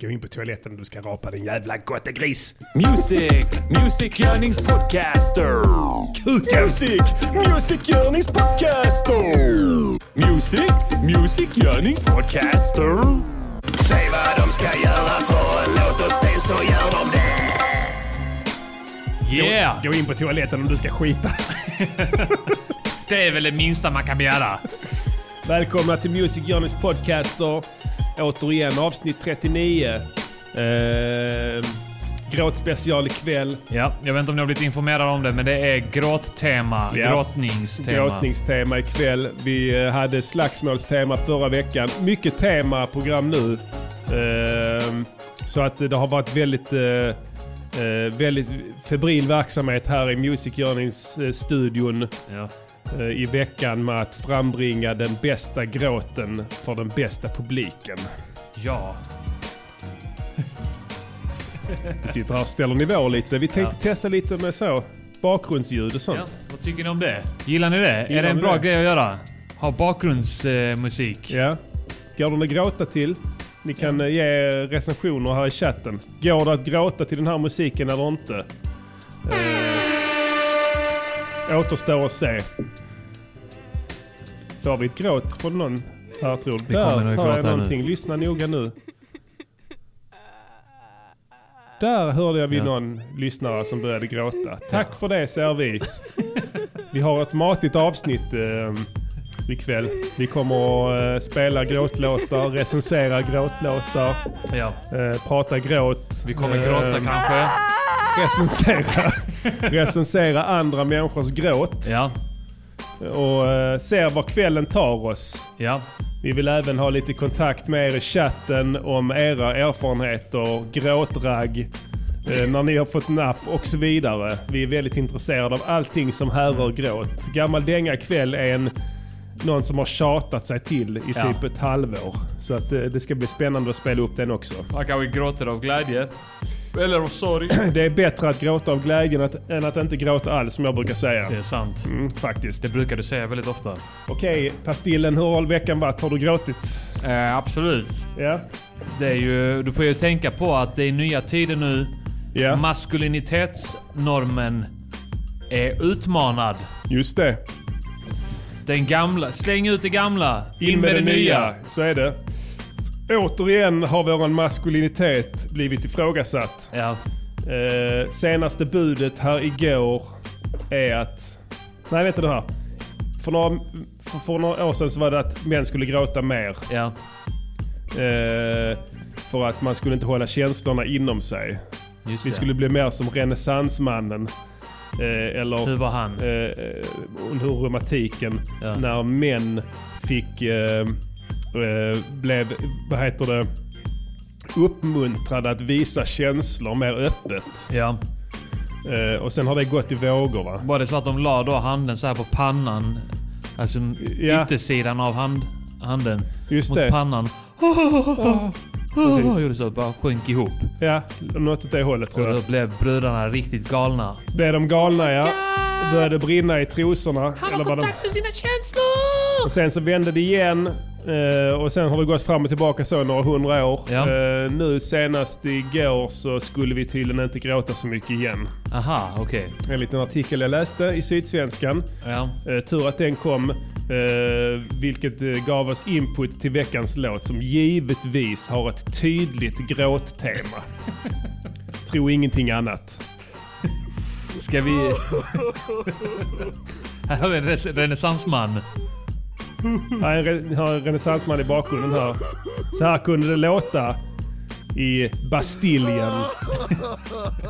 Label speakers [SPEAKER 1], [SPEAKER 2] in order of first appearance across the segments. [SPEAKER 1] Gå in på toaletten och du ska rapa din jävla gris.
[SPEAKER 2] Music, music-görningspodcaster.
[SPEAKER 1] Kuken!
[SPEAKER 2] Music, music-görningspodcaster. Music, music-görningspodcaster. Säg vad de ska göra för en låt och sen så gör de det.
[SPEAKER 3] Yeah!
[SPEAKER 1] Gå in på toaletten om du ska skita.
[SPEAKER 3] Det är väl det minsta man kan begära.
[SPEAKER 1] Välkomna till Music Journeys podcaster. Återigen avsnitt 39. Eh, gråtspecial ikväll.
[SPEAKER 3] Ja, jag vet inte om ni har blivit informerade om det, men det är gråttema.
[SPEAKER 1] Ja.
[SPEAKER 3] Grottningstema.
[SPEAKER 1] Gråtningstema ikväll. Vi eh, hade slagsmålstema förra veckan. Mycket temaprogram nu. Ehm, så att det har varit väldigt, eh, eh, väldigt febril verksamhet här i Music Journeys, eh, studion
[SPEAKER 3] Ja.
[SPEAKER 1] eh, i veckan med att frambringa den bästa gråten för den bästa publiken.
[SPEAKER 3] ja.
[SPEAKER 1] Vi sitter här och ställer nivå lite. Vi tänkte testa lite med så bakgrundsljud och
[SPEAKER 3] ja.
[SPEAKER 1] sånt.
[SPEAKER 3] Vad tycker ni om det? Gillar ni det? är
[SPEAKER 1] Gillar
[SPEAKER 3] det en
[SPEAKER 1] ni
[SPEAKER 3] bra
[SPEAKER 1] det?
[SPEAKER 3] grej att göra? Ha bakgrundsmusik?
[SPEAKER 1] Ja. Går den att gråta till? Ni kan eh, ge recensioner här i chatten. Går det att gråta till den här musiken eller inte? Eh, återstår att se. Får vi ett gråt från någon här tror du?
[SPEAKER 3] kommer
[SPEAKER 1] Där
[SPEAKER 3] att
[SPEAKER 1] hör jag
[SPEAKER 3] gråta nu.
[SPEAKER 1] någonting. Lyssna noga nu. Där hörde jag vi
[SPEAKER 3] Ja.
[SPEAKER 1] någon lyssnare som började gråta. Tack för det säger vi. Vi har ett matigt avsnitt eh, ikväll. Vi kommer att eh, spela gråtlåtar, recensera gråtlåtar,
[SPEAKER 3] Ja.
[SPEAKER 1] eh, prata gråt.
[SPEAKER 3] Vi kommer gråta
[SPEAKER 1] eh,
[SPEAKER 3] kanske.
[SPEAKER 1] recensera, recensera andra människors gråt
[SPEAKER 3] Ja.
[SPEAKER 1] och eh, se var kvällen tar oss.
[SPEAKER 3] Ja.
[SPEAKER 1] Vi vill även ha lite kontakt med er i chatten om era erfarenheter, gråtragg, eh, när ni har fått napp och så vidare. Vi är väldigt intresserade av allting som härrör gråt. Gammal dänga kväll är en, någon som har tjatat sig till i
[SPEAKER 3] Ja.
[SPEAKER 1] typ ett halvår. Så att eh, det ska bli spännande att spela upp den också.
[SPEAKER 3] Man kanske gråter av glädje. Eller av sorg.
[SPEAKER 1] Det är bättre att gråta av glädjen att, än att inte gråta alls som jag brukar säga.
[SPEAKER 3] Det är sant.
[SPEAKER 1] Mm, faktiskt.
[SPEAKER 3] Det brukar du säga väldigt ofta.
[SPEAKER 1] Okej, Pastillen, hur har veckan varit? Har du gråtit?
[SPEAKER 3] Eh, absolut.
[SPEAKER 1] Ja.
[SPEAKER 3] Det är ju, du får ju tänka på att det är nya tider nu.
[SPEAKER 1] Ja,
[SPEAKER 3] Maskulinitetsnormen är utmanad.
[SPEAKER 1] just det.
[SPEAKER 3] Den gamla, släng ut det gamla, in, med, det, nya.
[SPEAKER 1] Så är det. Återigen har vår maskulinitet blivit ifrågasatt.
[SPEAKER 3] Ja,
[SPEAKER 1] Eh, senaste budet här igår är att... Nej, vänta nu här. För några, för, för några år sedan så var det att män skulle gråta mer.
[SPEAKER 3] ja,
[SPEAKER 1] Eh, för att man skulle inte hålla känslorna inom sig.
[SPEAKER 3] just
[SPEAKER 1] Vi
[SPEAKER 3] det.
[SPEAKER 1] skulle bli mer som renässansmannen. Eh, eller...
[SPEAKER 3] Hur var han?
[SPEAKER 1] eh, under romantiken
[SPEAKER 3] Ja.
[SPEAKER 1] när män fick eh, eh, blev, vad heter det, uppmuntrade att visa känslor mer öppet.
[SPEAKER 3] Ja.
[SPEAKER 1] Eh, och sen har det gått i vågor va?
[SPEAKER 3] Var det så att de la då handen så här på pannan? Alltså
[SPEAKER 1] Ja.
[SPEAKER 3] yttersidan av hand, handen.
[SPEAKER 1] Just
[SPEAKER 3] mot
[SPEAKER 1] det. Ah.
[SPEAKER 3] pannan.
[SPEAKER 1] Precis.
[SPEAKER 3] Gjorde så, bara sjönk ihop.
[SPEAKER 1] Ja, något åt det hållet tror
[SPEAKER 3] Och
[SPEAKER 1] jag.
[SPEAKER 3] då blev brudarna riktigt galna.
[SPEAKER 1] Blev de galna ja. Började brinna i trosorna.
[SPEAKER 4] Han har
[SPEAKER 1] eller vad de,
[SPEAKER 4] kontakt med sina känslor!
[SPEAKER 1] och sen så vände det igen. Eh, och sen har det gått fram och tillbaka så några hundra år.
[SPEAKER 3] Ja.
[SPEAKER 1] Eh, nu senast igår så skulle vi tydligen inte gråta så mycket igen.
[SPEAKER 3] Aha, okej.
[SPEAKER 1] En liten artikel jag läste i Sydsvenskan.
[SPEAKER 3] Ja.
[SPEAKER 1] Eh, tur att den kom, eh, vilket eh, gav oss input till veckans låt som givetvis har ett tydligt gråttema. Tro ingenting annat.
[SPEAKER 3] Ska vi... Här har vi en res- renässansman.
[SPEAKER 1] Här är en re- har en renässansman i bakgrunden här. Så här kunde det låta i Bastiljen.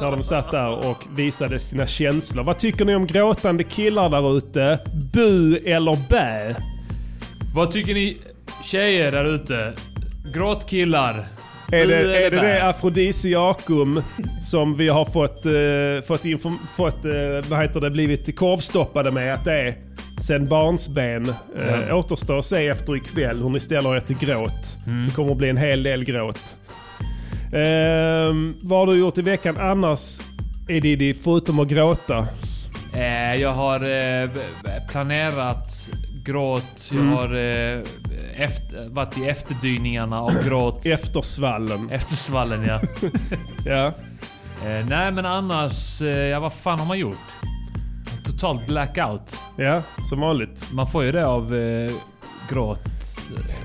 [SPEAKER 1] När de satt där och visade sina känslor. Vad tycker ni om gråtande killar där ute? Bu eller bä?
[SPEAKER 3] Vad tycker ni tjejer där ute? Gråt killar.
[SPEAKER 1] Är
[SPEAKER 3] Bu
[SPEAKER 1] det, är
[SPEAKER 3] eller
[SPEAKER 1] det
[SPEAKER 3] bä?
[SPEAKER 1] det afrodisiakum som vi har fått, eh, fått, inform- fått eh, vad heter det, blivit korvstoppade med att det är sen barnsben? Eh,
[SPEAKER 3] Ja.
[SPEAKER 1] Återstår att se efter ikväll hur ni ställer er till gråt. Det kommer att bli en hel del gråt. Ehm, vad har du gjort i veckan annars, Edidi, förutom att gråta?
[SPEAKER 3] Eh, jag har eh, planerat gråt.
[SPEAKER 1] Mm.
[SPEAKER 3] Jag har eh, efter, varit i efterdyningarna av gråt.
[SPEAKER 1] Eftersvallen.
[SPEAKER 3] Eftersvallen ja.
[SPEAKER 1] Ja.
[SPEAKER 3] Eh, nej men annars, eh, ja vad fan har man gjort? Totalt blackout.
[SPEAKER 1] ja, som vanligt.
[SPEAKER 3] Man får ju det av eh, gråt.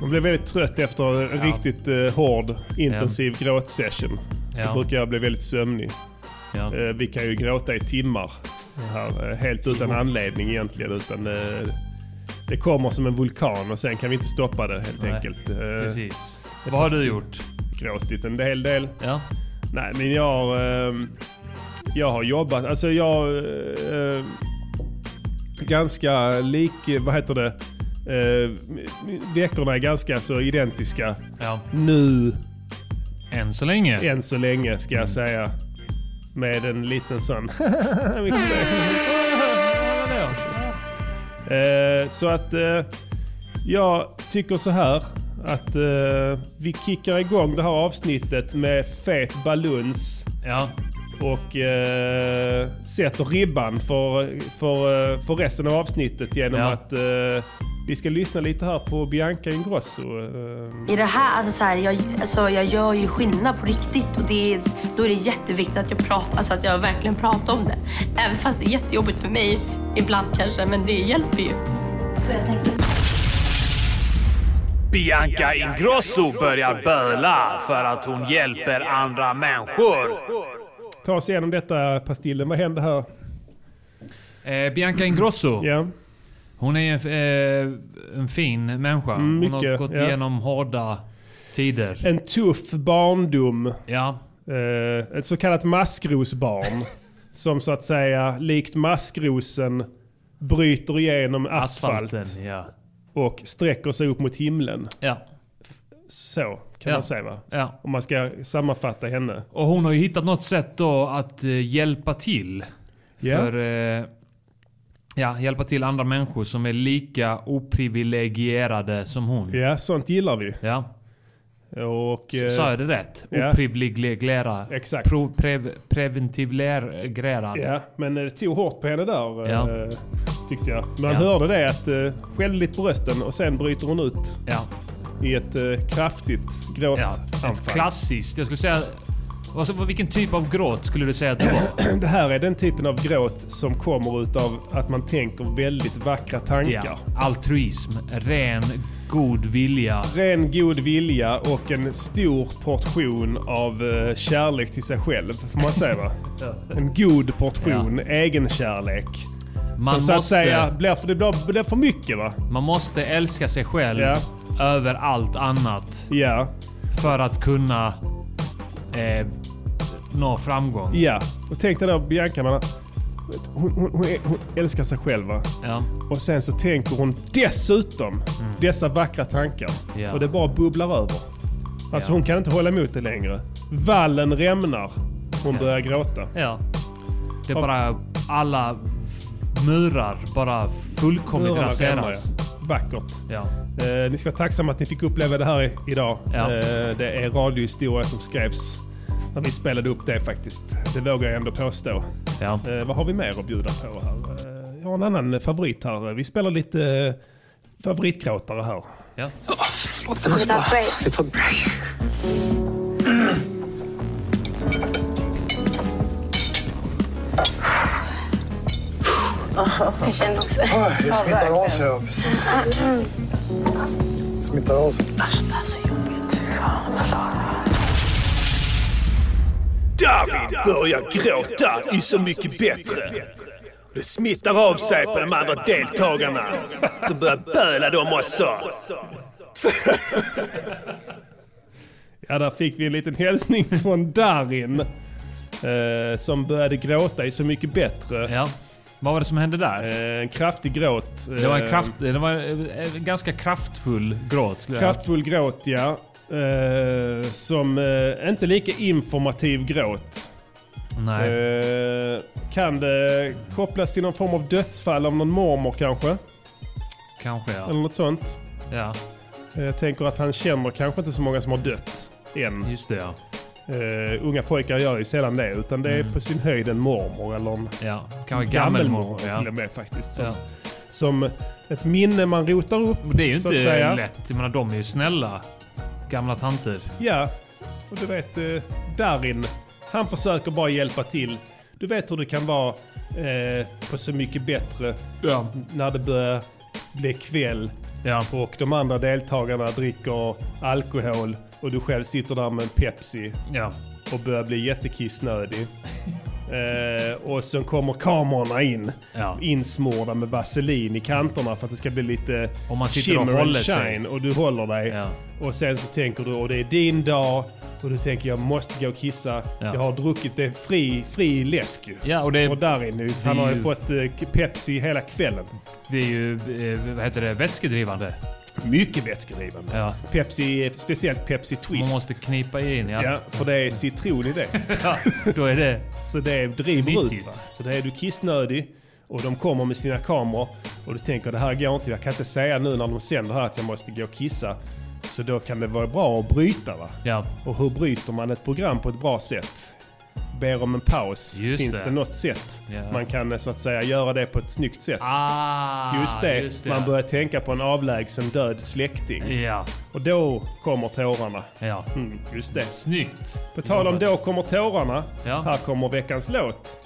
[SPEAKER 1] Man blir väldigt trött efter en riktigt eh, hård, intensiv gråtsession. Så
[SPEAKER 3] Ja.
[SPEAKER 1] brukar jag bli väldigt sömnig.
[SPEAKER 3] Ja.
[SPEAKER 1] Eh, vi kan ju gråta i timmar. Här, eh, helt utan
[SPEAKER 3] Mm.
[SPEAKER 1] anledning egentligen. Utan, eh, det kommer som en vulkan och sen kan vi inte stoppa det helt
[SPEAKER 3] Nej,
[SPEAKER 1] enkelt. Eh,
[SPEAKER 3] Precis. Vad har du gjort?
[SPEAKER 1] Gråtit en hel del.
[SPEAKER 3] Ja.
[SPEAKER 1] Nej, men jag har, ehm, jag har jobbat. Alltså jag... eh, ganska lik... Vad heter det? Eh, veckorna är ganska så identiska.
[SPEAKER 3] ja.
[SPEAKER 1] Nu,
[SPEAKER 3] Än så länge.
[SPEAKER 1] än så länge, ska
[SPEAKER 3] Mm.
[SPEAKER 1] jag säga. Med en liten sån... Vi kan se. Eh, så att eh, jag tycker så här att eh, vi kickar igång det här avsnittet med fet baluns
[SPEAKER 3] Ja.
[SPEAKER 1] och eh, sätter ribban för, för, eh, för resten av avsnittet genom
[SPEAKER 3] Ja.
[SPEAKER 1] att eh, vi ska lyssna lite här på Bianca Ingrosso. Eh,
[SPEAKER 5] I det här, alltså så här, jag, alltså jag gör ju skillnad på riktigt och det, är- då är det jätteviktigt att jag, pratar, alltså att jag verkligen pratar om det. Även fast det är jättejobbigt för mig ibland kanske, men det hjälper ju.
[SPEAKER 6] Bianca Ingrosso börjar böla för att hon hjälper andra människor.
[SPEAKER 1] ta oss igenom detta Pastillen, vad hände här?
[SPEAKER 3] Eh, Bianca Ingrosso.
[SPEAKER 1] Ja,
[SPEAKER 3] Hon är en, f- eh, en fin människa. Hon har
[SPEAKER 1] mycket,
[SPEAKER 3] gått
[SPEAKER 1] ja. Eh,
[SPEAKER 3] igenom hårda tider.
[SPEAKER 1] en tuff barndom.
[SPEAKER 3] Ja.
[SPEAKER 1] Eh, ett så kallat maskrosbarn. som så att säga, likt maskrosen, bryter igenom asfalt
[SPEAKER 3] Asfalten. Ja.
[SPEAKER 1] och sträcker sig upp mot himlen.
[SPEAKER 3] Ja.
[SPEAKER 1] Så kan
[SPEAKER 3] Ja.
[SPEAKER 1] man säga va?
[SPEAKER 3] ja.
[SPEAKER 1] Om man ska sammanfatta henne.
[SPEAKER 3] Och hon har ju hittat något sätt då att eh, hjälpa till.
[SPEAKER 1] Ja.
[SPEAKER 3] För... Eh, ja, hjälpa till andra människor som är lika oprivilegierade som hon.
[SPEAKER 1] Ja, sånt gillar vi.
[SPEAKER 3] Ja.
[SPEAKER 1] Och, eh,
[SPEAKER 3] S- Sa jag det rätt?
[SPEAKER 1] ja.
[SPEAKER 3] Oprivilegierad.
[SPEAKER 1] Exakt.
[SPEAKER 3] Pro, prev, preventivlerad.
[SPEAKER 1] ja, men det tog hårt på henne där, eh,
[SPEAKER 3] Ja.
[SPEAKER 1] tyckte jag. Man
[SPEAKER 3] Ja.
[SPEAKER 1] hörde det att eh, skällde lite på rösten och sen bryter hon ut
[SPEAKER 3] Ja.
[SPEAKER 1] i ett eh, kraftigt gråt
[SPEAKER 3] Ja, ett
[SPEAKER 1] anfall.
[SPEAKER 3] klassiskt. Jag skulle säga... Alltså, vad- vilken typ av gråt skulle du säga att det var?
[SPEAKER 1] Det här är den typen av gråt som kommer utav att man tänker väldigt vackra tankar.
[SPEAKER 3] Ja. Altruism, ren, god vilja.
[SPEAKER 1] Ren god vilja och en stor portion av eh, kärlek till sig själv, får man säga va? En god portion egenkärlek.
[SPEAKER 3] Man
[SPEAKER 1] Som så att
[SPEAKER 3] måste,
[SPEAKER 1] säga, blir för, det blir, blir för mycket va?
[SPEAKER 3] man måste älska sig själv
[SPEAKER 1] Ja.
[SPEAKER 3] över allt annat
[SPEAKER 1] Ja,
[SPEAKER 3] för att kunna eh, nå framgång.
[SPEAKER 1] ja. Och tänk dig då Bianca, man, hon, hon, hon, hon älskar sig själv va?
[SPEAKER 3] Ja.
[SPEAKER 1] Och sen så tänker hon dessutom dessa vackra tankar.
[SPEAKER 3] Mm. Ja.
[SPEAKER 1] Och det bara bubblar över. Alltså
[SPEAKER 3] Ja.
[SPEAKER 1] hon kan inte hålla emot det längre. Vallen rämnar. Hon börjar gråta.
[SPEAKER 3] ja. Det är bara alla murar bara fullkomligt
[SPEAKER 1] Murarna rämnar,
[SPEAKER 3] raseras.
[SPEAKER 1] ja. Vackert.
[SPEAKER 3] Ja.
[SPEAKER 1] Eh, ni ska vara tacksamma att ni fick uppleva det här i, idag.
[SPEAKER 3] Ja.
[SPEAKER 1] Eh, det är radiohistoria som skrevs när vi spelade upp det faktiskt. Det vågar jag ändå påstå.
[SPEAKER 3] Ja.
[SPEAKER 1] Eh, vad har vi mer att bjuda på här? Eh, jag har en annan favorit här. Vi spelar lite eh, favoritgråtare här.
[SPEAKER 3] Ja.
[SPEAKER 7] Det smittar av sig. ja, precis. Det smittar av sig.
[SPEAKER 2] David börjar gråta i Så Mycket Bättre. Det smittar av sig på de andra deltagarna som börjar böla dem också.
[SPEAKER 1] Ja, där fick vi en liten hälsning från Darin. Eh, som började gråta i Så Mycket Bättre.
[SPEAKER 3] ja. Vad var det som hände där?
[SPEAKER 1] Eh, en kraftig gråt.
[SPEAKER 3] Det var en,
[SPEAKER 1] Eh,
[SPEAKER 3] kraft, det var en en ganska kraftfull gråt. skulle jag-
[SPEAKER 1] Kraftfull gråt, ja. Eh, som eh, inte lika informativ gråt.
[SPEAKER 3] Nej.
[SPEAKER 1] Eh, kan det kopplas till någon form av dödsfall av någon mormor kanske?
[SPEAKER 3] Kanske ja.
[SPEAKER 1] Eller något sånt.
[SPEAKER 3] ja.
[SPEAKER 1] Eh, jag tänker att han känner kanske inte så många som har dött än.
[SPEAKER 3] Just det ja.
[SPEAKER 1] Eh, unga pojkar gör ju sällan det, utan
[SPEAKER 3] Mm.
[SPEAKER 1] det är på sin höjd en mormor eller en
[SPEAKER 3] ja. Kanske gammelmor.
[SPEAKER 1] gammelmor
[SPEAKER 3] Ja.
[SPEAKER 1] till och med faktiskt. Som,
[SPEAKER 3] Ja.
[SPEAKER 1] som ett minne man rotar upp.
[SPEAKER 3] Det är ju
[SPEAKER 1] så att
[SPEAKER 3] inte
[SPEAKER 1] säga.
[SPEAKER 3] lätt. Jag menar, de är ju snälla. Gamla tanter.
[SPEAKER 1] Ja, och du vet eh, Darin, han försöker bara hjälpa till. Du vet hur det kan vara eh, på Så Mycket Bättre
[SPEAKER 3] Ja.
[SPEAKER 1] när det börjar bli kväll
[SPEAKER 3] Ja.
[SPEAKER 1] och de andra deltagarna dricker alkohol och du själv sitter där med en Pepsi
[SPEAKER 3] ja.
[SPEAKER 1] och börjar bli jättekissnödig. Eh, och sen kommer kamerorna in.
[SPEAKER 3] Ja.
[SPEAKER 1] Insmorda med vaselin i kanterna för att det ska bli lite
[SPEAKER 3] Och man sitter och
[SPEAKER 1] shimmer and
[SPEAKER 3] håller sig.
[SPEAKER 1] shine. Och du håller dig.
[SPEAKER 3] Ja.
[SPEAKER 1] Och sen så tänker du, och det är din dag. Och du tänker, jag måste gå och kissa.
[SPEAKER 3] Ja.
[SPEAKER 1] Jag har druckit det är fri, fri läsk ju.
[SPEAKER 3] Ja, och det
[SPEAKER 1] Och
[SPEAKER 3] är,
[SPEAKER 1] där inne, han
[SPEAKER 3] Det är
[SPEAKER 1] har ju
[SPEAKER 3] ju-
[SPEAKER 1] fått eh, Pepsi hela kvällen.
[SPEAKER 3] det är ju, eh, vad heter det, vätskedrivande.
[SPEAKER 1] Mycket vätskedrivande.
[SPEAKER 3] Ja.
[SPEAKER 1] Pepsi, speciellt Pepsi
[SPEAKER 3] Man
[SPEAKER 1] Twist.
[SPEAKER 3] måste knipa in, ja.
[SPEAKER 1] Ja, för det är citron i det.
[SPEAKER 3] Då är det...
[SPEAKER 1] Så det driver ut.
[SPEAKER 3] Nyttigt.
[SPEAKER 1] Va? Så det är du kissnödig och de kommer med sina kameror och du tänker det här går inte, jag kan inte säga nu när de sänder här att jag måste gå och kissa. Så då kan det vara bra att bryta va?
[SPEAKER 3] Ja.
[SPEAKER 1] Och hur bryter man ett program på ett bra sätt? Ber om en paus.
[SPEAKER 3] Just
[SPEAKER 1] Finns det,
[SPEAKER 3] det
[SPEAKER 1] något sätt
[SPEAKER 3] Ja.
[SPEAKER 1] man kan eh, så att säga göra det på ett snyggt sätt?
[SPEAKER 3] Ah,
[SPEAKER 1] just, det. man
[SPEAKER 3] ja.
[SPEAKER 1] börjar tänka på en avlägsen död släkting.
[SPEAKER 3] Ja,
[SPEAKER 1] Och då kommer tårarna.
[SPEAKER 3] ja.
[SPEAKER 1] Mm, just det.
[SPEAKER 3] Snyggt.
[SPEAKER 1] På tal om då kommer tårarna.
[SPEAKER 3] Ja.
[SPEAKER 1] Här kommer veckans låt.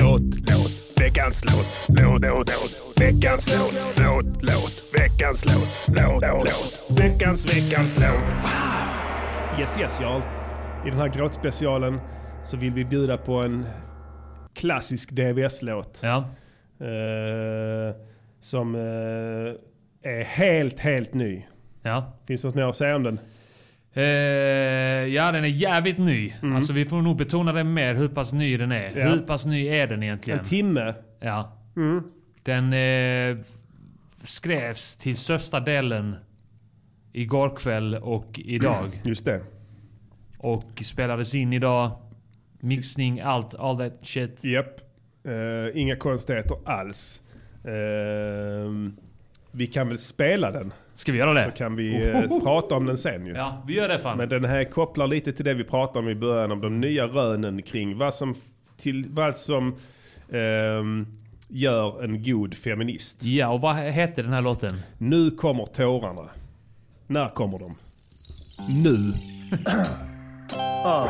[SPEAKER 2] Låt, låt, veckans låt, låt, låt, låt, veckans låt, låt, låt, veckans låt, låt, låt, veckans, veckans låt.
[SPEAKER 1] Yes yes Jarl. I den här gråtspecialen så vill vi bjuda på en klassisk DVS-låt.
[SPEAKER 3] Ja.
[SPEAKER 1] Eh, som eh, är helt, helt ny.
[SPEAKER 3] Ja.
[SPEAKER 1] Finns det något mer att säga om den?
[SPEAKER 3] Eh, ja, den är jävligt ny. Alltså vi får nog betona det mer hur pass ny den är.
[SPEAKER 1] Mm. Ja.
[SPEAKER 3] Hur pass ny är den egentligen?
[SPEAKER 1] En timme.
[SPEAKER 3] Ja.
[SPEAKER 1] Mm.
[SPEAKER 3] Den eh, skrevs till största delen igår kväll och idag.
[SPEAKER 1] Just det.
[SPEAKER 3] Och spelades in idag. Mixning, allt, all that shit.
[SPEAKER 1] Japp. Eh, inga konstigheter alls. Eh, vi kan väl spela den?
[SPEAKER 3] Ska vi göra det?
[SPEAKER 1] Så kan vi eh, prata om den sen ju.
[SPEAKER 3] Ja, vi gör det fan.
[SPEAKER 1] Men den här kopplar lite till det vi pratade om i början om de nya rönen kring vad som, till, vad som ehm, gör en god feminist.
[SPEAKER 3] Ja, och vad heter den här låten?
[SPEAKER 1] Nu kommer tårarna. När kommer de? Nu.
[SPEAKER 2] Ah.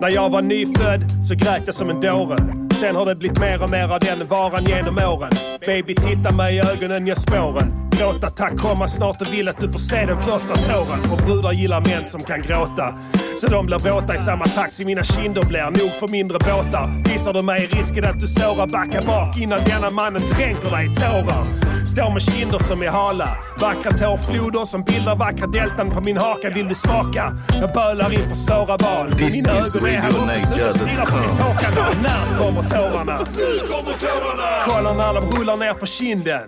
[SPEAKER 2] När jag var nyfödd så grät jag som en dåre. Sen har det blivit mer och mer av den varan genom åren. Baby, titta mig i ögonen, jag spåren. Gråtattack komma snart och vill att du får se den första tåren. Och brudar gillar män som kan gråta. Så de blir våta i samma takt som mina kinder blir. Nog för mindre båtar. Missar du mig är risken att du sårar. Backa bak innan denna mannen dränker dig i tårar. Står med kinder som är hala. Vackra tårfloder som bildar vackra deltan på min haka. Vill du smaka? Jag bölar inför svåra val.
[SPEAKER 8] This
[SPEAKER 2] Mina
[SPEAKER 8] is
[SPEAKER 2] ögon är här
[SPEAKER 8] Radio
[SPEAKER 2] uppe. Sluta
[SPEAKER 8] Naked.
[SPEAKER 2] stirra på min tårkanal. När kommer tårarna? Nu kommer tårarna! Kolla när de rullar ner för kinden.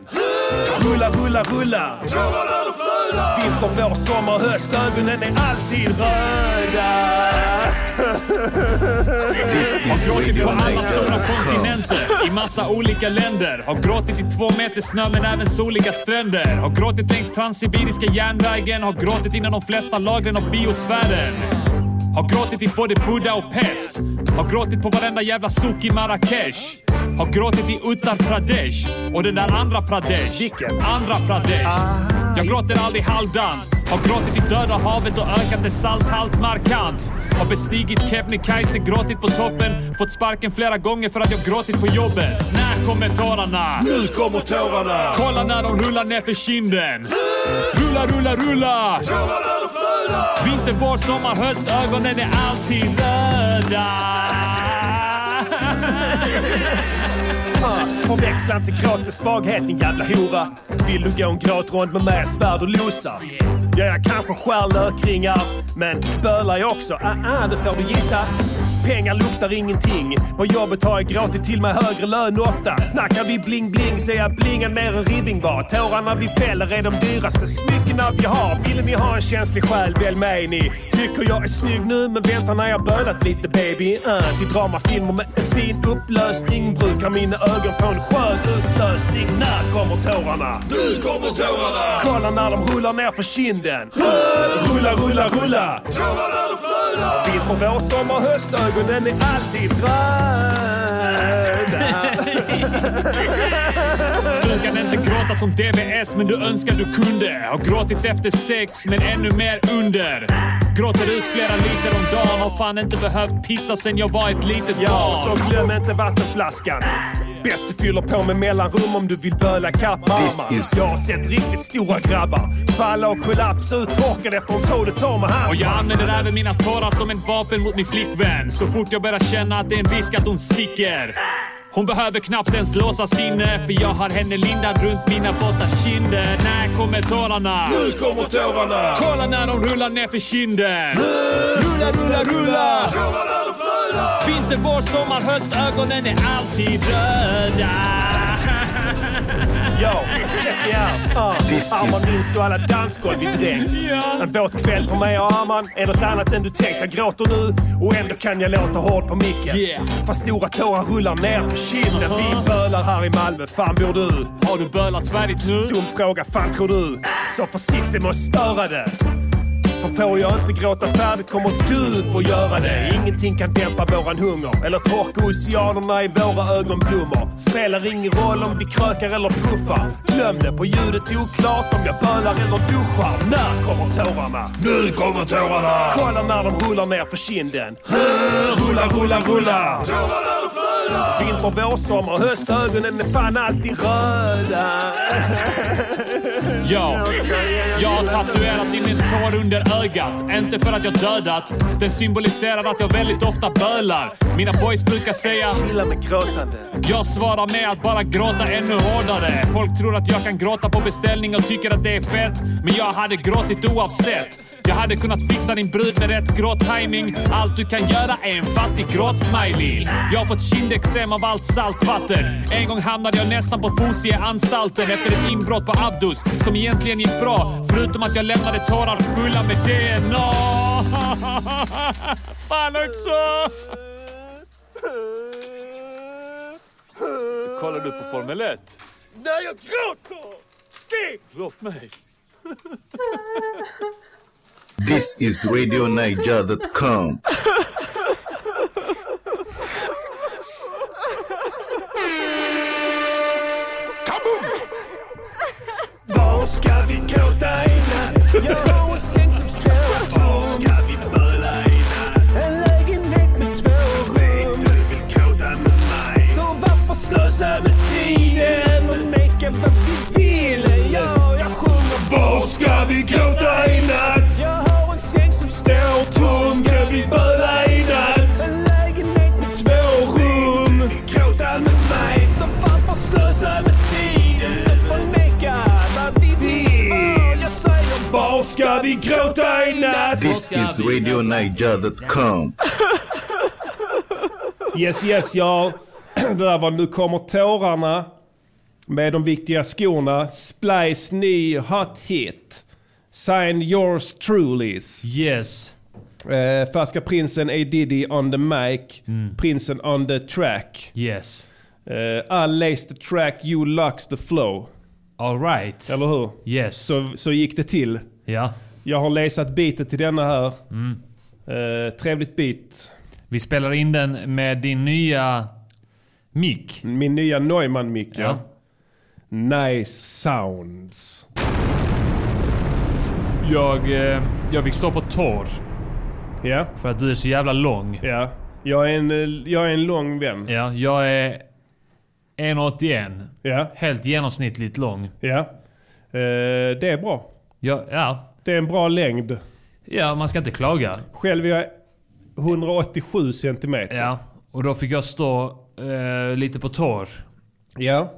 [SPEAKER 2] Rulla, rulla, rulla. Tårarna de flödar! Vinter, vår, sommar, höst. Ögonen är alltid röda.
[SPEAKER 8] This is
[SPEAKER 6] Gråtit på
[SPEAKER 8] Radio
[SPEAKER 6] alla stora
[SPEAKER 8] Naked.
[SPEAKER 6] kontinenter, i massa olika länder. Har gråtit i två meter snö men även soliga stränder. Har gråtit längs transsibiriska järnvägen. Har gråtit innan de flesta lagren av biosfären. Har gråtit i både Buddha och pest. Har gråtit på varenda jävla sok i Marrakesh. Har gråtit i Uttar Pradesh och den där andra Pradesh.
[SPEAKER 2] Vilken? Ah.
[SPEAKER 6] Andra Pradesh. Jag gråter aldrig halvdant. Har gråtit i Döda havet och ökat dess salthalt markant. Har bestigit Kebnekaise, gråtit på toppen. Fått sparken flera gånger för att jag gråtit på jobbet. När kommer tårarna?
[SPEAKER 2] Nu kommer tårarna.
[SPEAKER 6] Kolla när de rullar ner för kinden. Rulla, rulla, rulla!
[SPEAKER 2] Tårarna de flödar!
[SPEAKER 6] Vinter, vår, sommar, höst. Ögonen är alltid röda.
[SPEAKER 2] Förväxla inte gråt med svaghet din jävla hora. Vill du gå en gråtrond med mig, svärd och losa? Ja, jag kanske skär lökringar, men bölar jag också? Ah, ah, det får du gissa. Pengar luktar ingenting. På jobbet har jag gråtit till mig högre lön ofta. Snackar vi bling-bling så är jag blingen mer än ribbingbar. Tårarna vi fäller är de dyraste smyckena vi har. Vill ni ha en känslig själ, välj mig ni. Tycker jag är snygg nu, men vänta när jag bölat lite baby. Uh, till dramafilmer med en fin upplösning. Brukar mina ögon få en skön utlösning. När kommer tårarna? Nu kommer Äh, tårarna! Kolla när de rullar ner för kinden. Rulla, rulla, rulla! Tårarna de flödar! Vinter, vår, sommar, höst, ögonen är alltid brända.
[SPEAKER 3] Du kan inte gråta som DBS men du önskar du kunde. Har gråtit efter sex men ännu mer under. Gråter ut flera liter om dagen. Har fan inte behövt pissa sen jag var ett litet
[SPEAKER 2] Ja,
[SPEAKER 3] barn.
[SPEAKER 2] så glöm inte vattenflaskan. Bäst du fyller på med mellanrum om du vill böla kapp mamma. Jag har sett riktigt stora grabbar falla och kollapsa uttorkade efter en tål och tar med hand.
[SPEAKER 3] Och jag använder även mina tårar som ett vapen mot min flickvän. Så fort jag börjar känna att det är en risk att hon sticker. Hon behöver knappt ens låsa sinne för jag har henne lindad runt mina våta kinder. När kommer tårarna?
[SPEAKER 2] Nu kommer tårarna!
[SPEAKER 3] Kolla när de rullar ner för kinden. Rulla, rulla, rulla!
[SPEAKER 2] Tårarna de flödar!
[SPEAKER 3] Vinter, vår, sommar, höst. Ögonen är alltid röda.
[SPEAKER 2] Ja, check me out. Uh. Arman, minns du alla dansgolv vi dränkt?
[SPEAKER 3] Ja.
[SPEAKER 2] En våt kväll för mig och Arman är något annat än du tänkt. Jag gråter nu och ändå kan jag låta hård på micken.
[SPEAKER 3] Yeah.
[SPEAKER 2] Fast stora tårar rullar ner på kinden. Vi bölar här i Malmö, fan bor du?
[SPEAKER 3] Har du bölat färdigt nu?
[SPEAKER 2] Dum fråga, fan tror du? Så försiktig med att störa det. För får jag inte gråta färdigt kommer du få göra det. Ingenting kan dämpa våran hunger eller torka oceanerna i våra ögonblommor. Spelar ingen roll om vi krökar eller puffar. Glöm det, på ljudet är oklart om jag bölar eller duschar. När kommer tårarna? Nu kommer tårarna! Kolla när de rullar ner för kinden. Rulla, rulla, rulla! Tårarna de flödar! Vinter, vår, sommar, höst. Ögonen är fan alltid röda.
[SPEAKER 3] Ja. Jag har tatuerat in en tår under ögat. Inte för att jag dödat. Den symboliserar att jag väldigt ofta bölar. Mina boys brukar säga
[SPEAKER 2] Chilla med gråtande.
[SPEAKER 3] jag svarar med att bara gråta ännu hårdare. Folk tror att jag kan gråta på beställning och tycker att det är fett. Men jag hade gråtit oavsett. Jag hade kunnat fixa din brud med rätt gråt-timing. Allt du kan göra är en fattig gråt-smiley. Jag har fått kindexem av allt saltvatten. En gång hamnade jag nästan på Fosie-anstalten efter ett inbrott på Abdus som egentligen gick bra. Förutom att jag lämnade tårar fulla med DNA. Fan också! Kollar du på Formel 1?
[SPEAKER 2] När jag gråter! Det!
[SPEAKER 3] Låt mig.
[SPEAKER 8] This is RadioNiger.com.
[SPEAKER 2] Var ska vi kåta i natt? Jag har en säng som står Var ska vi böla i natt? En lägenhet med två rum. Du vill kåta med mig. Så varför slösa med tiden? Och neka vad vi vill. Ja, jag sjunger. Var ska vi kåta i natt? Jag har en säng som står tom. Ska vi böla i natt? En lägenhet med två rum. Du vill kåta med mig. Så varför slösa med tiden? Och förneka vad vi vill. Ja, jag säger. Var ska vi gråta i natt?
[SPEAKER 8] This is RadioNiger.com.
[SPEAKER 1] Yes, yes, ja. Det där var Nu kommer tårarna med de viktiga skorna. Splice ny hot hit. Sign yours trulies.
[SPEAKER 9] Yes.
[SPEAKER 1] Eh, Färska prinsen A Diddy on the mic.
[SPEAKER 9] Mm.
[SPEAKER 1] Prinsen on the track.
[SPEAKER 9] Yes.
[SPEAKER 1] Eh, I lace the track, you lux the flow.
[SPEAKER 9] All right.
[SPEAKER 1] Eller hur?
[SPEAKER 9] Yes.
[SPEAKER 1] Så, så gick det till.
[SPEAKER 9] Ja.
[SPEAKER 1] Jag har läsat beatet till denna här.
[SPEAKER 9] Mm.
[SPEAKER 1] Eh, trevligt beat.
[SPEAKER 9] Vi spelar in den med din nya mick.
[SPEAKER 1] Min nya Neumann-mick ja.
[SPEAKER 9] Ja.
[SPEAKER 1] Nice sounds.
[SPEAKER 9] Jag, eh, jag fick stå på tår
[SPEAKER 1] Ja,
[SPEAKER 9] för att du är så jävla lång.
[SPEAKER 1] ja. Jag är en, eh, jag är en lång vän.
[SPEAKER 9] Ja, jag är 1,81.
[SPEAKER 1] Ja,
[SPEAKER 9] Helt genomsnittligt lång.
[SPEAKER 1] ja. Eh, det är bra.
[SPEAKER 9] Jag, ja.
[SPEAKER 1] Det är en bra längd.
[SPEAKER 9] ja, man ska inte klaga.
[SPEAKER 1] Själv är jag 187 centimeter.
[SPEAKER 9] Ja, och då fick jag stå eh, lite på tår.
[SPEAKER 1] ja.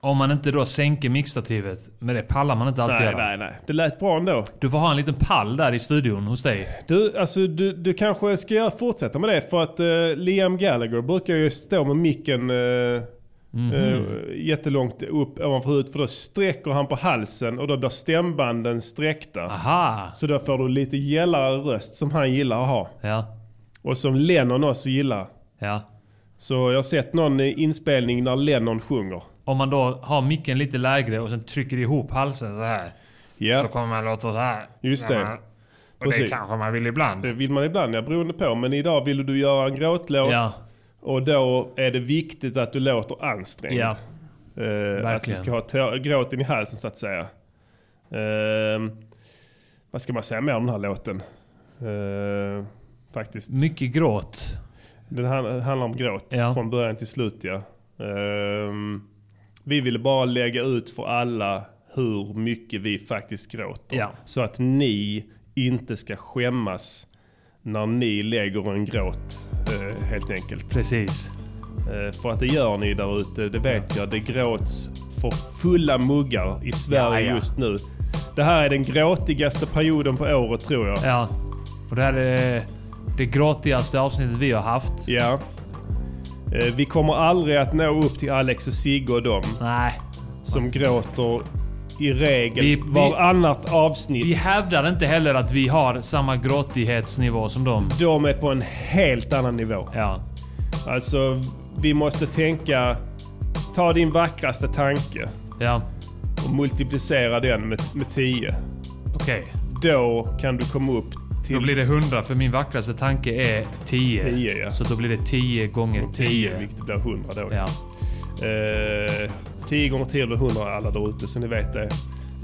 [SPEAKER 9] Om man inte då sänker mixstativet. Men det pallar man inte alltid
[SPEAKER 1] Nej,
[SPEAKER 9] göra.
[SPEAKER 1] nej, nej. Det lät bra ändå.
[SPEAKER 9] Du får ha en liten pall där i studion hos dig.
[SPEAKER 1] Du, alltså, du, du kanske ska göra- fortsätta med det för att eh, Liam Gallagher brukar ju stå med micken eh, eh, jättelångt upp ovanför huvudet för då sträcker han på halsen och då blir stämbanden sträckta.
[SPEAKER 3] Ah.
[SPEAKER 9] Aha!
[SPEAKER 1] Så då får du lite gällare röst som han gillar att ha.
[SPEAKER 9] Ja,
[SPEAKER 1] Och som Lennon också gillar.
[SPEAKER 9] ja.
[SPEAKER 1] Så jag har sett någon eh, inspelning när Lennon sjunger.
[SPEAKER 9] Om man då har micken lite lägre och sen trycker ihop halsen så här.
[SPEAKER 1] Ja,
[SPEAKER 9] Så kommer man låta så här.
[SPEAKER 1] just det.
[SPEAKER 3] Och det
[SPEAKER 1] Precis. Mm.
[SPEAKER 3] kanske man vill ibland.
[SPEAKER 1] Det vill man ibland, ja, beroende på. Men idag ville du göra en gråtlåt.
[SPEAKER 3] Ja.
[SPEAKER 1] Och då är det viktigt att du låter ansträngd.
[SPEAKER 3] Ja.
[SPEAKER 1] Eh, att du
[SPEAKER 3] Verkligen.
[SPEAKER 1] ska ha tå- gråten i halsen så att säga. Ehm, vad ska man säga mer om den här låten? Ehm, faktiskt.
[SPEAKER 3] Mycket gråt.
[SPEAKER 1] Den han- handlar om gråt
[SPEAKER 3] Ja.
[SPEAKER 1] från början till slut ja. Ehm, vi ville bara lägga ut för alla hur mycket vi faktiskt gråter.
[SPEAKER 3] Ja.
[SPEAKER 1] Så att ni inte ska skämmas när ni lägger en gråt eh, helt enkelt.
[SPEAKER 3] Precis.
[SPEAKER 1] Eh, För att det gör ni där ute, det vet jag. Det gråts för fulla muggar i
[SPEAKER 3] Ja,
[SPEAKER 1] Sverige
[SPEAKER 3] ja.
[SPEAKER 1] just nu. Det här är den gråtigaste perioden på året tror jag.
[SPEAKER 3] Ja. Och det här är det gråtigaste avsnittet vi har haft.
[SPEAKER 1] Ja. Eh, Vi kommer aldrig att nå upp till Alex och Sigge och dem
[SPEAKER 3] Nej.
[SPEAKER 1] som gråter i regel
[SPEAKER 3] Vi- vi-
[SPEAKER 1] varannat avsnitt.
[SPEAKER 3] Vi hävdar inte heller att vi har samma gråtighetsnivå som dem.
[SPEAKER 1] De är på en helt annan nivå.
[SPEAKER 3] Ja.
[SPEAKER 1] Alltså, vi måste tänka... Ta din vackraste tanke
[SPEAKER 3] Ja.
[SPEAKER 1] och multiplicera den med, med tio.
[SPEAKER 3] Okej.
[SPEAKER 1] Då kan du komma upp
[SPEAKER 3] Då
[SPEAKER 1] till
[SPEAKER 3] blir det 100 för min vackraste tanke är 10.
[SPEAKER 1] 10, ja.
[SPEAKER 3] Så då blir det 10 gånger
[SPEAKER 1] 10,
[SPEAKER 3] 10.
[SPEAKER 1] vilket blir 100 då.
[SPEAKER 3] Ja.
[SPEAKER 1] Eh, 10 gånger 10 blir 100 alla där ute, så ni vet det.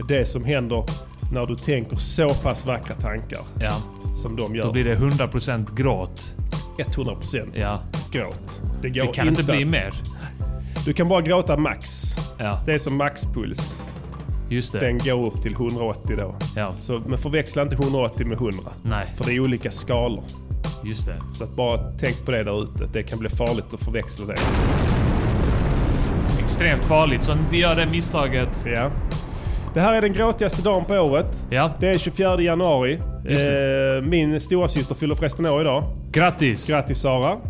[SPEAKER 1] Det som händer när du tänker så pass vackra tankar
[SPEAKER 3] Ja.
[SPEAKER 1] som de gör.
[SPEAKER 3] Då blir det 100% gråt.
[SPEAKER 1] 100%
[SPEAKER 3] Ja.
[SPEAKER 1] gråt. Det, går
[SPEAKER 3] Det kan inte bli
[SPEAKER 1] att-
[SPEAKER 3] mer.
[SPEAKER 1] Du kan bara gråta max.
[SPEAKER 3] Ja.
[SPEAKER 1] Det är som maxpuls.
[SPEAKER 3] Just det.
[SPEAKER 1] Den går upp till 180 då.
[SPEAKER 3] Ja.
[SPEAKER 1] Så, men förväxla inte 180 med 100.
[SPEAKER 3] Nej.
[SPEAKER 1] För det är olika skalor.
[SPEAKER 3] Just det.
[SPEAKER 1] Så att bara tänk på det där ute. Det kan bli farligt att förväxla det.
[SPEAKER 3] Extremt farligt. Så ni gör det misstaget.
[SPEAKER 1] Ja. Det här är den gråtigaste dagen på året.
[SPEAKER 3] Ja.
[SPEAKER 1] Det är 24 januari. Eh, min stora syster fyller förresten år idag.
[SPEAKER 3] Grattis!
[SPEAKER 1] Grattis Sara. Eller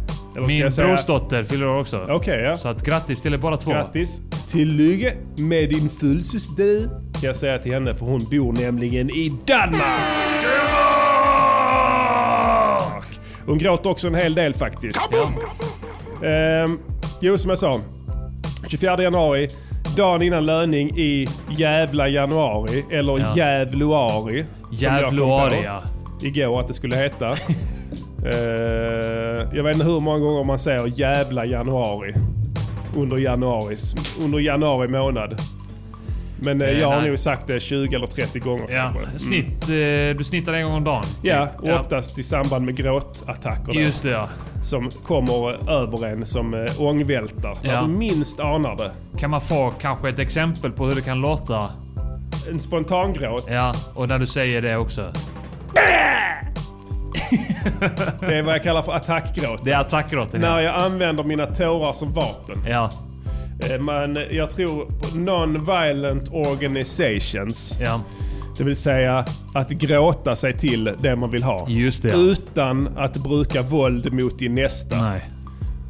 [SPEAKER 1] ska
[SPEAKER 3] Min
[SPEAKER 1] jag säga-
[SPEAKER 3] brorsdotter fyller år också.
[SPEAKER 1] Okej, ja.
[SPEAKER 3] Så att grattis till er båda två.
[SPEAKER 1] Grattis. Till lycka med din födelsedag. Ska jag säga till henne för hon bor nämligen i Danmark. Danmark! Hon gråter också en hel del faktiskt. Ehm, jo, som jag sa. 24 januari. Dagen innan löning i jävla januari. Eller
[SPEAKER 3] Ja.
[SPEAKER 1] jävluari. som jag kom på
[SPEAKER 3] Jävluari, ja.
[SPEAKER 1] Igår att det skulle heta. Eh, jag vet inte hur många gånger man säger jävla januari. Under januari, under januari månad. Men eh,
[SPEAKER 3] Eh,
[SPEAKER 1] jag har
[SPEAKER 3] nej.
[SPEAKER 1] nog sagt det 20 eller 30 gånger
[SPEAKER 3] Ja,
[SPEAKER 1] kanske. Mm.
[SPEAKER 3] snitt. eh, Du snittar en gång om dagen.
[SPEAKER 1] Ja, och oftast i samband med gråtattacker då,
[SPEAKER 3] Just det, ja.
[SPEAKER 1] som kommer över en som eh, ångvältar. När
[SPEAKER 3] Ja.
[SPEAKER 1] du minst anar det.
[SPEAKER 3] Kan man få kanske ett exempel på hur det kan låta?
[SPEAKER 1] En spontangråt,
[SPEAKER 3] Ja, och när du säger det också.
[SPEAKER 1] det är vad jag kallar för attackgråt.
[SPEAKER 3] Det är attackgråten.
[SPEAKER 1] När
[SPEAKER 3] Ja.
[SPEAKER 1] jag använder mina tårar som vapen.
[SPEAKER 3] ja,
[SPEAKER 1] Eh, Men jag tror på non-violent organizations.
[SPEAKER 3] ja.
[SPEAKER 1] Det vill säga att gråta sig till det man vill ha.
[SPEAKER 3] Just det, ja.
[SPEAKER 1] Utan att bruka våld mot din nästa.
[SPEAKER 3] Nej.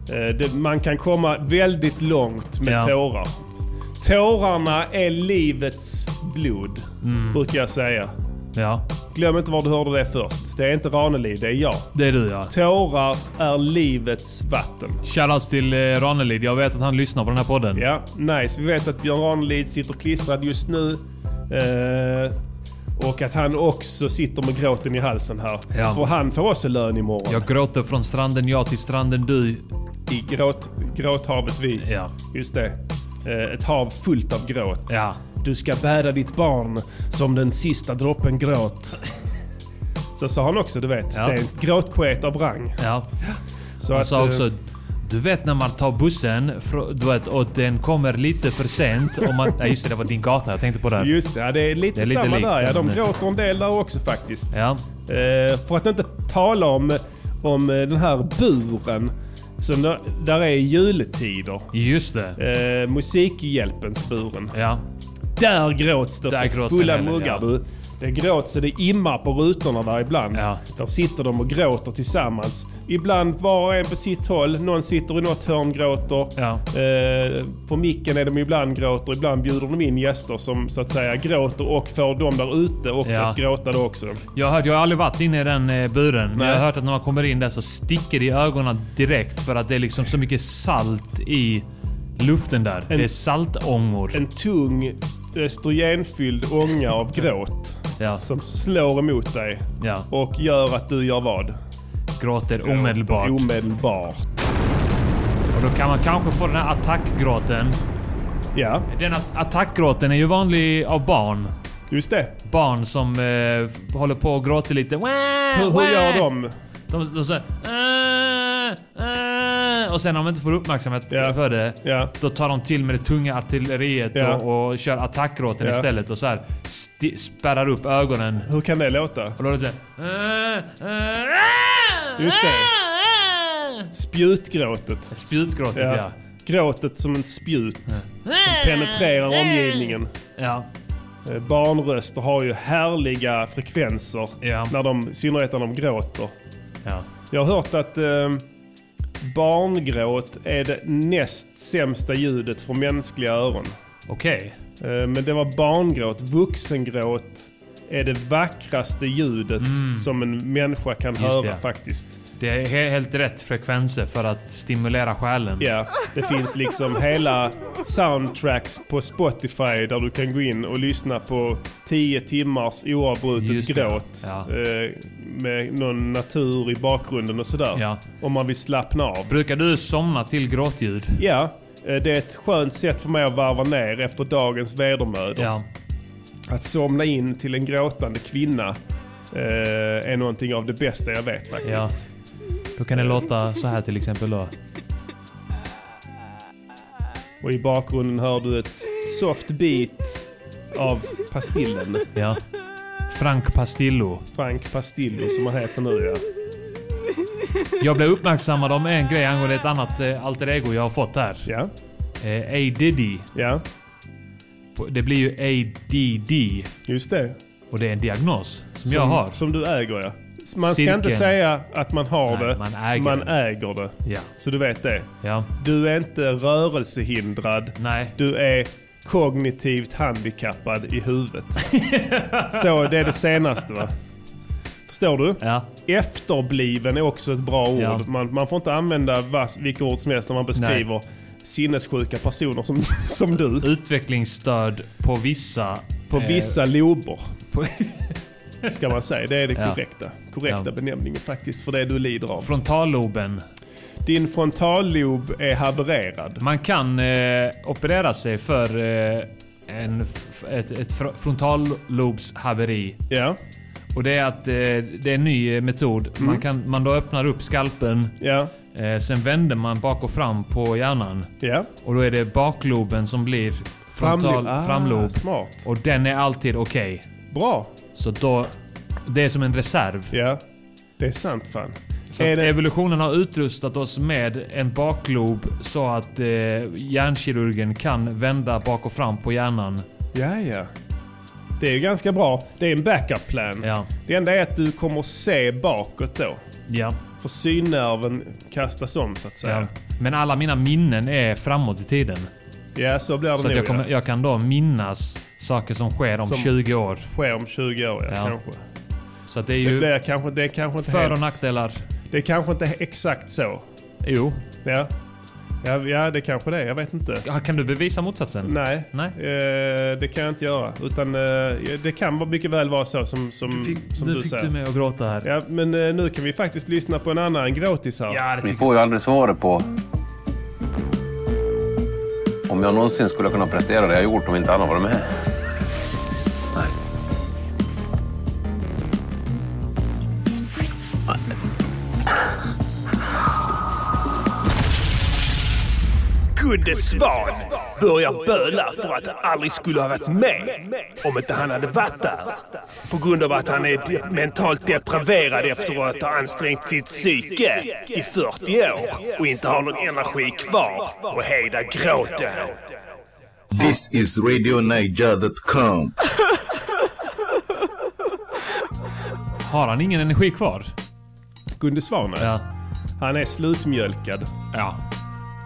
[SPEAKER 1] Eh, det- Man kan komma väldigt långt med
[SPEAKER 3] Ja.
[SPEAKER 1] tårar. Tårarna är livets blod,
[SPEAKER 3] Mm.
[SPEAKER 1] brukar jag säga.
[SPEAKER 3] Ja,
[SPEAKER 1] Glöm inte var du hörde det först. Det är inte Ranelid, det är jag.
[SPEAKER 3] det är du ja.
[SPEAKER 1] Tårar är livets vatten.
[SPEAKER 3] Shoutouts till eh, Ranelid. Jag vet att han lyssnar på den här podden.
[SPEAKER 1] Ja, nice. Vi vet att Björn Ranelid sitter klistrad just nu. Eh, och att han också sitter med gråten i halsen här.
[SPEAKER 3] Ja.
[SPEAKER 1] För han får också lön imorgon.
[SPEAKER 3] Jag gråter från stranden jag till stranden du.
[SPEAKER 1] I gråt, gråthavet vi.
[SPEAKER 3] Ja.
[SPEAKER 1] Just det. Eh, ett hav fullt av gråt.
[SPEAKER 3] Ja.
[SPEAKER 1] Du ska bära ditt barn som den sista droppen gråt. Så sa han också, du vet.
[SPEAKER 3] Ja.
[SPEAKER 1] Det är en gråtpoet av rang.
[SPEAKER 3] Ja.
[SPEAKER 1] Så
[SPEAKER 3] Han
[SPEAKER 1] att,
[SPEAKER 3] sa
[SPEAKER 1] eh,
[SPEAKER 3] också... Du vet när man tar bussen fr- du vet, och den kommer lite för sent. Och man, nej just det, det var din gata. Jag tänkte på det. här.
[SPEAKER 1] Just det, ja, det är lite
[SPEAKER 3] Det är lite
[SPEAKER 1] samma
[SPEAKER 3] likt,
[SPEAKER 1] där. Ja, de
[SPEAKER 3] men-
[SPEAKER 1] gråter en del där också faktiskt.
[SPEAKER 3] Ja.
[SPEAKER 1] Eh, för att inte tala om, om eh, den här buren som där, där är i juletider.
[SPEAKER 3] Just det.
[SPEAKER 1] Eh, Musikhjälpens buren.
[SPEAKER 3] Ja.
[SPEAKER 1] Där gråts det
[SPEAKER 3] Där
[SPEAKER 1] för
[SPEAKER 3] gråts det
[SPEAKER 1] fulla
[SPEAKER 3] hela,
[SPEAKER 1] muggar
[SPEAKER 3] ja.
[SPEAKER 1] du. Det gråts så det immar på rutorna där ibland.
[SPEAKER 3] Ja.
[SPEAKER 1] Där sitter de och gråter tillsammans. Ibland var och en på sitt håll. Någon sitter i något hörn gråter.
[SPEAKER 3] Ja.
[SPEAKER 1] Eh, på micken är de ibland gråter. Ibland bjuder de in gäster som så att säga gråter och får dem där ute och
[SPEAKER 3] Ja.
[SPEAKER 1] att gråta då också.
[SPEAKER 3] Jag har, hört, jag har aldrig varit inne i den eh, buren, men
[SPEAKER 1] Nej.
[SPEAKER 3] jag har hört att när man kommer in där så sticker det i ögonen direkt för att det är liksom så mycket salt i luften där. det är saltångor.
[SPEAKER 1] en tung östrogenfylld ånga av gråt
[SPEAKER 3] Ja,
[SPEAKER 1] som slår emot dig
[SPEAKER 3] ja.
[SPEAKER 1] och gör att du gör vad?
[SPEAKER 3] Gråter omedelbart.
[SPEAKER 1] Omedelbart.
[SPEAKER 3] Och då kan man kanske få den här attackgråten.
[SPEAKER 1] Ja,
[SPEAKER 3] Den att- attackgråten är ju vanlig av barn.
[SPEAKER 1] just det.
[SPEAKER 3] Barn som eh, håller på och gråter lite.
[SPEAKER 1] Hur, hur gör de?
[SPEAKER 3] De, de säger "Äh, äh", och sen om de inte får uppmärksamhet
[SPEAKER 1] Ja.
[SPEAKER 3] för det,
[SPEAKER 1] Ja.
[SPEAKER 3] då tar de till med det tunga artilleriet
[SPEAKER 1] Ja.
[SPEAKER 3] och, och kör attackgråten
[SPEAKER 1] Ja.
[SPEAKER 3] istället och så här sti- spärrar upp ögonen.
[SPEAKER 1] Hur kan det låta?
[SPEAKER 3] Och då är det så här, "Äh, äh,
[SPEAKER 1] Just det.
[SPEAKER 3] äh, äh."
[SPEAKER 1] Spjutgråtet.
[SPEAKER 3] Spjutgråtet ja.
[SPEAKER 1] Ja.
[SPEAKER 3] ja.
[SPEAKER 1] Gråtet som en spjut som penetrerar omgivningen.
[SPEAKER 3] Ja.
[SPEAKER 1] Eh, Barnröster har ju härliga frekvenser.
[SPEAKER 3] Ja.
[SPEAKER 1] När de, I synnerhet när de gråter.
[SPEAKER 3] ja.
[SPEAKER 1] Jag har hört att eh, barngråt är det näst sämsta ljudet för mänskliga öron.
[SPEAKER 3] Okej.
[SPEAKER 1] Eh, men det var barngråt. Vuxengråt är det vackraste ljudet som en människa kan höra
[SPEAKER 3] Mm. det.
[SPEAKER 1] faktiskt.
[SPEAKER 3] Det är he- helt rätt frekvenser för att stimulera själen.
[SPEAKER 1] Ja, det finns liksom hela soundtracks på Spotify där du kan gå in och lyssna på 10 timmars oavbrutet
[SPEAKER 3] Just det,
[SPEAKER 1] gråt.
[SPEAKER 3] ja.
[SPEAKER 1] Eh, med någon natur i bakgrunden och sådär.
[SPEAKER 3] Ja.
[SPEAKER 1] Om man vill slappna av.
[SPEAKER 3] Brukar du somna till gråtljud?
[SPEAKER 1] Ja, eh, det är ett skönt sätt för mig att varva ner efter dagens vedermödor.
[SPEAKER 3] Ja.
[SPEAKER 1] Att somna in till en gråtande kvinna eh, är någonting av det bästa jag vet faktiskt.
[SPEAKER 3] ja. Då kan det låta så här till exempel då.
[SPEAKER 1] Och i bakgrunden hör du ett soft beat av Pastillen.
[SPEAKER 3] Ja. Frank Pastillo.
[SPEAKER 1] Frank Pastillo som han heter nu ja.
[SPEAKER 3] Jag blev uppmärksammad om en grej angående ett annat eh, alter ego jag har fått här.
[SPEAKER 1] Ja,
[SPEAKER 3] Eh, A Diddy.
[SPEAKER 1] ja
[SPEAKER 3] På- Det blir ju ADD.
[SPEAKER 1] just det.
[SPEAKER 3] Och det är en diagnos som,
[SPEAKER 1] Som,
[SPEAKER 3] jag har.
[SPEAKER 1] som du äger ja. Så Man ska
[SPEAKER 3] Cirkeln.
[SPEAKER 1] inte säga att man har
[SPEAKER 3] Nej,
[SPEAKER 1] det.
[SPEAKER 3] man äger
[SPEAKER 1] man
[SPEAKER 3] det.
[SPEAKER 1] äger det.
[SPEAKER 3] Ja.
[SPEAKER 1] Så du vet det.
[SPEAKER 3] Ja.
[SPEAKER 1] Du är inte rörelsehindrad.
[SPEAKER 3] Nej.
[SPEAKER 1] Du är kognitivt handikappad i huvudet. Så det är det senaste va? Förstår du?
[SPEAKER 3] Ja.
[SPEAKER 1] Efterbliven är också ett bra ord.
[SPEAKER 3] Ja.
[SPEAKER 1] Man, man får inte använda vas, vilka ord som helst när man beskriver sinnessjuka personer som, som du.
[SPEAKER 3] Utvecklingsstöd på vissa...
[SPEAKER 1] På
[SPEAKER 3] eh,
[SPEAKER 1] vissa lober
[SPEAKER 3] på,
[SPEAKER 1] ska man säga. Det är det
[SPEAKER 3] Ja.
[SPEAKER 1] korrekta, korrekta
[SPEAKER 3] Ja.
[SPEAKER 1] benämningen faktiskt för det du lider av.
[SPEAKER 3] frontalloben.
[SPEAKER 1] Din frontallob är havererad.
[SPEAKER 3] Man kan eh, operera sig för eh, en, f- ett, ett fr- frontallobshaveri.
[SPEAKER 1] Ja,
[SPEAKER 3] Och det är att eh, det är en ny eh, metod.
[SPEAKER 1] Mm.
[SPEAKER 3] Man, kan, man då öppnar upp skalpen.
[SPEAKER 1] ja,
[SPEAKER 3] Eh, sen vänder man bak och fram på hjärnan.
[SPEAKER 1] ja.
[SPEAKER 3] Och då är det bakloben som blir frontal
[SPEAKER 1] Ah,
[SPEAKER 3] framlob.
[SPEAKER 1] Smart.
[SPEAKER 3] Och den är alltid okej.
[SPEAKER 1] Bra.
[SPEAKER 3] Så då... Det är som en reserv.
[SPEAKER 1] Ja, det är sant fan.
[SPEAKER 3] Så
[SPEAKER 1] Är
[SPEAKER 3] att
[SPEAKER 1] det-
[SPEAKER 3] evolutionen har utrustat oss med en baklob så att eh, hjärnkirurgen kan vända bak och fram på hjärnan.
[SPEAKER 1] Ja, ja. Det är ju ganska bra. Det är en backup plan.
[SPEAKER 3] Ja.
[SPEAKER 1] Det enda är att du kommer att se bakåt då.
[SPEAKER 3] Ja.
[SPEAKER 1] För synnerven kastas om så att
[SPEAKER 3] ja.
[SPEAKER 1] säga.
[SPEAKER 3] Men alla mina minnen är framåt i tiden.
[SPEAKER 1] Ja, så blir det
[SPEAKER 3] Så
[SPEAKER 1] nog
[SPEAKER 3] att jag,
[SPEAKER 1] ja.
[SPEAKER 3] kommer, jag kan då minnas saker som sker om
[SPEAKER 1] Som-
[SPEAKER 3] 20 år.
[SPEAKER 1] Sker om 20 år ja,
[SPEAKER 3] Ja.
[SPEAKER 1] kanske.
[SPEAKER 3] Så att det är
[SPEAKER 1] Det,
[SPEAKER 3] ju
[SPEAKER 1] blir kanske, det är kanske inte
[SPEAKER 3] för och
[SPEAKER 1] helt-
[SPEAKER 3] nackdelar.
[SPEAKER 1] Det är kanske inte exakt så.
[SPEAKER 3] Jo.
[SPEAKER 1] Ja. Ja, ja, det kanske det är. Jag vet inte.
[SPEAKER 3] Ja, Kan du bevisa motsatsen?
[SPEAKER 1] Nej,
[SPEAKER 3] Nej.
[SPEAKER 1] Eh, det kan jag inte göra. Utan eh, det kan vara- mycket väl vara så som, som du,
[SPEAKER 3] Fick,
[SPEAKER 1] som
[SPEAKER 3] nu
[SPEAKER 1] du
[SPEAKER 3] fick
[SPEAKER 1] säger.
[SPEAKER 3] du mig att gråta här.
[SPEAKER 1] Ja, men eh, nu kan vi faktiskt lyssna på en annan gråtis här.
[SPEAKER 3] Ja,
[SPEAKER 10] Vi
[SPEAKER 3] det tycker
[SPEAKER 10] får ju aldrig svaret på om jag någonsin skulle kunna prestera det jag gjort om inte alla varit med. Nej.
[SPEAKER 2] Gunde Svan börjar böla för att han aldrig skulle ha varit med om inte han hade varit där. På grund av att han är de- mentalt depraverad efter att ha ansträngt sitt psyke i 40 år och inte har någon energi kvar att hejda gråten.
[SPEAKER 8] This is RadioNiger.com.
[SPEAKER 3] jag. Har han ingen energi kvar?
[SPEAKER 1] Gunde Svan,
[SPEAKER 3] Ja.
[SPEAKER 1] han är slutmjölkad.
[SPEAKER 3] Ja.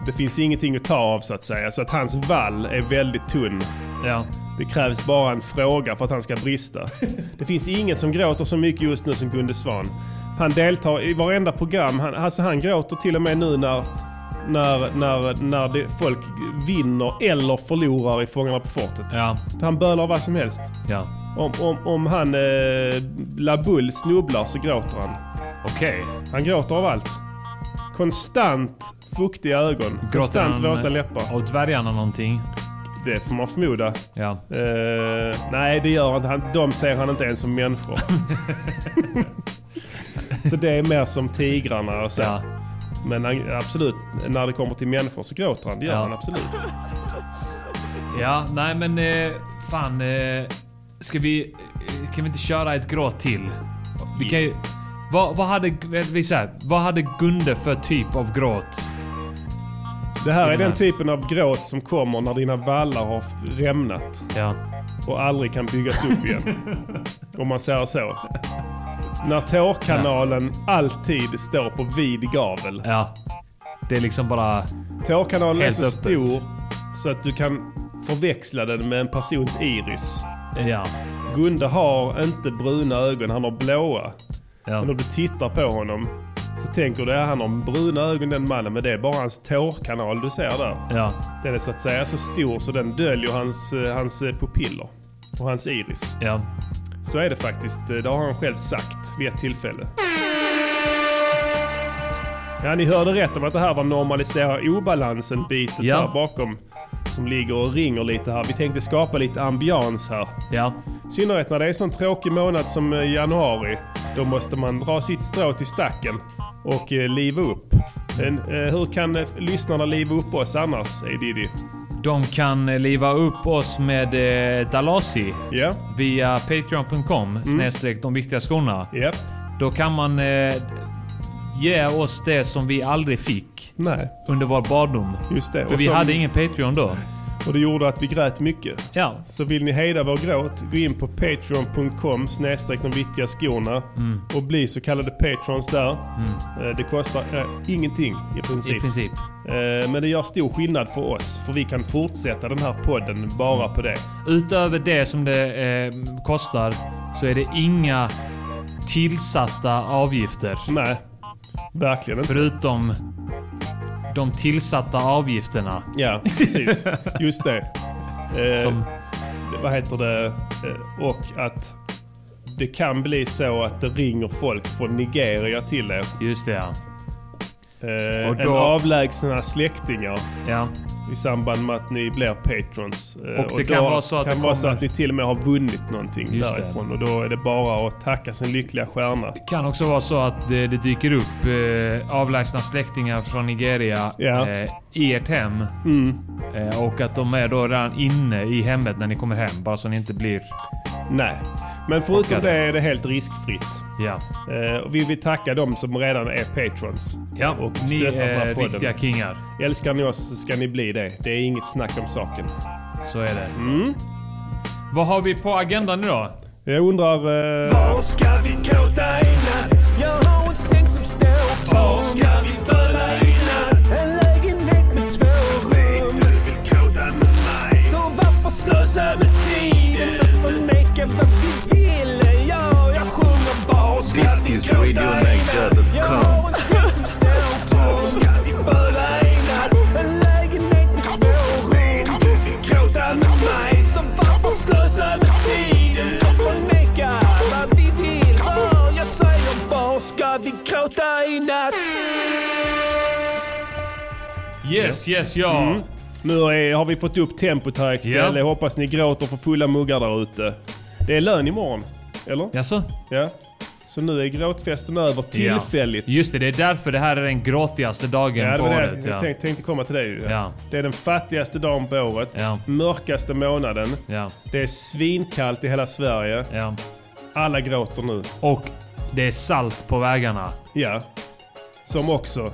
[SPEAKER 1] Det finns ingenting att ta av så att säga. Så att hans vall är väldigt tunn.
[SPEAKER 3] Ja.
[SPEAKER 1] Det krävs bara en fråga för att han ska brista. Det finns ingen som gråter så mycket just nu som Gunde Svan. Han deltar i varenda program. Han, alltså han gråter till och med nu när, när, när, när det, folk vinner eller förlorar i Fångarna på fortet.
[SPEAKER 3] Ja,
[SPEAKER 1] Han bölar vad som helst.
[SPEAKER 3] ja.
[SPEAKER 1] Om, om, om han eh, Labull snubblar så gråter han.
[SPEAKER 3] Okej.
[SPEAKER 1] Han gråter av allt. Konstant fuktiga ögon.
[SPEAKER 3] Gråter
[SPEAKER 1] konstant
[SPEAKER 3] han,
[SPEAKER 1] våta
[SPEAKER 3] eh,
[SPEAKER 1] läppar.
[SPEAKER 3] Av dvärgarna någonting?
[SPEAKER 1] Det får man förmoda.
[SPEAKER 3] Ja.
[SPEAKER 1] Eh, nej, det gör inte han. De ser han inte ens som människor. så det är mer som tigrarna och så.
[SPEAKER 3] Ja.
[SPEAKER 1] Men han, absolut, när det kommer till människor så gråter han. Det gör
[SPEAKER 3] Ja.
[SPEAKER 1] han absolut.
[SPEAKER 3] Ja, nej men eh, fan. Eh, ska vi... eh, Kan vi inte köra ett gråt till? Vi kan ju... Vad, vad hade... Vi så här, vad hade Gunde för typ av gråt?
[SPEAKER 1] Det här är
[SPEAKER 3] den
[SPEAKER 1] den
[SPEAKER 3] här.
[SPEAKER 1] typen av gråt som kommer när dina vallar har rämnat
[SPEAKER 3] Ja.
[SPEAKER 1] och aldrig kan byggas upp igen. Om man säger så. När tårkanalen alltid står på vid gavel.
[SPEAKER 3] Ja. Det är liksom bara...
[SPEAKER 1] Tårkanalen är
[SPEAKER 3] Helt
[SPEAKER 1] så
[SPEAKER 3] öppet.
[SPEAKER 1] stor så att du kan förväxla den med en persons iris.
[SPEAKER 3] eh, Ja.
[SPEAKER 1] Gunde har inte bruna ögon, han har blåa.
[SPEAKER 3] Ja.
[SPEAKER 1] Men om du tittar på honom så tänker du att han har bruna ögon den mannen, men det är bara hans tårkanal du ser där.
[SPEAKER 3] Ja.
[SPEAKER 1] Den är så att säga så stor så den döljer hans, eh, hans eh, pupiller och hans iris.
[SPEAKER 3] Ja.
[SPEAKER 1] Så är det faktiskt. Eh, Det har han själv sagt vid ett tillfälle. Ja, ni hörde rätt om att det här var normalisera obalansen bitet
[SPEAKER 3] Ja.
[SPEAKER 1] här bakom. Som ligger och ringer lite här. Vi tänkte skapa lite ambians här.
[SPEAKER 3] Ja.
[SPEAKER 1] I synnerhet när det är en sån tråkig månad som eh, januari. Då måste man dra sitt strå till stacken och eh, liva upp. En, eh, hur kan eh, lyssnarna liva upp oss annars, Edidi?
[SPEAKER 3] De kan eh, liva upp oss med eh, Dalasi
[SPEAKER 1] Ja,
[SPEAKER 3] via
[SPEAKER 1] Mm.
[SPEAKER 3] patreon.com snedstreck de viktiga skorna.
[SPEAKER 1] ja.
[SPEAKER 3] Då kan man eh, ge oss det som vi aldrig fick
[SPEAKER 1] Nej,
[SPEAKER 3] under vår barndom.
[SPEAKER 1] just det.
[SPEAKER 3] För
[SPEAKER 1] och,
[SPEAKER 3] vi
[SPEAKER 1] som-
[SPEAKER 3] hade ingen Patreon då.
[SPEAKER 1] och det gjorde att vi grät mycket.
[SPEAKER 3] Ja.
[SPEAKER 1] Så vill ni hejda vår gråt, gå in på patreon.com snedstreck de viktiga skorna
[SPEAKER 3] Mm.
[SPEAKER 1] och bli så kallade patrons där. Eh, Det kostar eh, ingenting i princip.
[SPEAKER 3] I princip.
[SPEAKER 1] Eh, men det gör stor skillnad för oss, för vi kan fortsätta den här podden bara på det.
[SPEAKER 3] Utöver det som det eh, kostar så är det inga tillsatta avgifter.
[SPEAKER 1] Nej, verkligen inte.
[SPEAKER 3] Förutom de tillsatta avgifterna.
[SPEAKER 1] Ja, precis. Just det. Eh,
[SPEAKER 3] Som,
[SPEAKER 1] vad heter det, Eh, och att det kan bli så att det ringer folk från Nigeria till er.
[SPEAKER 3] just det ja.
[SPEAKER 1] Eh,
[SPEAKER 3] Och
[SPEAKER 1] En
[SPEAKER 3] då-
[SPEAKER 1] avlägsna släktingar
[SPEAKER 3] ja.
[SPEAKER 1] i samband med att ni blir patrons. Eh,
[SPEAKER 3] Och det kan
[SPEAKER 1] då
[SPEAKER 3] vara så att
[SPEAKER 1] kan
[SPEAKER 3] det
[SPEAKER 1] vara så
[SPEAKER 3] kommer-
[SPEAKER 1] att ni till och med har vunnit någonting
[SPEAKER 3] Just det.
[SPEAKER 1] därifrån. Och då är det bara att tacka sin lyckliga stjärna.
[SPEAKER 3] Kan också vara så att det, det dyker upp eh, avlägsna släktingar från Nigeria
[SPEAKER 1] Ja. Mm.
[SPEAKER 3] eh, i ert hem. Eh, och att de är då redan inne i hemmet när ni kommer hem. Bara så ni inte blir...
[SPEAKER 1] Nej. Men förutom
[SPEAKER 3] Och-
[SPEAKER 1] det är det helt riskfritt.
[SPEAKER 3] Ja.
[SPEAKER 1] Eh, och vi vill tacka dem som redan är patrons.
[SPEAKER 3] Ja,
[SPEAKER 1] och
[SPEAKER 3] ni
[SPEAKER 1] stöttar den här
[SPEAKER 3] är
[SPEAKER 1] podden.
[SPEAKER 3] riktiga kingar.
[SPEAKER 1] Älskar ni oss så ska ni bli det. Det är inget snack om saken.
[SPEAKER 3] Så är det.
[SPEAKER 1] Mm.
[SPEAKER 3] Vad har vi på agendan idag?
[SPEAKER 1] Jag undrar... Eh,
[SPEAKER 2] Var ska vi kåta i natt? Jag har en säng som står tom. Var ska vi böla i natt? En lägenhet med två rum. Vet du vill kåta med mig. Så varför slösa med tiden och förneka vad vi ville? Ja, jag sjunger var ska
[SPEAKER 8] This
[SPEAKER 2] vi
[SPEAKER 8] is
[SPEAKER 2] kåta i
[SPEAKER 8] radionaja.com.
[SPEAKER 2] natt? Jag har en säng som står tom. Var ska vi böla i natt? En lägenhet med två rum. Du vill kåta med mig. Så varför slösa med tiden och förneka vad vi vill? Ja, jag säger var ska vi kåta i natt?
[SPEAKER 3] Yes, yes, ja.
[SPEAKER 1] Mm. Nu är, har vi fått upp tempot här ikväll.
[SPEAKER 3] Ja.
[SPEAKER 1] Jag hoppas ni gråter för fulla muggar där ute. Det är lön imorgon, eller?
[SPEAKER 3] Jaså?
[SPEAKER 1] Ja. Så nu är gråtfesten över tillfälligt.
[SPEAKER 3] Ja. Just det, det är därför det här är den gråtigaste dagen
[SPEAKER 1] Ja, det
[SPEAKER 3] på
[SPEAKER 1] var det
[SPEAKER 3] året.
[SPEAKER 1] jag
[SPEAKER 3] ja.
[SPEAKER 1] tänkte, tänkte komma till det ju.
[SPEAKER 3] Ja.
[SPEAKER 1] Det är den fattigaste dagen på året,
[SPEAKER 3] Ja.
[SPEAKER 1] mörkaste månaden.
[SPEAKER 3] Ja,
[SPEAKER 1] Det är svinkallt i hela Sverige.
[SPEAKER 3] ja.
[SPEAKER 1] Alla gråter nu.
[SPEAKER 3] Och det är salt på vägarna.
[SPEAKER 1] Ja. Som också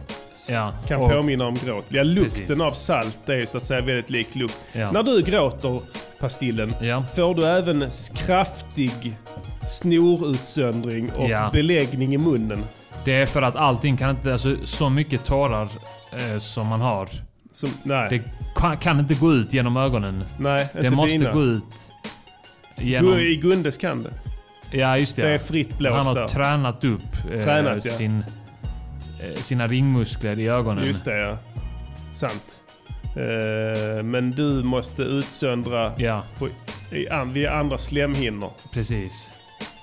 [SPEAKER 3] Ja.
[SPEAKER 1] kan
[SPEAKER 3] och,
[SPEAKER 1] påminna om gråt. Ja, lukten
[SPEAKER 3] Precis.
[SPEAKER 1] av salt är ju så att säga väldigt lik lukt.
[SPEAKER 3] Ja.
[SPEAKER 1] När du gråter, Pastillen,
[SPEAKER 3] Ja.
[SPEAKER 1] får du även kraftig snorutsöndring och
[SPEAKER 3] Ja.
[SPEAKER 1] beläggning i munnen.
[SPEAKER 3] Det är för att allting kan inte... Alltså, så mycket tårar eh, som man har.
[SPEAKER 1] Som, nej,
[SPEAKER 3] Det kan, kan inte gå ut genom ögonen.
[SPEAKER 1] nej, inte
[SPEAKER 3] det måste
[SPEAKER 1] dina.
[SPEAKER 3] gå ut genom...
[SPEAKER 1] Gu- I Gundes kan det.
[SPEAKER 3] Ja, just det.
[SPEAKER 1] Det är fritt blås
[SPEAKER 3] Han har
[SPEAKER 1] där.
[SPEAKER 3] tränat upp eh,
[SPEAKER 1] Tränat, ja.
[SPEAKER 3] sin, eh, sina ringmuskler i ögonen.
[SPEAKER 1] Just det ja. Sant. Eh, men du måste utsöndra
[SPEAKER 3] Ja,
[SPEAKER 1] på, i, an, via andra slemhinnor.
[SPEAKER 3] precis.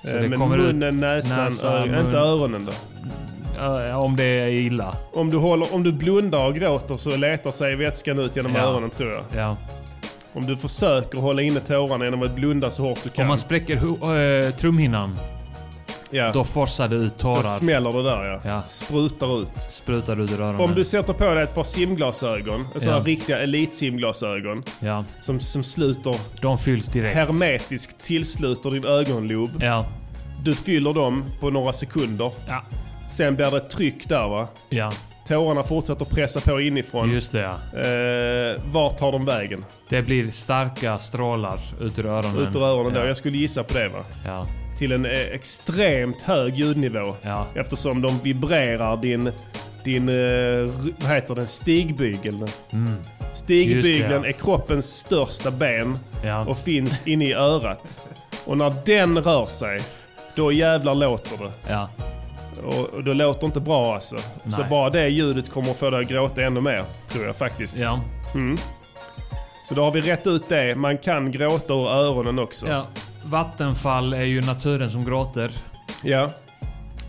[SPEAKER 3] Så
[SPEAKER 1] Eh,
[SPEAKER 3] det
[SPEAKER 1] men
[SPEAKER 3] kommer ut
[SPEAKER 1] munnen, näsan,
[SPEAKER 3] näsa,
[SPEAKER 1] öron,
[SPEAKER 3] mun.
[SPEAKER 1] inte öronen då.
[SPEAKER 3] eh, om det är illa.
[SPEAKER 1] Om du, håller, om du blundar och gråter så letar sig vätskan ut genom
[SPEAKER 3] Ja.
[SPEAKER 1] öronen tror jag.
[SPEAKER 3] Ja.
[SPEAKER 1] Om du försöker hålla inne tårarna genom att blunda så hårt du kan.
[SPEAKER 3] Om man spräcker hu- eh, trumhinnan,
[SPEAKER 1] ja.
[SPEAKER 3] då forsar det ut
[SPEAKER 1] Då
[SPEAKER 3] tårar.
[SPEAKER 1] smäller det där ja.
[SPEAKER 3] Ja.
[SPEAKER 1] Sprutar ut.
[SPEAKER 3] Sprutar ut ur öronen.
[SPEAKER 1] Om du sätter på dig ett par simglasögon, sådana
[SPEAKER 3] Ja.
[SPEAKER 1] riktiga elitsimglasögon,
[SPEAKER 3] Ja,
[SPEAKER 1] som, som sluter
[SPEAKER 3] de fylls direkt.
[SPEAKER 1] hermetiskt tillsluter din ögonlob.
[SPEAKER 3] Ja.
[SPEAKER 1] Du fyller dem på några sekunder.
[SPEAKER 3] Ja.
[SPEAKER 1] Sen blir det ett tryck där va.
[SPEAKER 3] Ja,
[SPEAKER 1] Tårarna fortsätter pressa på inifrån.
[SPEAKER 3] just det ja.
[SPEAKER 1] Eh, vart tar de vägen?
[SPEAKER 3] Det blir starka strålar ut ur öronen.
[SPEAKER 1] Ut ur öronen
[SPEAKER 3] ja.
[SPEAKER 1] då. Jag skulle gissa på det va.
[SPEAKER 3] Ja.
[SPEAKER 1] Till en eh, extremt hög ljudnivå.
[SPEAKER 3] Ja.
[SPEAKER 1] Eftersom de vibrerar din, din eh, r- vad heter den, stigbygel.
[SPEAKER 3] Mm. Just det,
[SPEAKER 1] Stigbygeln
[SPEAKER 3] ja.
[SPEAKER 1] är kroppens största ben
[SPEAKER 3] Ja.
[SPEAKER 1] och finns inne i örat. Och när den rör sig, då jävlar låter det.
[SPEAKER 3] ja.
[SPEAKER 1] Och, och då låter inte bra alltså. Så
[SPEAKER 3] Nej.
[SPEAKER 1] bara det ljudet kommer att få dig att gråta ännu mer, tror jag faktiskt.
[SPEAKER 3] Ja.
[SPEAKER 1] Så då har vi rätt ut det. Man kan gråta ur öronen också.
[SPEAKER 3] ja. Vattenfall är ju naturen som gråter.
[SPEAKER 1] Ja,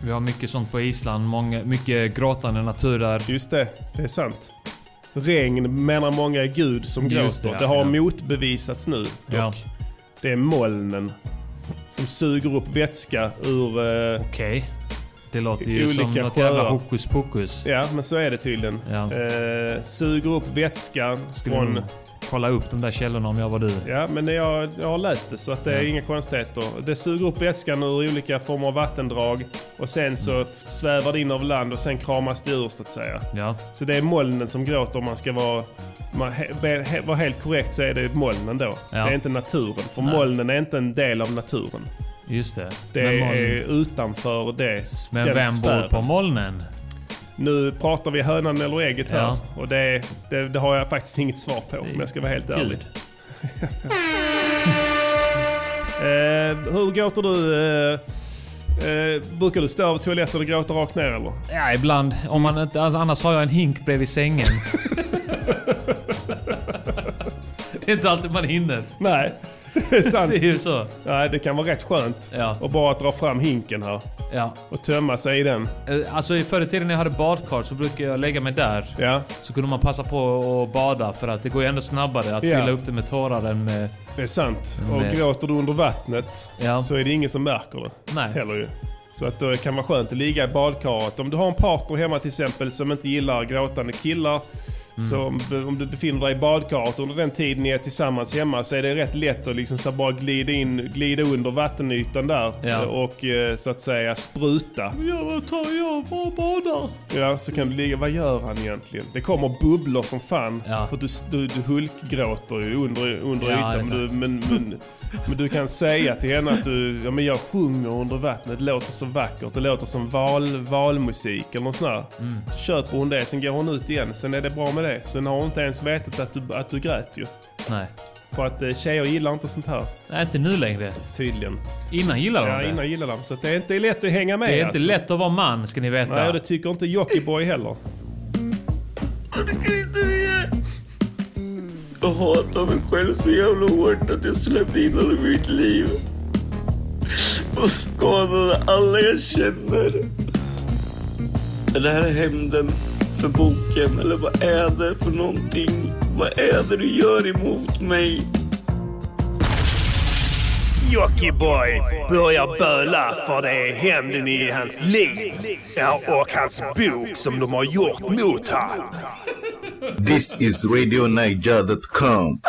[SPEAKER 3] Vi har mycket sånt på Island. Många, mycket gråtande natur där.
[SPEAKER 1] just det. Det är sant. Regn menar många är Gud som
[SPEAKER 3] Just
[SPEAKER 1] gråter. Det,
[SPEAKER 3] det, ja,
[SPEAKER 1] har
[SPEAKER 3] ja.
[SPEAKER 1] motbevisats nu dock.
[SPEAKER 3] Ja.
[SPEAKER 1] Det är molnen som suger upp vätska ur... eh,
[SPEAKER 3] Okej. Det låter ju
[SPEAKER 1] Olika
[SPEAKER 3] som något
[SPEAKER 1] sjöar.
[SPEAKER 3] jävla hokus pokus.
[SPEAKER 1] Ja, men så är det tydligen.
[SPEAKER 3] Ja.
[SPEAKER 1] Eh, suger upp vätskan
[SPEAKER 3] Skulle
[SPEAKER 1] från...
[SPEAKER 3] nog kolla upp de där källorna om jag var du.
[SPEAKER 1] Ja, men jag, jag har läst det så att det är
[SPEAKER 3] Ja.
[SPEAKER 1] inga konstigheter. Det suger upp vätskan ur olika former av vattendrag och sen så f- svävar det in över land och sen kramas det ur så att säga.
[SPEAKER 3] Mm. Ja.
[SPEAKER 1] Så det är molnen som gråter om man ska vara... Man, he, be, he, vara helt korrekt så är det molnen då. Det är inte naturen. För molnen är inte en del av naturen.
[SPEAKER 3] Just det.
[SPEAKER 1] Det
[SPEAKER 3] men moln-
[SPEAKER 1] är utanför det, s-
[SPEAKER 3] men
[SPEAKER 1] den
[SPEAKER 3] vem
[SPEAKER 1] sfären.
[SPEAKER 3] bor på molnen?
[SPEAKER 1] Nu pratar vi hönan eller ägget här.
[SPEAKER 3] Ja.
[SPEAKER 1] Och det, det, det har jag faktiskt inget svar på om jag ska vara helt ärlig.
[SPEAKER 3] Gud.
[SPEAKER 1] Eh, hur gråter du? Eh, eh, brukar du stå på toaletten och gråta rakt ner eller?
[SPEAKER 3] Ja, ibland. Om man inte, alltså, annars har jag en hink bredvid sängen. det är inte alltid man hinner.
[SPEAKER 1] Nej, det är sant.
[SPEAKER 3] Det är ju så.
[SPEAKER 1] Nej, det kan vara rätt skönt.
[SPEAKER 3] Ja.
[SPEAKER 1] Och bara dra fram hinken här
[SPEAKER 3] Ja.
[SPEAKER 1] och tömma sig i den.
[SPEAKER 3] Eh, Alltså i förr i tiden när jag hade badkar så brukade jag lägga mig där.
[SPEAKER 1] Ja,
[SPEAKER 3] Så kunde man passa på att bada för att det går ju ändå snabbare att
[SPEAKER 1] Ja.
[SPEAKER 3] fylla upp det med tårar än med...
[SPEAKER 1] det är sant. Och
[SPEAKER 3] Nej.
[SPEAKER 1] gråter du under vattnet
[SPEAKER 3] Ja.
[SPEAKER 1] så är det ingen som märker det.
[SPEAKER 3] Nej.
[SPEAKER 1] Heller ju. Så att det kan vara skönt att ligga i badkaret. Om du har en partner hemma till exempel som inte gillar gråtande killar.
[SPEAKER 3] Mm.
[SPEAKER 1] Så om, om du befinner dig i badkaret under den tiden ni är tillsammans hemma så är det rätt lätt att liksom så här bara glida, in, glida under vattenytan där.
[SPEAKER 3] Ja.
[SPEAKER 1] Och eh, så att säga spruta.
[SPEAKER 3] Ja, vad tar jag? Bara badar.
[SPEAKER 1] Ja, så kan du ligga, vad gör han egentligen? Det kommer bubblor som fan.
[SPEAKER 3] Ja.
[SPEAKER 1] För du, du, du hulkgråter ju under, under
[SPEAKER 3] Ja, det är
[SPEAKER 1] ytan. Men du, men, men, men du kan säga till henne att du, ja men jag sjunger under vattnet, det låter så vackert, det låter som val, valmusik eller något sånt där.
[SPEAKER 3] Mm.
[SPEAKER 1] Så köper hon det, sen går hon ut igen, sen är det bra med det. Sen har hon inte ens vetat att du, att du grät ju.
[SPEAKER 3] Nej.
[SPEAKER 1] För att eh, tjejer gillar inte sånt här,
[SPEAKER 3] Nej, inte nu längre.
[SPEAKER 1] tydligen.
[SPEAKER 3] Innan gillade de
[SPEAKER 1] Ja,
[SPEAKER 3] det.
[SPEAKER 1] innan gillar de. Så att det är inte lätt att hänga med
[SPEAKER 3] Det är inte
[SPEAKER 1] alltså.
[SPEAKER 3] lätt att vara man ska ni veta.
[SPEAKER 1] Nej, och det tycker inte Jockiboi heller.
[SPEAKER 7] Jag hatar mig själv så jävla hårt att jag släppte in honom i mitt liv. Och skadade alla jag känner. Är det här hämnden för boken? Eller vad är det för någonting? Vad är det du gör emot mig?
[SPEAKER 2] Jockiboi börjar böla för det är hämnden i hans liv ja, och hans bok som de har gjort mot honom.
[SPEAKER 8] This is RadioNiger.com.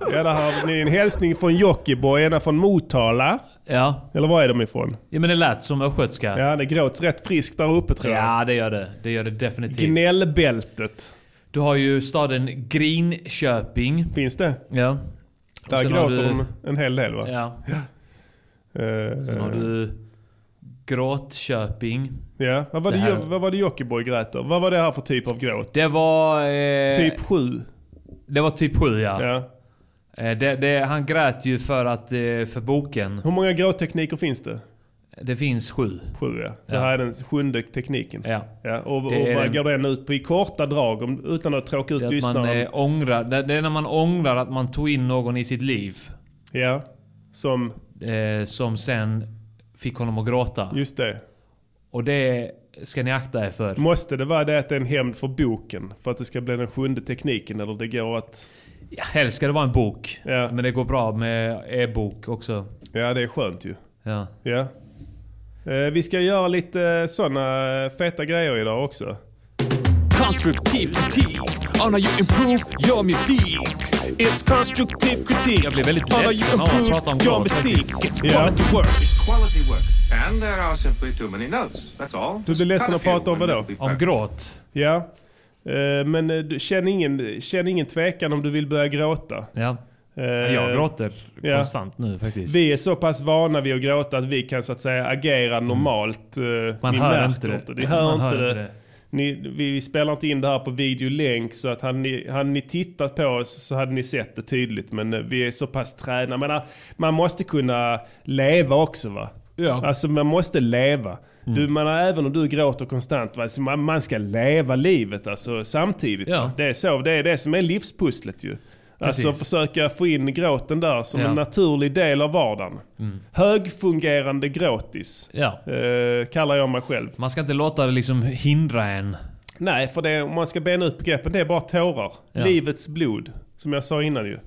[SPEAKER 1] Ja, där har ni en hälsning från Jockiboi, ena från Motala.
[SPEAKER 3] Ja.
[SPEAKER 1] Eller var är de ifrån?
[SPEAKER 3] ja, men det lät som östgötska.
[SPEAKER 1] Ja, det gråts rätt friskt där uppe tror jag.
[SPEAKER 3] Ja, typ. det gör det. Det gör det definitivt.
[SPEAKER 1] Gnällbältet.
[SPEAKER 3] Du har ju staden Grinköping.
[SPEAKER 1] Finns det?
[SPEAKER 3] Ja. Och
[SPEAKER 1] Där
[SPEAKER 3] sen har
[SPEAKER 1] gråter
[SPEAKER 3] du-
[SPEAKER 1] de en hel del va?
[SPEAKER 3] Ja.
[SPEAKER 1] Eh,
[SPEAKER 3] Sen har du Gråtköping.
[SPEAKER 1] ja. Vad var det,
[SPEAKER 3] Det här-
[SPEAKER 1] Jo- vad var det Jockiboi grät över? Vad var det här för typ av gråt?
[SPEAKER 3] Det var... Eh,
[SPEAKER 1] Typ 7?
[SPEAKER 3] Det var typ 7 ja.
[SPEAKER 1] Ja.
[SPEAKER 3] Eh, Det, det, han grät ju för att... eh, För boken.
[SPEAKER 1] Hur många gråttekniker finns det?
[SPEAKER 3] Det finns sju.
[SPEAKER 1] Sju ja. Så här är den sjunde tekniken.
[SPEAKER 3] Ja.
[SPEAKER 1] och och
[SPEAKER 3] Det är
[SPEAKER 1] vad
[SPEAKER 3] den-
[SPEAKER 1] går den ut på i korta drag om, utan att tråka ut
[SPEAKER 3] Det, är att
[SPEAKER 1] lyssnaren?
[SPEAKER 3] man, eh, ångrar, det, det är när man ångrar att man tog in någon i sitt liv.
[SPEAKER 1] Ja. Som?
[SPEAKER 3] Eh, som sen fick honom att gråta.
[SPEAKER 1] Just det.
[SPEAKER 3] Och det ska ni akta er för.
[SPEAKER 1] Måste det vara det att det är en hämnd för boken? För att det ska bli den sjunde tekniken eller det går att...
[SPEAKER 3] Ja, helst ska det vara en bok. Men det går bra med e-bok också.
[SPEAKER 1] Ja, det är skönt ju.
[SPEAKER 3] Ja.
[SPEAKER 1] Ja. Eh, vi ska göra lite sådana feta grejer idag också.
[SPEAKER 6] Konstruktiv kritik on how you improve your music. It's constructive critique. Jag blir väldigt
[SPEAKER 2] on how you
[SPEAKER 6] ledsen av att prata om
[SPEAKER 2] your
[SPEAKER 6] gråt.
[SPEAKER 2] music. It's quality work.
[SPEAKER 11] Quality work. And there are simply too many notes. That's all.
[SPEAKER 1] Du blir ledsen att prata om vadå?
[SPEAKER 3] Om gråt.
[SPEAKER 1] Ja. Eh, men eh, du, känn, ingen, känn ingen tvekan om du vill börja gråta.
[SPEAKER 3] Ja.
[SPEAKER 1] Eh,
[SPEAKER 3] Jag gråter
[SPEAKER 1] ja.
[SPEAKER 3] konstant nu faktiskt.
[SPEAKER 1] Vi är så pass vana vid att gråta att vi kan så att säga agera normalt. eh,
[SPEAKER 3] Mm. Man
[SPEAKER 1] ni
[SPEAKER 3] hör
[SPEAKER 1] märker
[SPEAKER 3] inte det.
[SPEAKER 1] Ni hör
[SPEAKER 3] Man
[SPEAKER 1] inte
[SPEAKER 3] hör
[SPEAKER 1] det.
[SPEAKER 3] inte det.
[SPEAKER 1] Ni, vi, vi spelar inte in det här på videolänk så att hade ni, hade ni tittat på oss så hade ni sett det tydligt. Men eh, vi är så pass tränade. Jag Menar, man måste kunna leva också va?
[SPEAKER 3] Ja. Mm.
[SPEAKER 1] Alltså man måste leva. Du, man, även om du gråter konstant, va? Så man, man ska leva livet alltså, samtidigt.
[SPEAKER 3] Ja.
[SPEAKER 1] va? Det, är så, det är det som är livspusslet ju. Alltså
[SPEAKER 3] Precis.
[SPEAKER 1] försöka få in gråten där som
[SPEAKER 3] Ja. Mm.
[SPEAKER 1] en naturlig del av vardagen. Högfungerande gråtis
[SPEAKER 3] Ja.
[SPEAKER 1] eh, kallar jag mig själv.
[SPEAKER 3] Man ska inte låta det liksom hindra en.
[SPEAKER 1] Nej, för det, om man ska bena ut begreppen, det är bara tårar.
[SPEAKER 3] Ja.
[SPEAKER 1] Livets blod, som jag sa innan ju.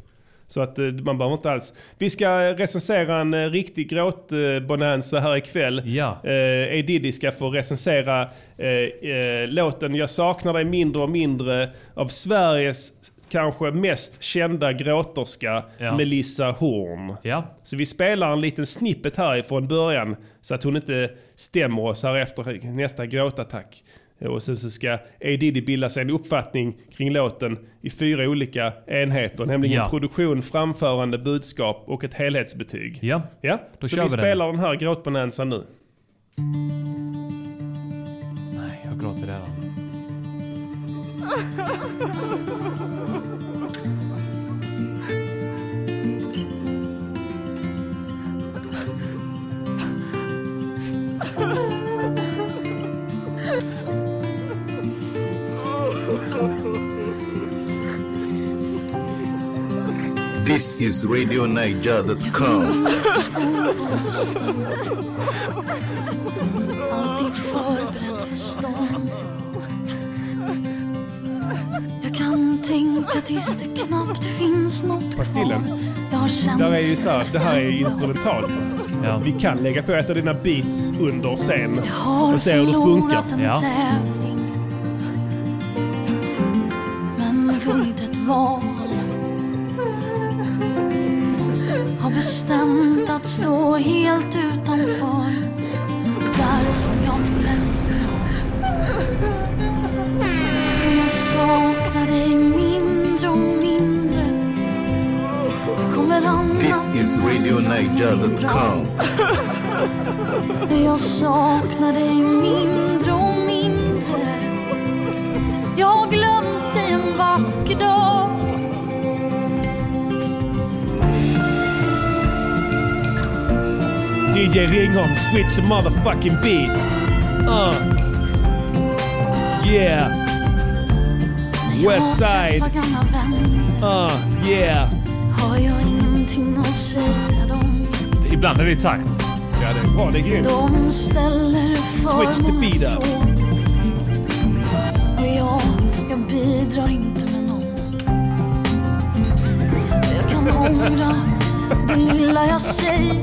[SPEAKER 1] Så att eh, man behöver inte alls... Vi ska eh, recensera en eh, riktig gråtbonanza här ikväll.
[SPEAKER 3] Ja.
[SPEAKER 1] Eh, Edidi ska få recensera eh, eh, låten Jag saknar dig mindre och mindre av Sveriges kanske mest kända gråterska
[SPEAKER 3] Ja.
[SPEAKER 1] Melissa Horn.
[SPEAKER 3] Ja.
[SPEAKER 1] Så vi spelar en liten snippet här från början så att hon inte stämmer oss här efter nästa gråtattack. Och sen så ska A. Diddy bilda sig en uppfattning kring låten i fyra olika enheter. Nämligen
[SPEAKER 3] Ja.
[SPEAKER 1] produktion, framförande, budskap och ett helhetsbetyg.
[SPEAKER 3] Ja.
[SPEAKER 1] Ja,
[SPEAKER 3] Då
[SPEAKER 1] så
[SPEAKER 3] kör vi
[SPEAKER 1] vi
[SPEAKER 3] den.
[SPEAKER 1] spelar den här gråtbonanzan nu.
[SPEAKER 3] Nej, jag gråter redan.
[SPEAKER 8] This is RadioNiger.com.
[SPEAKER 4] Alltid förberedd för storm. Jag kan tänka tills det knappt finns något
[SPEAKER 1] Pastillen.
[SPEAKER 4] kvar. Jag har
[SPEAKER 1] Där är ju
[SPEAKER 4] känslor.
[SPEAKER 1] så här, det här är ju instrumentalt.
[SPEAKER 3] Ja.
[SPEAKER 1] Vi kan lägga på ett av dina beats under sen
[SPEAKER 4] Jag har
[SPEAKER 1] och se hur det funkar.
[SPEAKER 4] förlorat en
[SPEAKER 3] Ja.
[SPEAKER 4] tävling. Men vunnit ett val. Har bestämt att stå helt utanför. Där som jag blir ledsen. Och Jag saknar dig mindre och mindre. Det kommer annat
[SPEAKER 8] This is RadioNiger.com.
[SPEAKER 4] jag saknar dig mindre och mindre Jag har glömt dig en vacker dag
[SPEAKER 1] DJ Ringholm, switch the motherfucking beat. Uh. Yeah,
[SPEAKER 4] När jag
[SPEAKER 1] West Side.
[SPEAKER 4] träffar gamla vänner
[SPEAKER 1] uh, yeah.
[SPEAKER 4] Har jag ingenting att säga dem
[SPEAKER 3] Ibland är det i takt.
[SPEAKER 1] Ja, det är bra. Det är grymt.
[SPEAKER 4] De ställer för
[SPEAKER 1] Switch the
[SPEAKER 4] många
[SPEAKER 1] beat up.
[SPEAKER 4] frågor Och jag, jag bidrar inte med någon Jag kan ångra det lilla jag säger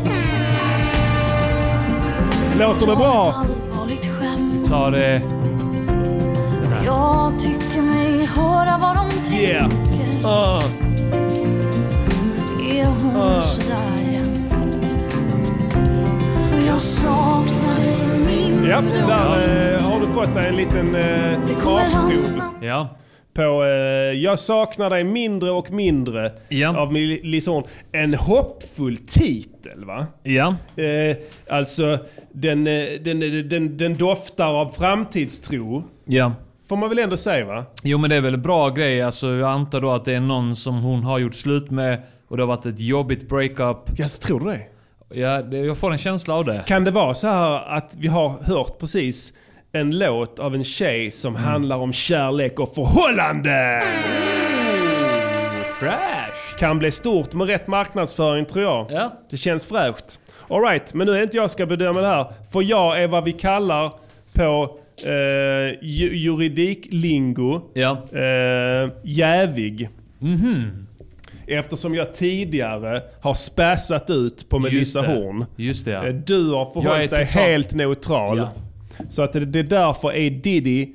[SPEAKER 1] Låter det bra?
[SPEAKER 4] Allvarligt skämt
[SPEAKER 3] Tar det...
[SPEAKER 4] Jag tycker mig höra vad de tänker.
[SPEAKER 1] Yeah. Uh,
[SPEAKER 4] Är hon
[SPEAKER 1] Ah.
[SPEAKER 4] sådär jämt? Och jag saknar dig mindre.
[SPEAKER 1] ja,
[SPEAKER 4] och mindre.
[SPEAKER 1] där eh, har du fått dig en liten uh,
[SPEAKER 4] Det kommer
[SPEAKER 1] smakprov
[SPEAKER 4] annat.
[SPEAKER 3] Ja.
[SPEAKER 1] på eh, Jag saknar dig mindre och mindre
[SPEAKER 3] Ja.
[SPEAKER 1] av Melissa Horn. En hoppfull titel, va?
[SPEAKER 3] Ja.
[SPEAKER 1] Eh, alltså, den, eh, den, den, den, den doftar av framtidstro.
[SPEAKER 3] Ja.
[SPEAKER 1] Får man väl ändå säga, va?
[SPEAKER 3] Jo men det är väl en bra grej. Alltså, jag antar då att det är någon som hon har gjort slut med och det har varit ett jobbigt breakup.
[SPEAKER 1] Ja, så tror du det?
[SPEAKER 3] Ja, det- jag får en känsla av det.
[SPEAKER 1] Kan det vara så här att vi har hört precis en låt av en tjej som handlar om kärlek och förhållande? Fresh! Kan bli stort med rätt marknadsföring tror jag. Det känns fräscht. Alright, men nu är inte jag ska bedöma det här. För jag är vad vi kallar på eh, ju- juridiklingo eh, jävig. Eftersom jag tidigare har späsat ut på Melissa
[SPEAKER 3] det.
[SPEAKER 1] Horn.
[SPEAKER 3] Just det, ja.
[SPEAKER 1] Eh, Du har
[SPEAKER 3] Jag är
[SPEAKER 1] förhållit dig
[SPEAKER 3] totalt-
[SPEAKER 1] helt neutral. Så att det, det är därför är Diddy,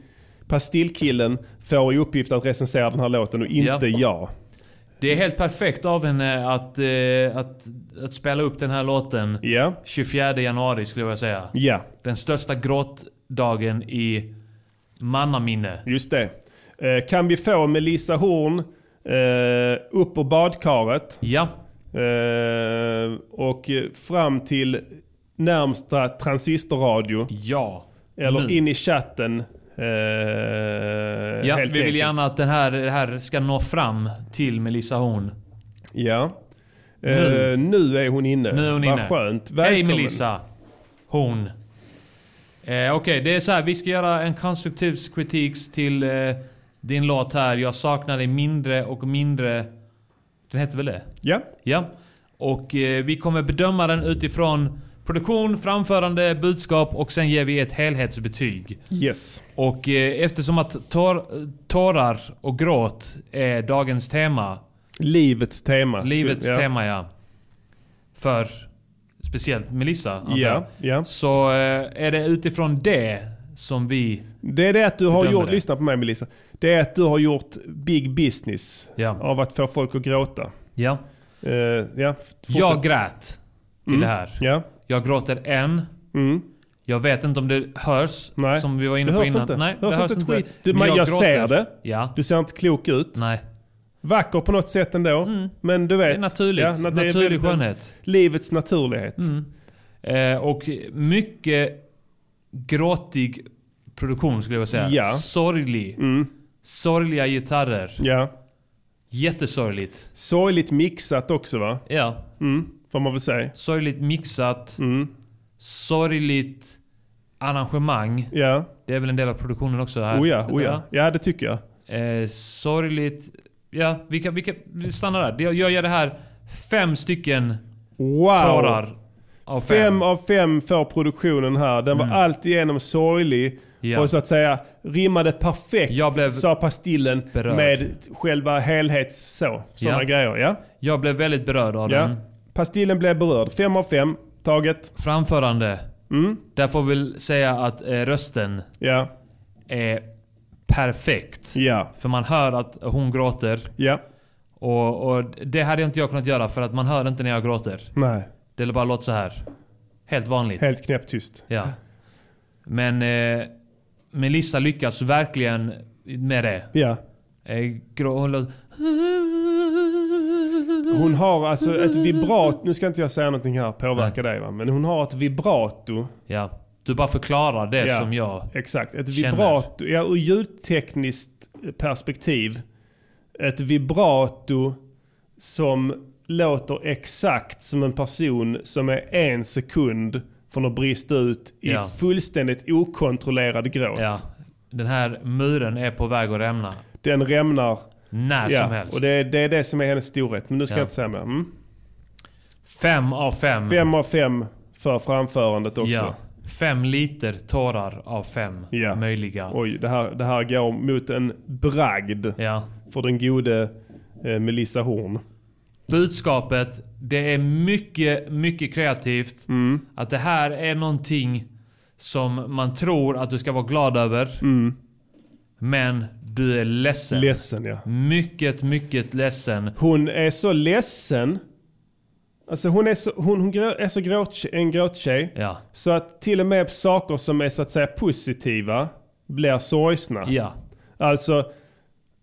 [SPEAKER 1] Pastillkillen, får i uppgift att recensera den här låten och inte
[SPEAKER 3] Ja.
[SPEAKER 1] jag.
[SPEAKER 3] Det är helt perfekt av henne att, eh, att, att spela upp den här låten 24 januari skulle jag vilja säga.
[SPEAKER 1] Ja.
[SPEAKER 3] Den största gråtdagen i mannaminne.
[SPEAKER 1] Just det. Eh, kan vi få Melissa Horn eh, upp ur badkaret?
[SPEAKER 3] Ja.
[SPEAKER 1] Eh, och eh, fram till närmsta transistorradio.
[SPEAKER 3] Ja.
[SPEAKER 1] Eller
[SPEAKER 3] Nu.
[SPEAKER 1] in i chatten. Eh,
[SPEAKER 3] ja,
[SPEAKER 1] helt
[SPEAKER 3] vi vill
[SPEAKER 1] enkelt.
[SPEAKER 3] gärna att den här, det här ska nå fram till Melissa Horn.
[SPEAKER 1] Ja. Eh,
[SPEAKER 3] Nu.
[SPEAKER 1] nu. är hon inne.
[SPEAKER 3] Nu är hon
[SPEAKER 1] Vad
[SPEAKER 3] inne.
[SPEAKER 1] skönt.
[SPEAKER 3] Hej
[SPEAKER 1] Välkommen.
[SPEAKER 3] Melissa. Hon. Eh, Okej, det är så här. Vi ska göra en konstruktiv kritik till eh, din låt här. Jag saknar dig mindre och mindre. Den heter väl det?
[SPEAKER 1] Ja.
[SPEAKER 3] Ja. Och eh, vi kommer bedöma den utifrån produktion, framförande, budskap och sen ger vi ett helhetsbetyg.
[SPEAKER 1] Yes.
[SPEAKER 3] Och eh, eftersom att tår, tårar och gråt är dagens tema.
[SPEAKER 1] Livets tema. skulle-
[SPEAKER 3] Livets
[SPEAKER 1] ja.
[SPEAKER 3] tema ja. För speciellt Melissa antar
[SPEAKER 1] Ja,
[SPEAKER 3] jag. Så eh, är det utifrån det som vi...
[SPEAKER 1] Det är det att du har
[SPEAKER 3] Bedömer
[SPEAKER 1] gjort,
[SPEAKER 3] det.
[SPEAKER 1] lyssna på mig Melissa. Det är att du har gjort big business
[SPEAKER 3] Ja.
[SPEAKER 1] av att få folk att gråta.
[SPEAKER 3] Ja.
[SPEAKER 1] Eh, ja, fortsätt.
[SPEAKER 3] Jag grät till
[SPEAKER 1] Mm,
[SPEAKER 3] det här.
[SPEAKER 1] ja.
[SPEAKER 3] Jag gråter än. Jag vet inte om det hörs
[SPEAKER 1] Mm. Nej.
[SPEAKER 3] som vi var inne
[SPEAKER 1] det
[SPEAKER 3] på
[SPEAKER 1] hörs
[SPEAKER 3] innan.
[SPEAKER 1] Inte.
[SPEAKER 3] Nej,
[SPEAKER 1] hörs
[SPEAKER 3] det hörs
[SPEAKER 1] inte.
[SPEAKER 3] inte.
[SPEAKER 1] ett Skit. Du, men jag, ser det.
[SPEAKER 3] Ja.
[SPEAKER 1] Du ser inte klok ut.
[SPEAKER 3] Nej. Mm.
[SPEAKER 1] Vacker på något sätt ändå. Men du vet.
[SPEAKER 3] Det är naturligt.
[SPEAKER 1] Ja, na- det är
[SPEAKER 3] Naturlig
[SPEAKER 1] väldigt-
[SPEAKER 3] skönhet.
[SPEAKER 1] Livets naturlighet.
[SPEAKER 3] Eh, och mycket gråtig produktion skulle jag vilja säga.
[SPEAKER 1] Ja. Mm.
[SPEAKER 3] Sorglig. Sorgliga gitarrer.
[SPEAKER 1] Ja.
[SPEAKER 3] Jättesorgligt.
[SPEAKER 1] Sorgligt mixat också va?
[SPEAKER 3] Ja.
[SPEAKER 1] Mm, får man väl säga.
[SPEAKER 3] Sorgligt mixat.
[SPEAKER 1] Mm.
[SPEAKER 3] Sorgligt arrangemang.
[SPEAKER 1] Ja.
[SPEAKER 3] Det är väl en del av produktionen också? Här.
[SPEAKER 1] Oh ja, oh ja. ja, det tycker jag.
[SPEAKER 3] Eh, sorgligt. Ja, vi kan, vi kan vi stannar där. Jag, jag ger det här fem stycken
[SPEAKER 1] wow.
[SPEAKER 3] tårar av fem. Mm.
[SPEAKER 1] Fem av fem för produktionen här. Den var alltigenom sorglig.
[SPEAKER 3] Ja.
[SPEAKER 1] Och så att säga rimmade perfekt, sa Pastillen,
[SPEAKER 3] berörd.
[SPEAKER 1] med själva helhets... Så,
[SPEAKER 3] Ja.
[SPEAKER 1] sådana
[SPEAKER 3] Mm.
[SPEAKER 1] grejer. Ja.
[SPEAKER 3] Jag blev väldigt berörd av
[SPEAKER 1] ja.
[SPEAKER 3] den.
[SPEAKER 1] Pastillen blev berörd. Fem av fem, taget.
[SPEAKER 3] Framförande.
[SPEAKER 1] Mm.
[SPEAKER 3] Där får vi väl säga att eh, rösten
[SPEAKER 1] Ja.
[SPEAKER 3] är perfekt.
[SPEAKER 1] Ja.
[SPEAKER 3] För man hör att hon gråter.
[SPEAKER 1] Ja.
[SPEAKER 3] Och, och det hade inte jag kunnat göra för att man hör inte när jag gråter.
[SPEAKER 1] Nej.
[SPEAKER 3] Det bara låter så här. Helt vanligt.
[SPEAKER 1] Helt knäpptyst.
[SPEAKER 3] Ja. Men eh, Melissa lyckas verkligen med det.
[SPEAKER 1] Ja.
[SPEAKER 3] Eh, grå, hon låter,
[SPEAKER 1] Hon har alltså ett vibrato. Nu ska inte jag säga någonting här påverka dig va. Men hon har ett vibrato.
[SPEAKER 3] ja. Du bara förklarar det
[SPEAKER 1] Ja,
[SPEAKER 3] som jag...
[SPEAKER 1] Exakt. Ett
[SPEAKER 3] känner.
[SPEAKER 1] vibrato, ja, ur ljudtekniskt perspektiv. Ett vibrato som låter exakt som en person som är en sekund från att brista ut i
[SPEAKER 3] Ja.
[SPEAKER 1] fullständigt okontrollerad gråt.
[SPEAKER 3] Ja. Den här muren är på väg att rämna.
[SPEAKER 1] Den rämnar.
[SPEAKER 3] När som helst.
[SPEAKER 1] Och det är, det är det som är hennes storhet. Men nu ska
[SPEAKER 3] Ja.
[SPEAKER 1] jag inte säga mer. Mm.
[SPEAKER 3] Fem av fem.
[SPEAKER 1] Fem av fem för framförandet också.
[SPEAKER 3] Ja. Fem liter tårar av fem
[SPEAKER 1] Ja.
[SPEAKER 3] möjliga.
[SPEAKER 1] Oj, det här, det här går mot en bragd för den gode eh, Melissa Horn.
[SPEAKER 3] Budskapet, det är mycket, mycket kreativt.
[SPEAKER 1] Mm.
[SPEAKER 3] Att det här är någonting som man tror att du ska vara glad över.
[SPEAKER 1] Mm.
[SPEAKER 3] Men du är ledsen.
[SPEAKER 1] Ledsen, ja.
[SPEAKER 3] Mycket, mycket ledsen.
[SPEAKER 1] Hon är så ledsen. Alltså hon är så, hon, hon grå, är så gråt, en gråttjej.
[SPEAKER 3] Ja.
[SPEAKER 1] Så att till och med saker som är så att säga positiva blir sorgsna.
[SPEAKER 3] Ja.
[SPEAKER 1] Alltså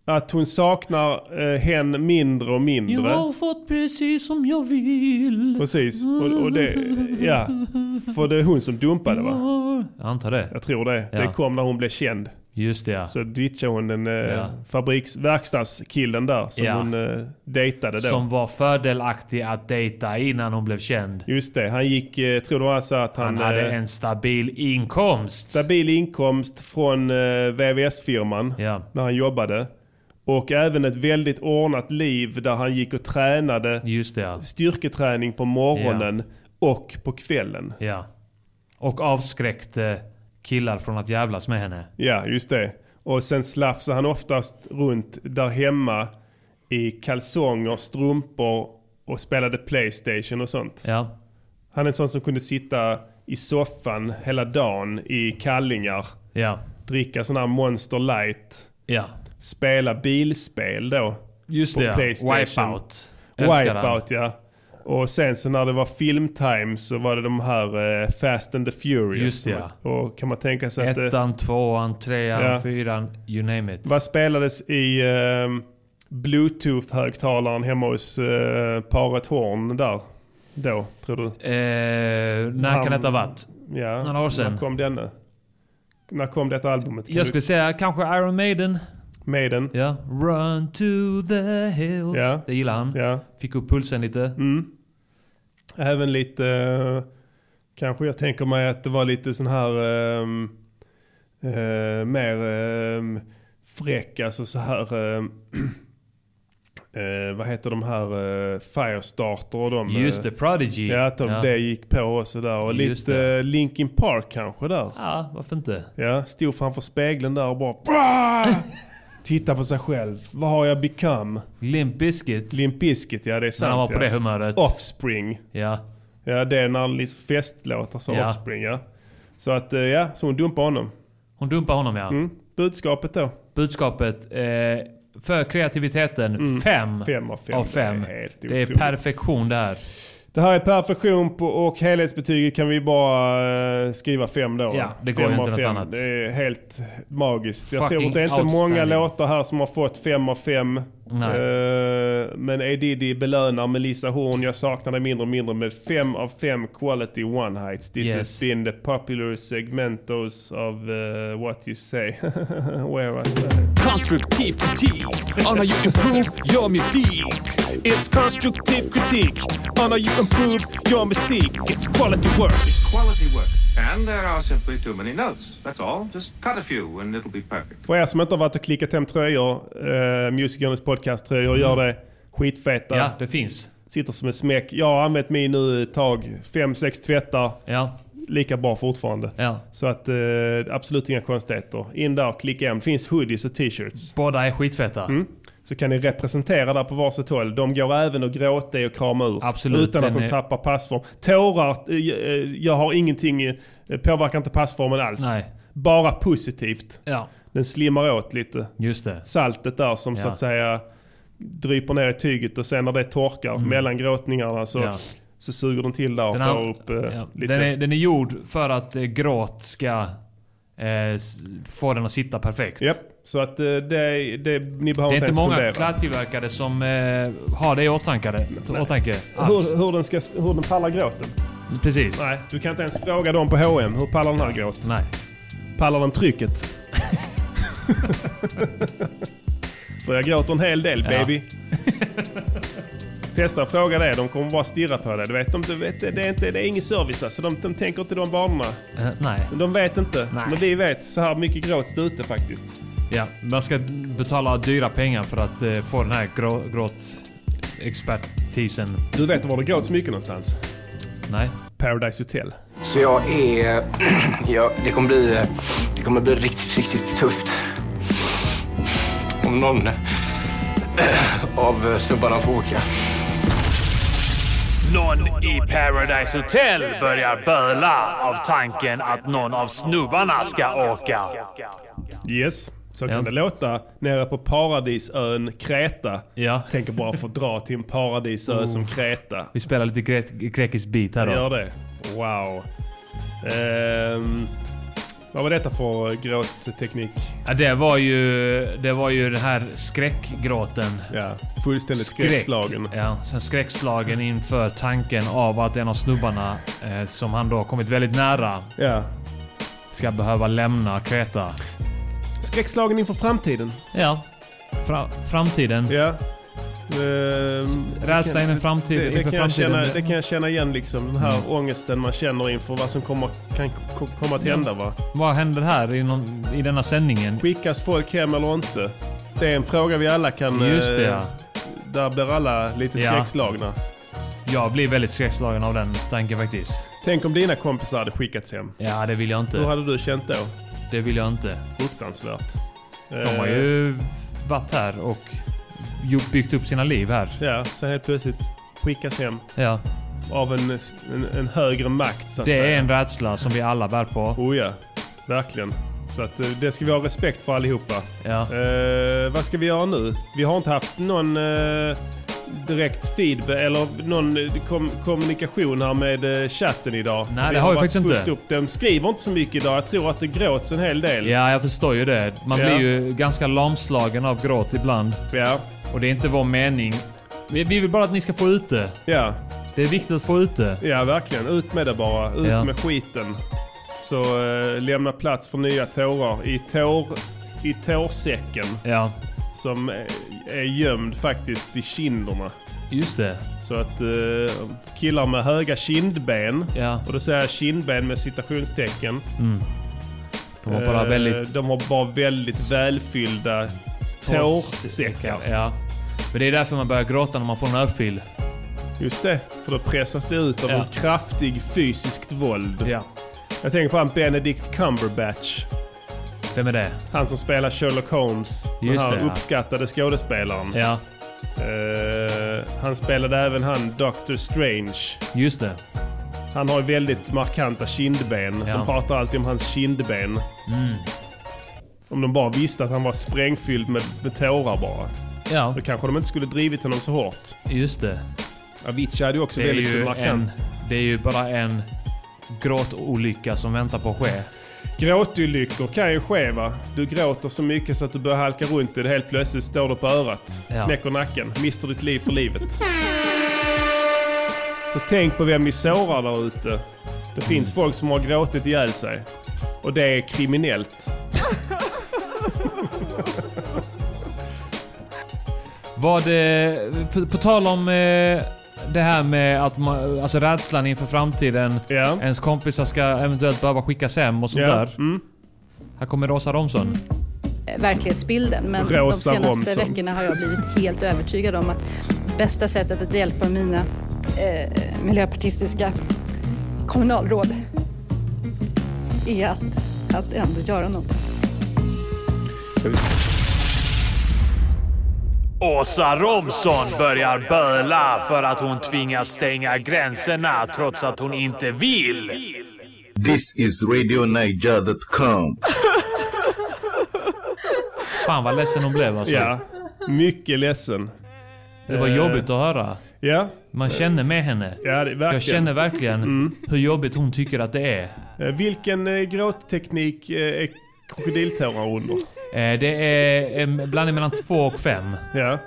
[SPEAKER 1] att hon saknar eh, hen mindre och mindre.
[SPEAKER 3] fått precis som jag vill.
[SPEAKER 1] Precis. Och, och det, ja. För det är hon som dumpade va?
[SPEAKER 3] Jag antar det.
[SPEAKER 1] Jag tror det.
[SPEAKER 3] Ja.
[SPEAKER 1] Det kom när hon blev känd.
[SPEAKER 3] Just det ja.
[SPEAKER 1] Så ditchade hon den eh,
[SPEAKER 3] Ja.
[SPEAKER 1] fabriks, verkstadskillen där som
[SPEAKER 3] Ja.
[SPEAKER 1] hon eh, dejtade då.
[SPEAKER 3] Som var fördelaktig att dejta innan hon blev känd.
[SPEAKER 1] Just det, han gick, eh, tror det var så att han...
[SPEAKER 3] Han hade
[SPEAKER 1] eh,
[SPEAKER 3] en stabil inkomst.
[SPEAKER 1] Stabil inkomst från eh, VVS-firman när han jobbade. Och även ett väldigt ordnat liv där han gick och tränade
[SPEAKER 3] Just det, ja.
[SPEAKER 1] styrketräning på morgonen och på kvällen.
[SPEAKER 3] Ja. Och avskräckte killar från att jävlas med henne.
[SPEAKER 1] Ja, just det. Och sen slafsade han oftast runt där hemma i kalsonger, strumpor och spelade Playstation och sånt.
[SPEAKER 3] Ja.
[SPEAKER 1] Han är en sån som kunde sitta i soffan hela dagen i kallingar.
[SPEAKER 3] Ja.
[SPEAKER 1] Dricka sån här Monster Light.
[SPEAKER 3] Ja.
[SPEAKER 1] Spela bilspel då.
[SPEAKER 3] Just
[SPEAKER 1] på
[SPEAKER 3] det, ja.
[SPEAKER 1] Playstation.
[SPEAKER 3] Wipeout. Älskar
[SPEAKER 1] Wipeout ja. Och sen så när det var filmtime så var det de här eh, Fast and the Furious.
[SPEAKER 3] Just det, ja.
[SPEAKER 1] Och kan man tänka sig att... eh,
[SPEAKER 3] Ettan, tvåan, trean,
[SPEAKER 1] Ja.
[SPEAKER 3] fyran, you name it.
[SPEAKER 1] Vad spelades i ehm, bluetooth-högtalaren hemma hos eh, paret Horn där? Då, tror du?
[SPEAKER 3] Eh, när
[SPEAKER 1] Han-
[SPEAKER 3] kan detta ha varit?
[SPEAKER 1] Ja,
[SPEAKER 3] Några år sedan.
[SPEAKER 1] När kom denna? När kom detta albumet? Kan
[SPEAKER 3] Jag
[SPEAKER 1] du-
[SPEAKER 3] skulle säga kanske Iron Maiden.
[SPEAKER 1] Maiden.
[SPEAKER 3] Ja. Run to the hills.
[SPEAKER 1] Ja.
[SPEAKER 3] Det gillar han.
[SPEAKER 1] Ja.
[SPEAKER 3] Fick upp pulsen lite.
[SPEAKER 1] Mm. Även lite, eh, kanske jag tänker mig att det var lite sån här ehm, eh, mer um, fräck, alltså så här, ehm, eh, vad heter de här, uh, Firestarter och de. eh,
[SPEAKER 3] Just det, Prodigy.
[SPEAKER 1] Ja, att de,
[SPEAKER 3] Ja.
[SPEAKER 1] det gick på också där. Och
[SPEAKER 3] Just
[SPEAKER 1] lite eh, Linkin Park kanske där.
[SPEAKER 3] Ja, varför inte?
[SPEAKER 1] Ja, stod framför spegeln där och bara "Bra!" Titta på sig själv. Vad har jag become?
[SPEAKER 3] Limp Bizkit.
[SPEAKER 1] Limp Bizkit, ja det är sant.
[SPEAKER 3] han var på
[SPEAKER 1] ja.
[SPEAKER 3] det humöret.
[SPEAKER 1] Offspring.
[SPEAKER 3] Ja.
[SPEAKER 1] Ja, det är när han liksom festlåtar som
[SPEAKER 3] Ja.
[SPEAKER 1] Offspring, ja. Så att, eh, ja, så hon dumpar honom.
[SPEAKER 3] Hon dumpar honom ja.
[SPEAKER 1] Mm. Budskapet då?
[SPEAKER 3] Budskapet. Eh, för kreativiteten,
[SPEAKER 1] Mm.
[SPEAKER 3] fem,
[SPEAKER 1] Fem av fem.
[SPEAKER 3] av fem.
[SPEAKER 1] Det är helt
[SPEAKER 3] Det är
[SPEAKER 1] otroligt.
[SPEAKER 3] perfektion det här.
[SPEAKER 1] Det här är perfektion på, och helhetsbetyget kan vi bara eh, skriva fem då.
[SPEAKER 3] Ja, det går
[SPEAKER 1] fem
[SPEAKER 3] inte
[SPEAKER 1] av
[SPEAKER 3] något
[SPEAKER 1] fem.
[SPEAKER 3] annat.
[SPEAKER 1] Det är helt magiskt. Jag
[SPEAKER 3] Fucking
[SPEAKER 1] tror det är inte många
[SPEAKER 3] outstanding.
[SPEAKER 1] låtar här som har fått fem av fem.
[SPEAKER 3] Nej.
[SPEAKER 1] Eh, men Edidi belönar Melissa Horn. Jag saknar det mindre och mindre med fem av fem quality one heights. This
[SPEAKER 3] Yes.
[SPEAKER 1] has been the popular segmentos of eh, what you say. Where was that?
[SPEAKER 6] Konstruktiv kritik on how you improve your music.
[SPEAKER 2] It's constructive critique on how you improve your music. It's quality work.
[SPEAKER 11] Quality work. And there are simply too many notes. That's all. Just cut a few and it'll be perfect.
[SPEAKER 1] För er som inte har varit och klickat hem tröjor, eh, Music Journeys podcast-tröjor, gör det. Skitfeta.
[SPEAKER 3] Mm. Ja, det finns.
[SPEAKER 1] Sitter som en smäck. Jag har använt min nu ett tag. Fem, sex tvättar.
[SPEAKER 3] Ja.
[SPEAKER 1] Lika bra fortfarande.
[SPEAKER 3] Ja.
[SPEAKER 1] Så att eh, absolut inga konstigheter. In där, klicka hem. Det finns hoodies och t-shirts.
[SPEAKER 3] Båda är skitfeta.
[SPEAKER 1] Mm. Så kan ni representera där på varsitt håll. De går även att gråta i och krama ur.
[SPEAKER 3] Absolut,
[SPEAKER 1] Utan att
[SPEAKER 3] den
[SPEAKER 1] de
[SPEAKER 3] är-
[SPEAKER 1] tappar passform. Tårar, eh, eh, jag har ingenting, eh, påverkar inte passformen alls.
[SPEAKER 3] Nej.
[SPEAKER 1] Bara positivt.
[SPEAKER 3] Ja.
[SPEAKER 1] Den slimmar åt lite
[SPEAKER 3] Just det.
[SPEAKER 1] saltet där som så
[SPEAKER 3] Ja.
[SPEAKER 1] att säga dryper ner i tyget och sen när det torkar mellan gråtningarna så,
[SPEAKER 3] Mm. Ja.
[SPEAKER 1] så suger den till där och
[SPEAKER 3] Den,
[SPEAKER 1] får
[SPEAKER 3] har-
[SPEAKER 1] upp eh,
[SPEAKER 3] ja.
[SPEAKER 1] lite.
[SPEAKER 3] den, är, den är gjord för att eh, gråt ska eh, s- få den att sitta perfekt.
[SPEAKER 1] Japp. Så att eh, det, det, ni behöver
[SPEAKER 3] Det är inte
[SPEAKER 1] ens
[SPEAKER 3] många
[SPEAKER 1] fundera.
[SPEAKER 3] klädtillverkare som eh, har det i åtanke. åtanke alls.
[SPEAKER 1] Hur, hur, den ska, hur den pallar gråten?
[SPEAKER 3] Precis.
[SPEAKER 1] Nej, du kan inte ens fråga dem på H&M Hur pallar den här gråt?
[SPEAKER 3] Nej.
[SPEAKER 1] Pallar den trycket? För jag gråter en hel del
[SPEAKER 3] Ja.
[SPEAKER 1] baby. Testa att fråga det. De kommer bara stirra på dig. Du vet, de, du vet, det, är inte, det är ingen service alltså. De, de tänker inte de banorna.
[SPEAKER 3] Eh, nej.
[SPEAKER 1] Men De vet inte.
[SPEAKER 3] Nej.
[SPEAKER 1] Men vi vet. Så här mycket gråts det ute faktiskt.
[SPEAKER 3] Ja, man ska betala dyra pengar för att eh, få den här grå, gråtexpertisen.
[SPEAKER 1] Du vet var det gråts mycket någonstans?
[SPEAKER 3] Nej.
[SPEAKER 1] Paradise Hotel.
[SPEAKER 12] Så jag är... Ja, det kommer bli... eh, Det kommer bli riktigt, riktigt tufft. Om någon eh, av snubbarna får åka.
[SPEAKER 2] Någon i Paradise Hotel börjar böla av tanken att någon av snubbarna ska åka.
[SPEAKER 1] Yes. Så kan
[SPEAKER 3] Ja.
[SPEAKER 1] det låta nere på paradisön Kreta.
[SPEAKER 3] Ja. Oh.
[SPEAKER 1] Tänker bara få dra till en paradisö som Kreta.
[SPEAKER 3] Vi spelar lite gre- grekisk beat här då.
[SPEAKER 1] Gör det. Wow. Ehm, vad var detta för gråtteknik?
[SPEAKER 3] Ja, det var ju... Det var ju den här skräckgråten.
[SPEAKER 1] Ja, fullständigt skräckslagen.
[SPEAKER 3] Ja, sen skräckslagen inför tanken av att en av snubbarna, eh, som han då kommit väldigt nära,
[SPEAKER 1] Ja.
[SPEAKER 3] ska behöva lämna Kreta.
[SPEAKER 1] Skräckslagen inför framtiden.
[SPEAKER 3] Ja. Fra, framtiden.
[SPEAKER 1] Ja. Ehm,
[SPEAKER 3] rädsla
[SPEAKER 1] Det kan-
[SPEAKER 3] inför framtiden-
[SPEAKER 1] Det, det,
[SPEAKER 3] inför
[SPEAKER 1] kan jag
[SPEAKER 3] framtiden. Mm.
[SPEAKER 1] känna, det kan jag känna igen liksom. Den här ångesten man känner inför vad som kommer, kan k- komma att hända va?
[SPEAKER 3] Vad händer här i, någon, i denna sändningen?
[SPEAKER 1] Skickas folk hem eller inte? Det är en fråga vi alla kan...
[SPEAKER 3] Just det,
[SPEAKER 1] eh,
[SPEAKER 3] ja.
[SPEAKER 1] Där blir alla lite
[SPEAKER 3] Ja.
[SPEAKER 1] skräckslagna.
[SPEAKER 3] Jag blir väldigt skräckslagen av den tanken faktiskt.
[SPEAKER 1] Tänk om dina kompisar hade skickats hem.
[SPEAKER 3] Ja, det vill jag inte.
[SPEAKER 1] Hur hade du känt då?
[SPEAKER 3] Det vill jag inte.
[SPEAKER 1] Fruktansvärt. Eh,
[SPEAKER 3] De har ju varit här och gjort- byggt upp sina liv här.
[SPEAKER 1] Ja, så helt plötsligt skickas hem.
[SPEAKER 3] Ja.
[SPEAKER 1] Av en, en, en högre makt så att
[SPEAKER 3] Det
[SPEAKER 1] säga.
[SPEAKER 3] är en rädsla som vi alla bär på.
[SPEAKER 1] Oh ja, verkligen. Så att eh, det ska vi ha respekt för allihopa.
[SPEAKER 3] Ja.
[SPEAKER 1] Eh, vad ska vi göra nu? Vi har inte haft någon eh, direkt feedback eller någon eh, kom, kommunikation här med eh, chatten idag.
[SPEAKER 3] Nej, det har vi
[SPEAKER 1] varit
[SPEAKER 3] faktiskt
[SPEAKER 1] fullt
[SPEAKER 3] inte.
[SPEAKER 1] Upp. De skriver inte så mycket idag. Jag tror att det gråts en hel del.
[SPEAKER 3] ja, jag förstår ju det. Man
[SPEAKER 1] Ja.
[SPEAKER 3] blir ju ganska lamslagen av gråt ibland.
[SPEAKER 1] Ja.
[SPEAKER 3] Och det är inte vår mening. Vi vi vill bara att ni ska få ut det.
[SPEAKER 1] Ja.
[SPEAKER 3] Det är viktigt att få ut det.
[SPEAKER 1] Ja, verkligen. Ut med det bara. Ut
[SPEAKER 3] Ja.
[SPEAKER 1] med skiten. Så eh, lämna plats för nya tårar i, tår, i tårsäcken.
[SPEAKER 3] Ja.
[SPEAKER 1] Som eh, är gömd faktiskt i kinderna.
[SPEAKER 3] Just det.
[SPEAKER 1] Så att eh, killar med höga kindben, och då säger jag kindben med citationstecken.
[SPEAKER 3] Mm. De har bara
[SPEAKER 1] eh,
[SPEAKER 3] väldigt-
[SPEAKER 1] De har bara väldigt välfyllda tårsäckar.
[SPEAKER 3] Ja. Men det är därför man börjar gråta när man får en örfil.
[SPEAKER 1] Just det, för då pressas det ut av
[SPEAKER 3] Ja.
[SPEAKER 1] en kraftig fysiskt våld. Jag tänker på han Benedict Cumberbatch.
[SPEAKER 3] Vem är det?
[SPEAKER 1] Han som spelar Sherlock Holmes.
[SPEAKER 3] Just
[SPEAKER 1] den här
[SPEAKER 3] det, ja.
[SPEAKER 1] uppskattade skådespelaren.
[SPEAKER 3] Ja.
[SPEAKER 1] Eh, han spelade även han Doctor Strange.
[SPEAKER 3] Just det.
[SPEAKER 1] Han har ju väldigt markanta kindben.
[SPEAKER 3] Ja.
[SPEAKER 1] De pratar alltid om hans kindben.
[SPEAKER 3] Mm.
[SPEAKER 1] Om de bara visste att han var sprängfylld med, med tårar bara.
[SPEAKER 3] Ja.
[SPEAKER 1] Då kanske de inte skulle drivit honom så hårt.
[SPEAKER 3] Just det.
[SPEAKER 1] Avicii hade ju också
[SPEAKER 3] Det är
[SPEAKER 1] väldigt
[SPEAKER 3] ju,
[SPEAKER 1] markant.
[SPEAKER 3] en, det är ju bara en gråtolycka som väntar på att ske.
[SPEAKER 1] Gråtolyckor kan ju ske va. Du gråter så mycket så att du börjar halka runt i det. Helt plötsligt står du på örat.
[SPEAKER 3] Ja.
[SPEAKER 1] Knäcker nacken. Mister ditt liv för livet. Så tänk på vem ni sårar där ute. Det finns folk som har gråtit ihjäl sig. Och det är kriminellt.
[SPEAKER 3] Vad det, på, på tal om eh, det här med att man, alltså rädslan inför framtiden. Ens kompisar ska eventuellt behöva skickas hem och sånt
[SPEAKER 13] Ja,
[SPEAKER 3] där.
[SPEAKER 1] Mm.
[SPEAKER 3] Här kommer Rosa Romson.
[SPEAKER 13] verklighetsbilden. Men
[SPEAKER 3] Rosa
[SPEAKER 13] de senaste
[SPEAKER 3] Romson.
[SPEAKER 13] veckorna har jag blivit helt övertygad om att bästa sättet att hjälpa mina eh, miljöpartistiska kommunalråd är att, att ändå göra något.
[SPEAKER 6] Åsa Romson börjar böla för att hon tvingas stänga gränserna trots att hon inte vill.
[SPEAKER 8] This is RadioNiger.com.
[SPEAKER 3] Fan vad ledsen hon blev alltså.
[SPEAKER 1] Ja, mycket ledsen.
[SPEAKER 3] Det var
[SPEAKER 1] Eh,
[SPEAKER 3] jobbigt att höra.
[SPEAKER 1] Ja.
[SPEAKER 3] Man känner med henne.
[SPEAKER 1] Ja, det, verkligen. Mm.
[SPEAKER 3] Jag känner verkligen hur jobbigt hon tycker att det är.
[SPEAKER 1] Eh, Vilken eh, gråtteknik eh, är krokodiltårar under?
[SPEAKER 3] Eh, Det är en blandning mellan två och fem.
[SPEAKER 1] Ja.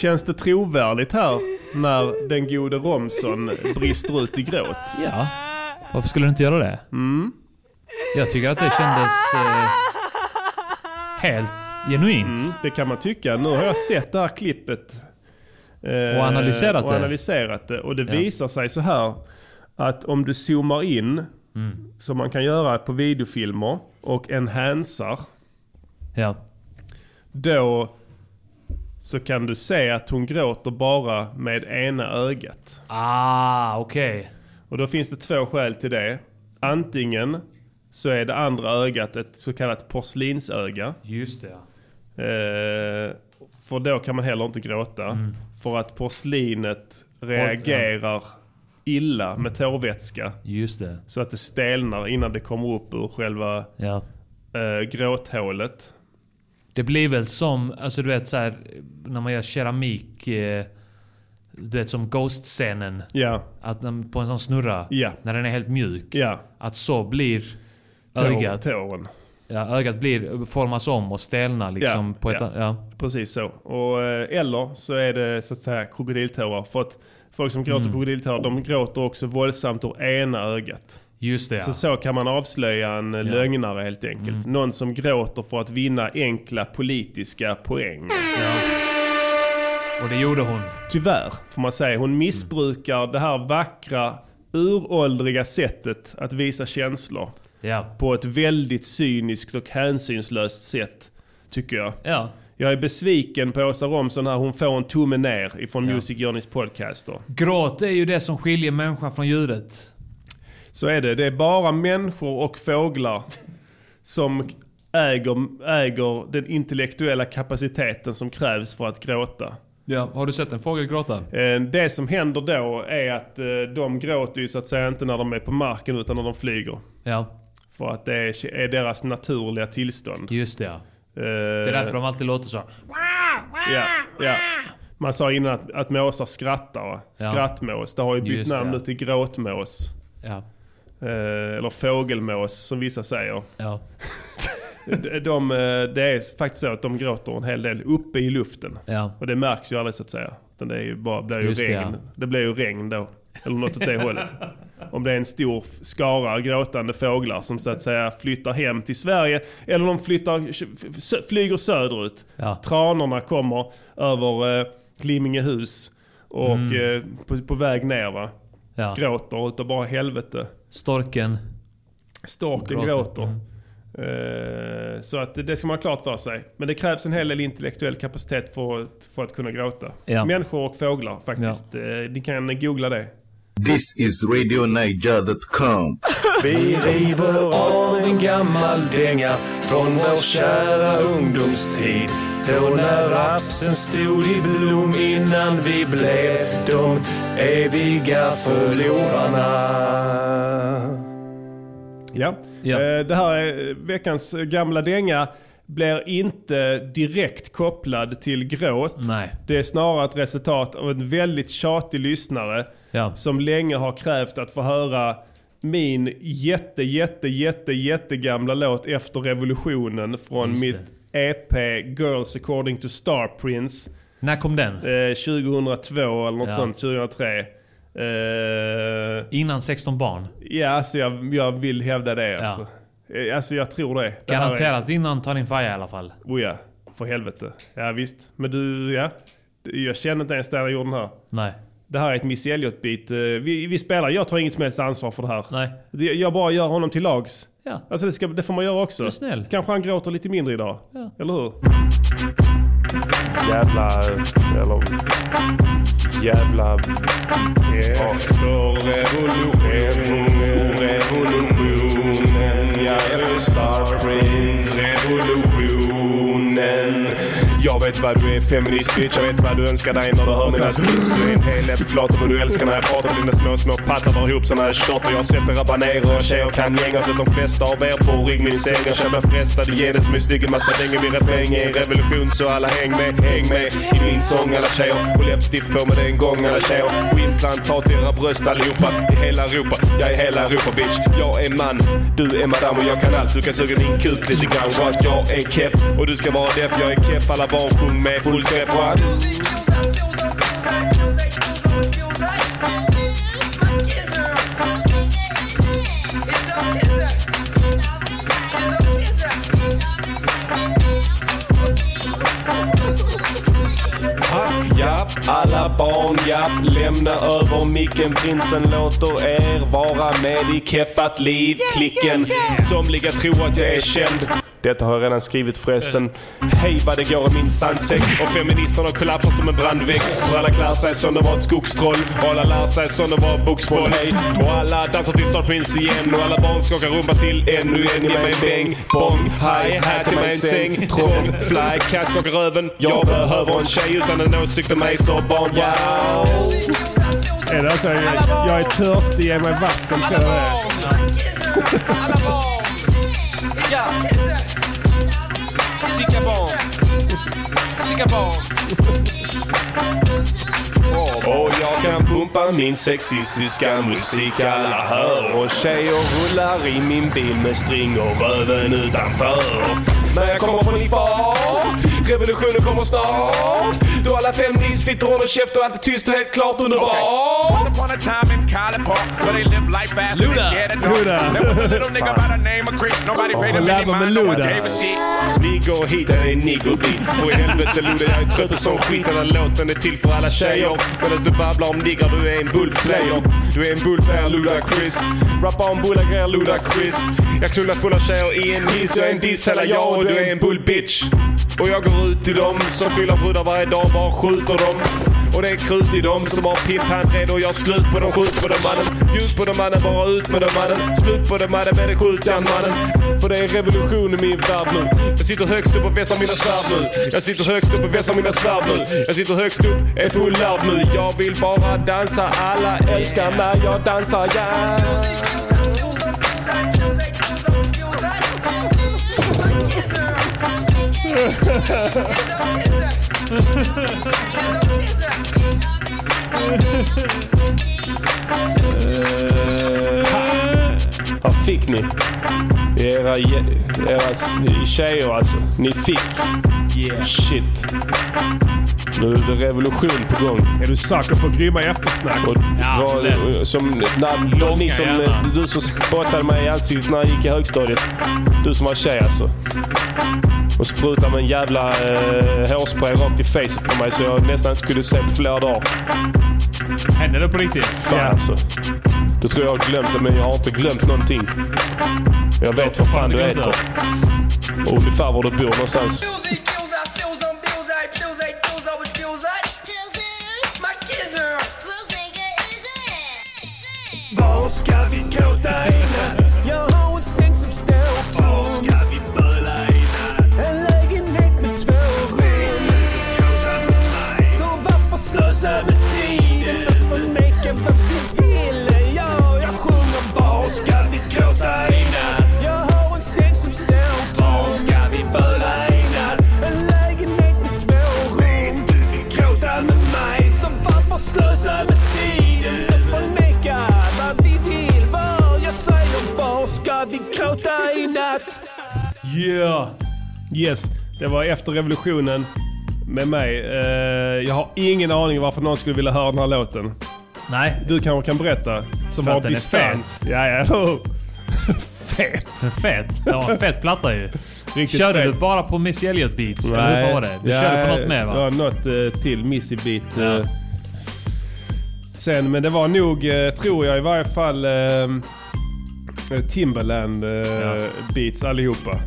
[SPEAKER 1] Känns det trovärdigt här när den gode Romson brister ut i gråt?
[SPEAKER 3] Ja. Varför skulle du inte göra det?
[SPEAKER 1] Mm.
[SPEAKER 3] Jag tycker att det kändes eh, helt genuint.
[SPEAKER 1] det kan man tycka. Nu har jag sett det här klippet. eh,
[SPEAKER 3] Och analyserat
[SPEAKER 1] och
[SPEAKER 3] det.
[SPEAKER 1] analyserat det. Och det
[SPEAKER 3] Ja.
[SPEAKER 1] visar sig så här att om du zoomar in,
[SPEAKER 3] Mm.
[SPEAKER 1] som man kan göra på videofilmer, och enhancear.
[SPEAKER 3] Ja.
[SPEAKER 1] Då så kan du se att hon gråter bara med ena ögat.
[SPEAKER 3] Ah, okej.
[SPEAKER 1] Och då finns det två skäl till det. Antingen så är det andra ögat ett så kallat porslinsöga.
[SPEAKER 3] Just det.
[SPEAKER 1] Eh, för då kan man heller inte gråta.
[SPEAKER 3] Mm.
[SPEAKER 1] För att porslinet reagerar illa med tårvätska.
[SPEAKER 3] Just det.
[SPEAKER 1] Så att det stelnar innan det kommer upp ur själva
[SPEAKER 3] Ja.
[SPEAKER 1] eh, gråthålet.
[SPEAKER 3] Det blir väl som, alltså du vet så här, när man gör keramik. Eh, du vet som Ghost-scenen.
[SPEAKER 1] Ja.
[SPEAKER 3] Att när, på en sån snurra.
[SPEAKER 1] Ja.
[SPEAKER 3] När den är helt mjuk.
[SPEAKER 1] Ja.
[SPEAKER 3] Att så blir
[SPEAKER 1] Tår-
[SPEAKER 3] ögat.
[SPEAKER 1] tåren.
[SPEAKER 3] Ja, ögat blir, formas om och stelnar liksom. på ett,
[SPEAKER 1] ja.
[SPEAKER 3] an- ja.
[SPEAKER 1] Precis så. Och, eh, eller så är det så att säga krokodiltårar. För att folk som gråter
[SPEAKER 3] Mm.
[SPEAKER 1] krokodiltårar de gråter också våldsamt ur ena ögat.
[SPEAKER 3] Just det, ja. Mm.
[SPEAKER 1] Så så kan man avslöja en eh, lögnare helt enkelt. Någon som gråter för att vinna enkla politiska poäng.
[SPEAKER 3] Och det gjorde hon.
[SPEAKER 1] Tyvärr, får man säga.
[SPEAKER 3] Mm.
[SPEAKER 1] Hon missbrukar det här vackra, uråldriga sättet att visa känslor.
[SPEAKER 3] Ja.
[SPEAKER 1] På ett väldigt cyniskt och hänsynslöst sätt, tycker jag.
[SPEAKER 3] Ja.
[SPEAKER 1] Jag är besviken på Åsa Romson här. Hon får en tumme ner ifrån Music Journeys podcaster.
[SPEAKER 3] Gråt är ju det som skiljer människan från djuret.
[SPEAKER 1] Så är det. Det är bara människor och fåglar som äger, äger den intellektuella kapaciteten som krävs för att gråta.
[SPEAKER 3] Ja, har du sett en fågel gråta?
[SPEAKER 1] Eh, Det som händer då är att eh, de gråter ju så att säga inte när de är på marken utan när de flyger.
[SPEAKER 3] Ja.
[SPEAKER 1] För att det är, är deras naturliga tillstånd.
[SPEAKER 3] Just det ja.
[SPEAKER 1] Det
[SPEAKER 3] är därför de alltid låter så.
[SPEAKER 1] Ja, ja. Man sa innan att, att måsar skrattar. va?
[SPEAKER 3] Ja.
[SPEAKER 1] Skrattmås. Det har ju bytt
[SPEAKER 3] Just det,
[SPEAKER 1] namn
[SPEAKER 3] ja.
[SPEAKER 1] nu till gråtmås.
[SPEAKER 3] Ja.
[SPEAKER 1] Eh, Eller fågelmås som vissa säger.
[SPEAKER 3] Ja.
[SPEAKER 1] de, de, eh, det är faktiskt så att de gråter en hel del uppe i luften.
[SPEAKER 3] Ja.
[SPEAKER 1] Och det märks ju aldrig så att säga. Utan det är ju bara, blir ju
[SPEAKER 3] Just det,
[SPEAKER 1] regn. Det,
[SPEAKER 3] ja.
[SPEAKER 1] blir ju regn då. Eller något åt det hållet. Om det är en stor skara gråtande fåglar som så att säga flyttar hem till Sverige. Eller de flyttar, sö- flyger söderut. Tranorna kommer över eh, Glimmingehus. Och
[SPEAKER 3] Mm.
[SPEAKER 1] eh, på, på väg ner va.
[SPEAKER 3] Ja.
[SPEAKER 1] Gråter utav bara helvete.
[SPEAKER 3] Storken.
[SPEAKER 1] Storken
[SPEAKER 3] Gråter.
[SPEAKER 1] gråter. Eh, Så att det- det ska man ha klart för sig. Men det krävs en hel del intellektuell kapacitet för att, för att kunna gråta.
[SPEAKER 8] Ja.
[SPEAKER 1] Människor och fåglar faktiskt. Eh, Ni kan googla det.
[SPEAKER 8] This is RadioNiger.com.
[SPEAKER 14] Vi river av en gammal dänga från vår kära ungdomstid. Då när rapsen stod i blom innan vi blev de eviga förlorarna.
[SPEAKER 1] Ja. Eh, Det här är veckans eh, gamla dänga blir inte direkt kopplad till gråt. Det är snarare ett resultat av en väldigt tjatig lyssnare
[SPEAKER 3] Ja.
[SPEAKER 1] som länge har krävt att få höra min jätte, jätte, jätte, jättegamla låt efter revolutionen från
[SPEAKER 3] Just
[SPEAKER 1] mitt EP Girls According to Star Prince.
[SPEAKER 3] När kom den?
[SPEAKER 1] 2002 Eh, eller något
[SPEAKER 3] Ja.
[SPEAKER 1] sånt, 2003. Eh,
[SPEAKER 3] Innan 16 barn.
[SPEAKER 1] Ja, alltså jag, jag vill hävda det. Alltså. Eh, alltså jag tror det. det här
[SPEAKER 3] Garanterat innan Ta din färg i alla fall.
[SPEAKER 1] Är, oh ja, för helvete. Ja visst. Men du, ja. Jag känner inte ens den jag gjorde den här.
[SPEAKER 3] Nej.
[SPEAKER 1] Det här är ett Missy Elliot-beat. Eh, Vi, vi spelar, jag tar inget som helst ansvar för det här.
[SPEAKER 3] Nej.
[SPEAKER 1] Det- Jag bara gör honom till lags.
[SPEAKER 3] Ja.
[SPEAKER 1] Alltså det, ska, det får man göra också.
[SPEAKER 3] Du är snäll.
[SPEAKER 1] Kanske han gråter lite mindre idag.
[SPEAKER 3] Ja.
[SPEAKER 1] Eller hur? Jävla... Eller... Jävla...
[SPEAKER 14] Efter revolutionen, revolutionen, ja efter Star Prince, revolutionen. Jag vet vad du är, feminist bitch. Jag vet vad du önskar dig när du hör mina skits. Du är en hel efterklart vad du älskar när jag pratar. Dina små, små pattar drar ihop sig när jag tjatar. Jag sätter rabanerer och tjejer kan gänga. Så att de flesta av er på rygg min säng. Jag känner mig frestad, ge det som en stygg en massa dängor. Min refräng är en revolution så alla häng med, häng med. I min sång alla tjejer och läppstift på mig det är en gång alla tjejer. Och implantat i era bröst allihopa. I hela Europa, jag är hela Europa bitch. Jag är man, du är madam och jag kan allt. Du kan suga din kuk lite grann. Och att jag är keff och du ska vara depp. Jag är keff, alla barn sjung med full träff. Och att- Happ, japp, alla barn, japp. Lämna över micken, prinsen låter er vara med i keffat liv, klicken. Somliga tror att jag är känd. Detta har jag redan skrivit förresten. Hej vad det går i min sandsäck. Och feministerna kollapsar som en brandvägg. För alla klär sig som de var ett skogstroll. Och alla lär sig som de var boxboll. Hej. Och alla dansar till Star Prince igen. Och alla barn skakar rumpa till ännu en. Ge mig bäng, bong, haj, här till mig en säng. Trång, fly, cat, skaka röven. Jag behöver en tjej utan en åsikt om mig. Så barn, wow.
[SPEAKER 1] Är det alltså, eh, jag, jag är törstig, ge mig vatten. Tror jag det är.
[SPEAKER 15] Ja. Sikabong. Sikabong.
[SPEAKER 14] Och jag kan pumpa min sexistiska musik alla hör Och tjejer rullar i min bil med string och röven utanför När jag kommer från i fart Revolutionen kommer snart. Då alla fem nissfittor håller käft och allt är tyst och helt klart underbart.
[SPEAKER 16] Once upon a time in College Park, where they live life fast. and
[SPEAKER 14] Luda.
[SPEAKER 16] they get it done.
[SPEAKER 14] Luda.
[SPEAKER 16] There was a little nigga by the name of Creek. Nobody paid him any
[SPEAKER 14] Labba med
[SPEAKER 16] mind, no one
[SPEAKER 14] Luda.
[SPEAKER 16] gave a shit.
[SPEAKER 14] Ni går hit, där är ni går dit. Gå i helvete Luda, jag är trött som skit. Den här låten är till för alla tjejer. Medan du babblar om diggar, du är en bullplayer. Du är en bullplayer Luda Chris. Rappa om bullagrejer Luda Chris. Jag knullar fulla tjejer i en hiss. Jag är en diss hela jag och du är en bullbitch. Och jag går ut till dem som fyller brudar varje dag, bara skjuter dem. Och det är krut i dem som har pimphand redo. Jag slut på dem, skjut på dem mannen. Ljus på dem mannen, bara ut med dem mannen. Slut på dem mannen, med det skjut jag mannen. För det är revolution i min värld nu. Jag sitter högst upp och vässar mina svärd nu. Jag sitter högst upp och vässar mina svärd nu. Jag sitter högst upp, är full lärd nu. Jag vill bara dansa, alla älskar när jag dansar, ja. Här Eh, fick ni. Era, je- era s- tjejer alltså. Ni fick. Shit. Nu är det revolution på gång. Är du säker på grymma eftersnack? Och,
[SPEAKER 1] Ja,
[SPEAKER 14] vad-
[SPEAKER 1] lätt.
[SPEAKER 14] som, när, ni som,
[SPEAKER 1] gärna.
[SPEAKER 14] du som spottade mig i ansiktet när jag gick i högstadiet. Du som var tjej alltså. Och sprutade med en jävla eh, hårspray rakt i facet på mig så jag nästan inte kunde se på flera dagar.
[SPEAKER 3] Hände det på riktigt?
[SPEAKER 14] Fan alltså. Du tror jag har glömt det, men jag har inte glömt någonting. Jag vet vad fan du
[SPEAKER 3] glömt
[SPEAKER 14] heter. Och ungefär var du bor någonstans.
[SPEAKER 2] Var ska vi kåta innan? Jag har en säng som står tom. Var ska vi böla innan? En lägenhet med två rum. Så varför slösa med tiden och förneka vad vi vill? Ja, jag sjunger Var ska vi kåta innan? Jag har en säng som står tom. Var ska vi böla innan? En lägenhet med två rum. Du vill kåta med mig, så varför slösa med tiden och förneka vad vi vill? Var jag säger var ska vi kåta i natt?
[SPEAKER 1] Yeah! Yes, det var efter revolutionen med mig. Eh, jag har ingen aning varför någon skulle vilja höra den här låten.
[SPEAKER 3] Nej.
[SPEAKER 1] Du kanske kan berätta? Som
[SPEAKER 3] För
[SPEAKER 1] har
[SPEAKER 3] att den är
[SPEAKER 1] distans. Ja, ja. eller hur? fet.
[SPEAKER 3] Fet. Det var en fet platta ju.
[SPEAKER 1] Riktigt
[SPEAKER 3] körde
[SPEAKER 1] fet.
[SPEAKER 3] du bara på Miss Elliot Beats? Eller hur var det? Du körde på något mer va?
[SPEAKER 1] Ja, något eh, till. Missy Beat. eh. Sen, men det var nog, eh, tror jag i varje fall, eh, Timbaland eh, beats allihopa.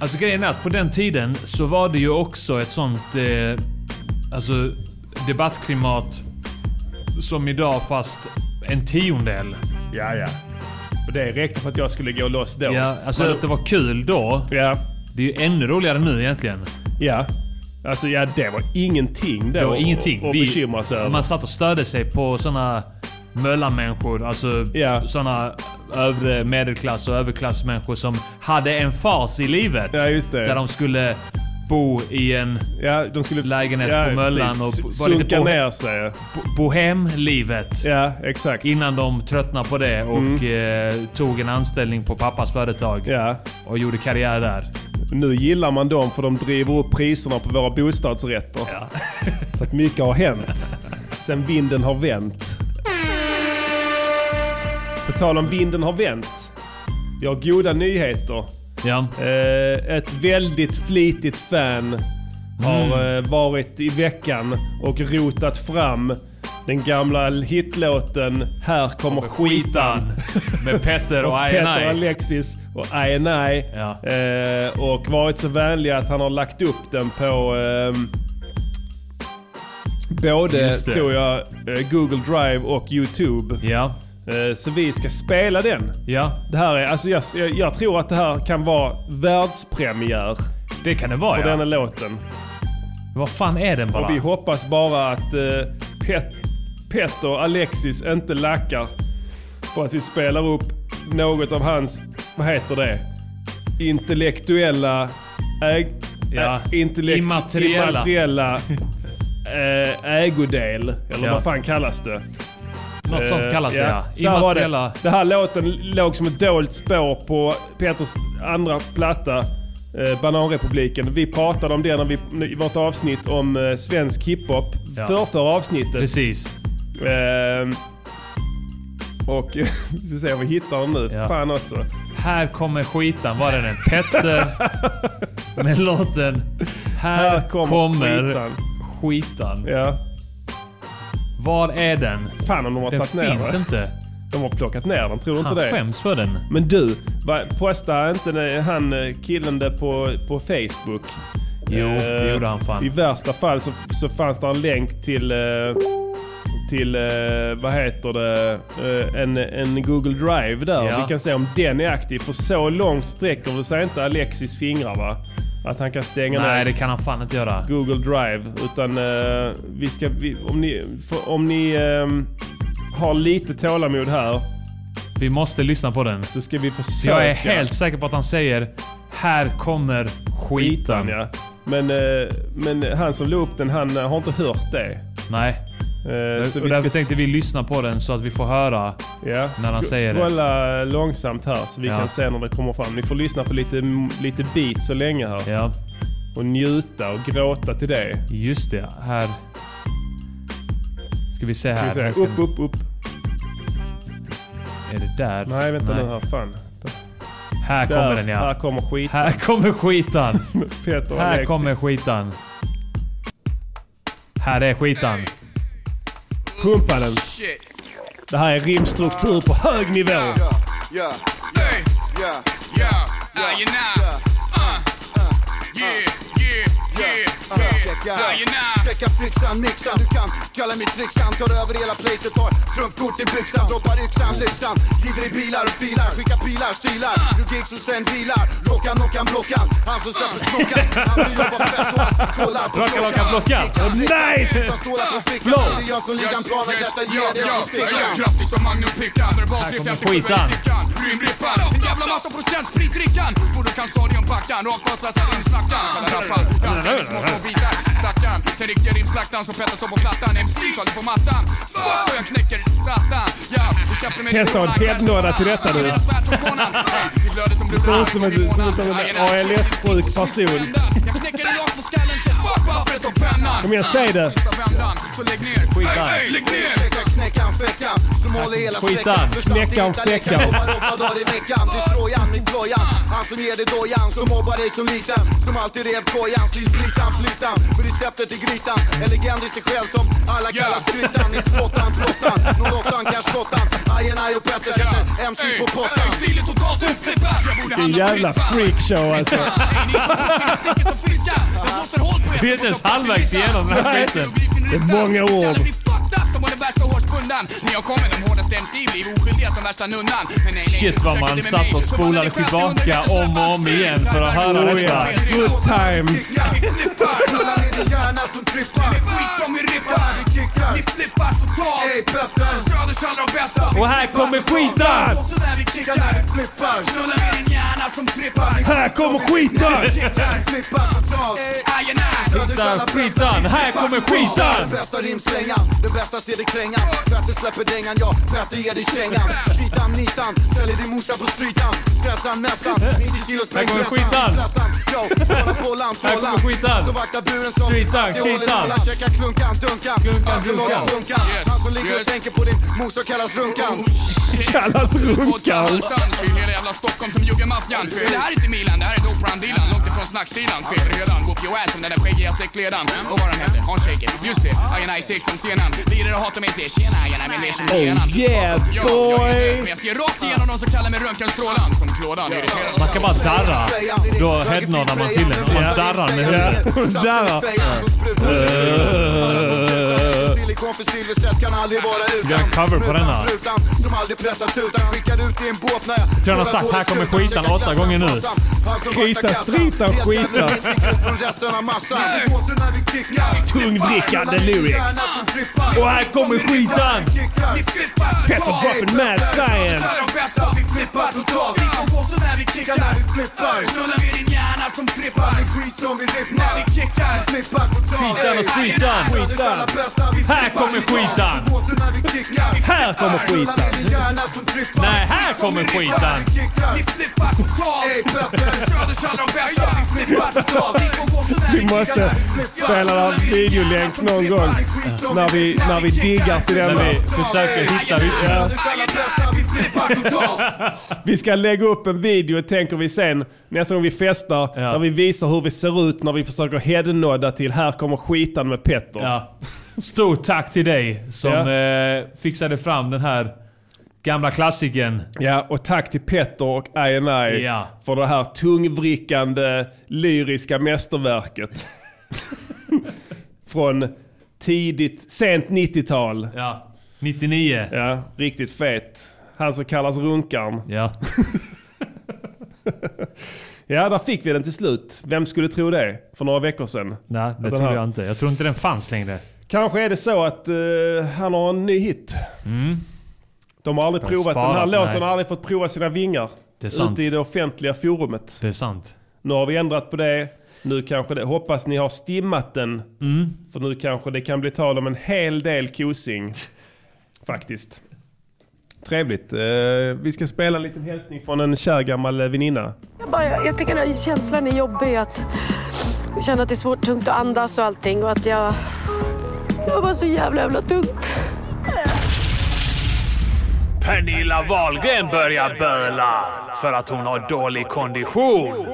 [SPEAKER 3] Alltså grejen är att på den tiden så var det ju också ett sånt eh, alltså, debattklimat som idag fast en tiondel.
[SPEAKER 1] Ja, ja. Och det räckte för att jag skulle gå loss då.
[SPEAKER 3] Ja, alltså
[SPEAKER 1] Men-
[SPEAKER 3] att det var kul då.
[SPEAKER 1] Ja.
[SPEAKER 3] Det är ju ännu roligare nu egentligen.
[SPEAKER 1] Ja. Alltså ja, det var ingenting då.
[SPEAKER 3] Det var ingenting.
[SPEAKER 1] Och, och bekymra sig över.
[SPEAKER 3] man satt och störde sig på såna möllarmänniskor. Alltså såna övre medelklass och överklassmänniskor som hade en fas i livet.
[SPEAKER 1] Ja, just det.
[SPEAKER 3] Där de skulle bo i en lägenhet
[SPEAKER 1] ja,
[SPEAKER 3] på möllan
[SPEAKER 1] precis.
[SPEAKER 3] och
[SPEAKER 1] Sunka ner
[SPEAKER 3] sig. Bohemlivet.
[SPEAKER 1] Ja, exakt.
[SPEAKER 3] Innan de tröttnade på det och
[SPEAKER 1] Mm.
[SPEAKER 3] eh, tog en anställning på pappas företag. Och gjorde karriär där.
[SPEAKER 1] Nu gillar man dem för de driver upp priserna på våra bostadsrätter. Så att mycket har hänt. Sen vinden har vänt. På tal om vinden har vänt. Jag har goda nyheter. Eh, ett väldigt flitigt fan har
[SPEAKER 3] Mm.
[SPEAKER 1] eh, varit i veckan och rotat fram den gamla hitlåten Här kommer skitan.
[SPEAKER 3] Med Petter och I&I.
[SPEAKER 1] Petter Alexis och I&I. Eh, och varit så vänlig att han har lagt upp den på ehm, både,
[SPEAKER 3] Just det.
[SPEAKER 1] tror jag, eh, Google Drive och YouTube. Eh,
[SPEAKER 3] Ja.
[SPEAKER 1] Så vi ska spela den.
[SPEAKER 3] Ja.
[SPEAKER 1] Det här är, alltså jag, jag, jag tror att det här kan vara världspremiär.
[SPEAKER 3] Det kan det vara,
[SPEAKER 1] För
[SPEAKER 3] ja.
[SPEAKER 1] denna låten.
[SPEAKER 3] Vad fan är den bara?
[SPEAKER 1] Och vi hoppas bara att eh, Pet, Petter och Alexis inte lackar på att vi spelar upp något av hans, vad heter det, intellektuella... Äg,
[SPEAKER 3] Ja,
[SPEAKER 1] ä, intellekt,
[SPEAKER 3] immateriella.
[SPEAKER 1] immateriella eh, ägodel, eller
[SPEAKER 3] Ja.
[SPEAKER 1] vad fan kallas det?
[SPEAKER 3] Något sånt
[SPEAKER 1] Eh,
[SPEAKER 3] kallas det, ja.
[SPEAKER 1] Så här var det.
[SPEAKER 3] Immateriella-
[SPEAKER 1] det här låten låg som ett dolt spår på Peters andra platta. eh, Bananrepubliken. Vi pratade om det när vi, i vårt avsnitt om eh, svensk hiphop.
[SPEAKER 3] Ja.
[SPEAKER 1] För, förra avsnittet. Eh,
[SPEAKER 3] Precis.
[SPEAKER 1] och vi ska se om vi hittar dem nu. Fan också.
[SPEAKER 3] Här kommer skitan. Var är den? Petter med låten Här,
[SPEAKER 1] Här kommer
[SPEAKER 3] kommer,
[SPEAKER 1] skitan.
[SPEAKER 3] skitan. Var är den?
[SPEAKER 1] Fan om de har
[SPEAKER 3] Den
[SPEAKER 1] tagit ner den.
[SPEAKER 3] finns inte.
[SPEAKER 1] De har plockat ner den, tror du
[SPEAKER 3] Han
[SPEAKER 1] inte det?
[SPEAKER 3] skäms för den.
[SPEAKER 1] Men du, va- postar inte det- han eh, killen det på, på Facebook?
[SPEAKER 3] Jo, det
[SPEAKER 1] Eh,
[SPEAKER 3] gjorde han fan.
[SPEAKER 1] I värsta fall så, så fanns det en länk till, eh, till eh, vad heter det, Eh, en, en Google Drive där.
[SPEAKER 3] Ja.
[SPEAKER 1] Vi kan se om den är aktiv. För så långt sträcker sig inte Alexis fingrar va? Att han kan stänga
[SPEAKER 3] Nej,
[SPEAKER 1] ner
[SPEAKER 3] det kan han fan inte göra.
[SPEAKER 1] Google Drive. Utan eh, vi ska, vi, om ni, för- om ni ehm, har lite tålamod här.
[SPEAKER 3] Vi måste lyssna på den.
[SPEAKER 1] Så ska vi försöka.
[SPEAKER 3] Jag är helt säker på att han säger Här kommer skiten.
[SPEAKER 1] skiten ja. Men, eh, men han som la upp den, han eh, har inte hört det.
[SPEAKER 3] Nej.
[SPEAKER 1] så
[SPEAKER 3] och
[SPEAKER 1] vi
[SPEAKER 3] därför
[SPEAKER 1] ska-
[SPEAKER 3] tänkte vi lyssna på den så att vi får höra
[SPEAKER 1] Ja.
[SPEAKER 3] när han
[SPEAKER 1] Sk-
[SPEAKER 3] säger det.
[SPEAKER 1] Scrolla eh, långsamt här så vi
[SPEAKER 3] Ja.
[SPEAKER 1] kan se när det kommer fram. Ni får lyssna på lite, lite beat så länge här.
[SPEAKER 3] Ja.
[SPEAKER 1] Och njuta och gråta till det.
[SPEAKER 3] Just det, här. Ska vi se
[SPEAKER 1] Ska vi
[SPEAKER 3] här.
[SPEAKER 1] se.
[SPEAKER 3] här ska
[SPEAKER 1] Upp,
[SPEAKER 3] vi-
[SPEAKER 1] upp, upp.
[SPEAKER 3] Är det där?
[SPEAKER 1] Nej, vänta nu här. Fan.
[SPEAKER 3] Här
[SPEAKER 1] Där.
[SPEAKER 3] kommer den ja.
[SPEAKER 1] Här kommer skiten.
[SPEAKER 3] Här kommer skiten.
[SPEAKER 1] Peter och
[SPEAKER 3] här
[SPEAKER 1] Alexis.
[SPEAKER 3] kommer skiten. Här är skiten.
[SPEAKER 1] Pumpa den. Det här är rimstruktur på hög nivå.
[SPEAKER 17] Yeah, yeah, yeah, yeah, yeah, you now. Uh, uh, yeah, yeah, yeah, yeah, yeah, you now. Checka flyxan, mixan, du kan kalla mig trixan. Tar över hela placet, tar trumfkort i byxan. Droppar yxan, lyxan, glider i bilar och filar. Skickar pilar, stilar, du gigs och sen vilar. Lockan, Nockan, Blockan, han som satt och snockade. Han som jobbar fett och han kollar på
[SPEAKER 3] Rocka, rocka, blocka.
[SPEAKER 17] Nice! Flow! Det är jag som ligger en plan, detta ger det som stickan.
[SPEAKER 18] Kraftig som Magnum Pickan,
[SPEAKER 3] Här
[SPEAKER 18] verbasriff
[SPEAKER 3] kommer
[SPEAKER 18] efter
[SPEAKER 3] skitan.
[SPEAKER 18] Kubanickan Rymdrippan, en jävla massa procent spritdrickan Borde kan stadionbackan, rakt bak tvärs in i snackan Kan rappa, ratta i små små bitar Slackan, den riktiga rimslaktan som petar så på plattan MC tar det på mattan, fuck! Och jag knäcker satan, ja! Du kämpar med
[SPEAKER 1] Testa att headnoda till detta nu. Det ser ut som en, ser ut som en ALS-sjuk person.
[SPEAKER 18] Jag knäcker dig rakt på skallen, sen fuck pappret och pennan
[SPEAKER 1] Kom igen, säg det.
[SPEAKER 18] Sista vändan, så lägg ner,
[SPEAKER 1] Skitan.
[SPEAKER 18] Ey, ey, lägg ner!
[SPEAKER 17] Knäckan, fäckan, som håller hela
[SPEAKER 1] Skitan.
[SPEAKER 17] sträckan.
[SPEAKER 1] Knäckan, fläckan.
[SPEAKER 17] Jobbar åtta dagar i veckan. Det är stråjan, min blojan. Han som ger dig dojan, som mobbar dig som liten. Som alltid rev kojan, slit splitan, flytan. Med receptet i grytan. En legend i sig själv som alla kallar skrytan. Nils Flottan, Flottan, någon åttan, kanske Flottan. Ajen, Aj och Petter sätter MC på pottan.
[SPEAKER 18] Stilen totalt utflippad, jag borde
[SPEAKER 1] Vilken jävla freakshow alltså.
[SPEAKER 3] Vi är inte ens halvvägs igenom den här skiten.
[SPEAKER 1] Det är många ord.
[SPEAKER 18] som var den värsta hårspundan När jag kommer den hårdaste MC blir oskyldiga som värsta nunnan Men nej, nej,
[SPEAKER 3] Shit vad
[SPEAKER 18] försök
[SPEAKER 3] man
[SPEAKER 18] inte med
[SPEAKER 3] satt
[SPEAKER 18] mig,
[SPEAKER 3] och
[SPEAKER 18] för
[SPEAKER 3] spolade tillbaka om och om igen för att höra
[SPEAKER 1] Oh ja,
[SPEAKER 3] detta.
[SPEAKER 1] good times.
[SPEAKER 17] Kolla ner din hjärna som trippar.
[SPEAKER 18] Skit som vi rippar,
[SPEAKER 17] vi kickar.
[SPEAKER 18] Ni flippar totalt.
[SPEAKER 17] Ey Petter.
[SPEAKER 18] Söders allra bästa.
[SPEAKER 1] Och här kommer skiten!
[SPEAKER 18] Och så där vi kickar. Knulla med din hjärna som trippar.
[SPEAKER 1] Här kommer skiten!
[SPEAKER 17] Skitan,
[SPEAKER 3] skitan, här kommer skitan!
[SPEAKER 17] Bästa rimslängan, den bästa ser dig krängan Petter släpper dängan, ja Petter ger dig kängan Skitan, nitan, säljer din morsa på strytan Stressan, mässan, 90 kilos
[SPEAKER 3] Här kommer skitan.
[SPEAKER 17] bänkpressan. Flässan, yo, kolla pollan,
[SPEAKER 3] Här kommer
[SPEAKER 17] trålan
[SPEAKER 3] skitan.
[SPEAKER 17] Så vaktar buren som
[SPEAKER 3] Skitan,
[SPEAKER 17] alltid håller
[SPEAKER 3] skitan.
[SPEAKER 17] nollan. Käkar klunkan, dunkan, Alltså, han som lagar
[SPEAKER 3] dunkan.
[SPEAKER 17] funkan Han som ligger och tänker på din morsa kallas runkan
[SPEAKER 1] Kallas runkan.
[SPEAKER 18] Fyll hela jävla Stockholm som juggemaffian. Det här är inte Milan, det här är Doperan-Dylan. Långt ifrån snacksidan. Sveberhölan, whoop your ass som den där skäggiga säckledaren. Och vad den hette, Hans Shaker. Just det, I and I sex som scenen. Lirar och hatar mig, säger tjena, gärna med ner som
[SPEAKER 1] Oh yeah
[SPEAKER 18] Ja, jag är
[SPEAKER 1] boy!
[SPEAKER 18] Men jag ser rakt igenom någon som kallar mig röntgenstrålan. Som klådan, irriterad.
[SPEAKER 3] Man ska bara darra. Då headnoddar man till den. Man darrar med huvudet.
[SPEAKER 17] Darrar. Silikon för Silverstedt kan aldrig vara utan
[SPEAKER 3] Vi har en cover på den här.
[SPEAKER 17] Utan som aldrig pressar tutan Skickar ut i en båt när jag
[SPEAKER 3] Jag tror han har sagt här kommer skitan åtta gånger nu.
[SPEAKER 1] Skita, strita, skita.
[SPEAKER 17] Från resten av massan Vi blåser när vi kickar
[SPEAKER 1] Tungdrickande lyrics. Och här kommer skitan! Petter dropping mad science.
[SPEAKER 17] Vi flippar totalt När vi flippar
[SPEAKER 18] Snullar med din hjärna som trippar.
[SPEAKER 17] Skit som vi rippar När vi kickar Flippar totalt
[SPEAKER 3] Skitan och skitan.
[SPEAKER 17] Söders alla bästa, vi
[SPEAKER 3] Här
[SPEAKER 17] flippar
[SPEAKER 3] kommer
[SPEAKER 17] totalt.
[SPEAKER 3] skitan.
[SPEAKER 17] Vi blåser när vi kickar. Här kommer skiten!
[SPEAKER 3] Nej, här kommer skiten!
[SPEAKER 1] Vi måste spela en videolänk någon gång när vi, när vi diggar till den.
[SPEAKER 3] När vi försöker hitta
[SPEAKER 1] Ja. Vi ska lägga upp en video tänker vi sen nästa gång vi festar. Där vi visar hur vi ser ut när vi försöker headnodda till Här kommer skitan med Petter.
[SPEAKER 3] Stort tack till dig som
[SPEAKER 1] Ja.
[SPEAKER 3] eh, fixade fram den här gamla klassikern.
[SPEAKER 1] Ja, och tack till Petter och INI
[SPEAKER 3] Ja.
[SPEAKER 1] för det här tungvrickande lyriska mästerverket. Från tidigt, sent 90-tal.
[SPEAKER 3] Ja, 99.
[SPEAKER 1] Ja, riktigt fet. Han som kallas Runkan.
[SPEAKER 3] Ja.
[SPEAKER 1] ja, där fick vi den till slut. Vem skulle tro det för några veckor sedan?
[SPEAKER 3] Nej, det
[SPEAKER 1] Att den
[SPEAKER 3] tror
[SPEAKER 1] här-
[SPEAKER 3] jag inte. Jag tror inte den fanns längre.
[SPEAKER 1] Kanske är det så att eh, han har en ny hit. De har aldrig
[SPEAKER 3] Mm. De har
[SPEAKER 1] provat den här
[SPEAKER 3] sparat,
[SPEAKER 1] låten,
[SPEAKER 3] nej.
[SPEAKER 1] har aldrig fått prova sina vingar.
[SPEAKER 3] Det är sant.
[SPEAKER 1] Ute i det offentliga forumet.
[SPEAKER 3] Det är sant.
[SPEAKER 1] Nu har vi ändrat på det. Nu kanske det, hoppas ni har stimmat den.
[SPEAKER 3] Mm.
[SPEAKER 1] För nu kanske det kan bli tal om en hel del kosing. Faktiskt. Trevligt. Eh, vi ska spela en liten hälsning från en kär gammal eh, väninna.
[SPEAKER 19] Jag, bara, jag, jag tycker den här känslan är jobbig att känna att det är svårt, tungt att andas och allting och att jag... Det var bara så jävla jävla tungt.
[SPEAKER 20] Pernilla Wahlgren börjar böla för att hon har dålig kondition.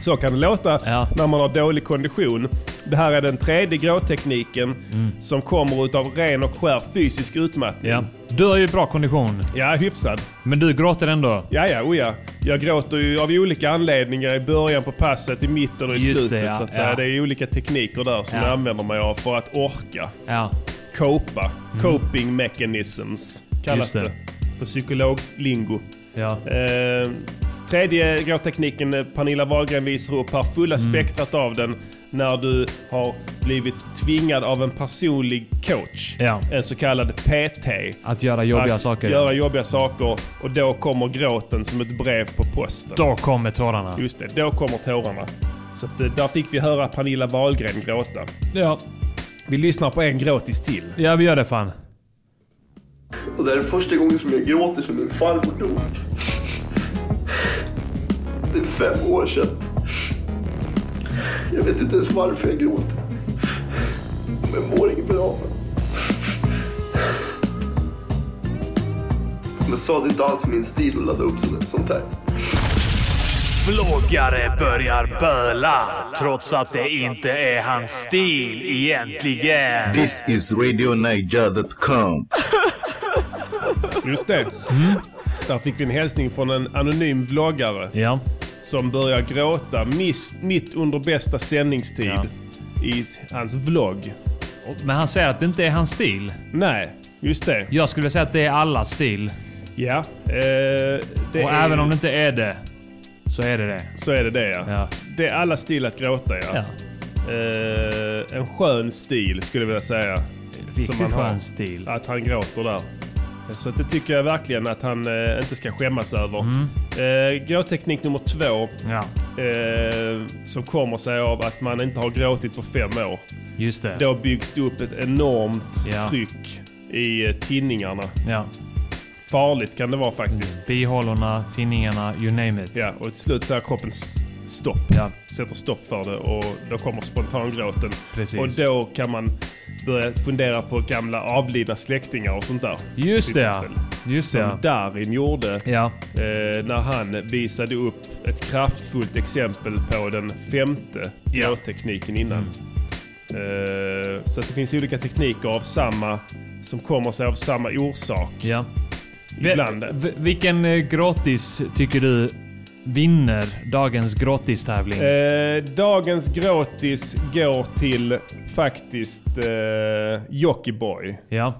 [SPEAKER 1] Så kan det låta när man har dålig kondition. Det här är den tredje gråtekniken som kommer utav ren och skär fysisk utmattning.
[SPEAKER 3] Mm. Ja. Du har ju bra kondition.
[SPEAKER 1] Ja, hyfsad.
[SPEAKER 3] Men du gråter ändå.
[SPEAKER 1] Ja, ja, oh ja. Jag gråter ju av olika anledningar i början på passet, i mitten och i
[SPEAKER 3] Just det,
[SPEAKER 1] slutet. Det,
[SPEAKER 3] ja,
[SPEAKER 1] så att säga.
[SPEAKER 3] ja.
[SPEAKER 1] det är olika tekniker där som
[SPEAKER 3] Ja.
[SPEAKER 1] jag använder mig av för att orka.
[SPEAKER 3] Ja.
[SPEAKER 1] Copa. Coping mechanisms kallas
[SPEAKER 3] Mm. Just
[SPEAKER 1] det.
[SPEAKER 3] det.
[SPEAKER 1] På psykologlingo.
[SPEAKER 3] Ja.
[SPEAKER 1] Eh, tredje gråtekniken eh, Pernilla Wahlgren visar upp här, fulla
[SPEAKER 3] Mm.
[SPEAKER 1] spektrat av den. När du har blivit tvingad av en personlig coach.
[SPEAKER 3] Ja.
[SPEAKER 1] En så kallad PT.
[SPEAKER 3] Att göra jobbiga
[SPEAKER 1] att
[SPEAKER 3] saker.
[SPEAKER 1] Göra jobbiga saker och då kommer gråten som ett brev på posten.
[SPEAKER 3] Då kommer tårarna.
[SPEAKER 1] Just det, då kommer tårarna. Så att, eh, där fick vi höra Pernilla Wahlgren gråta.
[SPEAKER 3] Ja.
[SPEAKER 1] Vi lyssnar på en gråtis till.
[SPEAKER 3] Ja, vi gör det fan.
[SPEAKER 21] Och det är första gången som jag gråter som min farmor dog. Det är fem år sedan. Jag vet inte ens varför jag gråter. Men jag mår inget bra. Men sa det inte alls min stil att ladda upp sånt- sånt här.
[SPEAKER 20] Vloggare börjar böla trots att det inte är hans stil egentligen.
[SPEAKER 8] This is RadioNiger.com.
[SPEAKER 1] Just det.
[SPEAKER 3] Mm.
[SPEAKER 1] Där fick vi en hälsning från en anonym vloggare. Som börjar gråta miss, mitt under bästa sändningstid i s- hans vlogg.
[SPEAKER 3] Men han säger att det inte är hans stil.
[SPEAKER 1] Nej, just det.
[SPEAKER 3] Jag skulle vilja säga att det är allas stil.
[SPEAKER 1] Ja. Eh, det
[SPEAKER 3] och
[SPEAKER 1] är-
[SPEAKER 3] även om det inte är det, så är det det.
[SPEAKER 1] Så är det det ja. Det är alla stil att gråta ja. Eh, en skön stil skulle jag vilja säga.
[SPEAKER 3] Riktigt
[SPEAKER 1] han har.
[SPEAKER 3] skön stil.
[SPEAKER 1] Att han gråter där. Så att det tycker jag verkligen att han eh, inte ska skämmas över.
[SPEAKER 3] Mm.
[SPEAKER 1] Eh, gråteknik nummer två. Eh, som kommer sig av att man inte har gråtit på fem år.
[SPEAKER 3] Just det.
[SPEAKER 1] Då byggs det upp ett enormt
[SPEAKER 3] Ja.
[SPEAKER 1] tryck i eh, tidningarna.
[SPEAKER 3] Ja.
[SPEAKER 1] Farligt kan det vara
[SPEAKER 3] Mm.
[SPEAKER 1] faktiskt.
[SPEAKER 3] Bihålorna, tidningarna, you name it.
[SPEAKER 1] Ja, och till slut säger kroppen s- stopp. Sätter stopp för det och då kommer spontangråten.
[SPEAKER 3] Precis.
[SPEAKER 1] Och då kan man börja fundera på gamla avlidna släktingar och sånt där.
[SPEAKER 3] Just
[SPEAKER 1] Till
[SPEAKER 3] det, ja.
[SPEAKER 1] exempel.
[SPEAKER 3] Just det,
[SPEAKER 1] Som
[SPEAKER 3] ja.
[SPEAKER 1] Darin gjorde
[SPEAKER 3] Ja.
[SPEAKER 1] eh, när han visade upp ett kraftfullt exempel på den femte gråtekniken innan. Eh, så att det finns olika tekniker av samma som kommer sig av samma orsak.
[SPEAKER 3] Ja.
[SPEAKER 1] Ibland.
[SPEAKER 3] V- vilken eh, gråtis tycker du vinner dagens gråtistävling?
[SPEAKER 1] Eh, dagens gråtis går till faktiskt eh, Jockiboi.
[SPEAKER 3] Ja.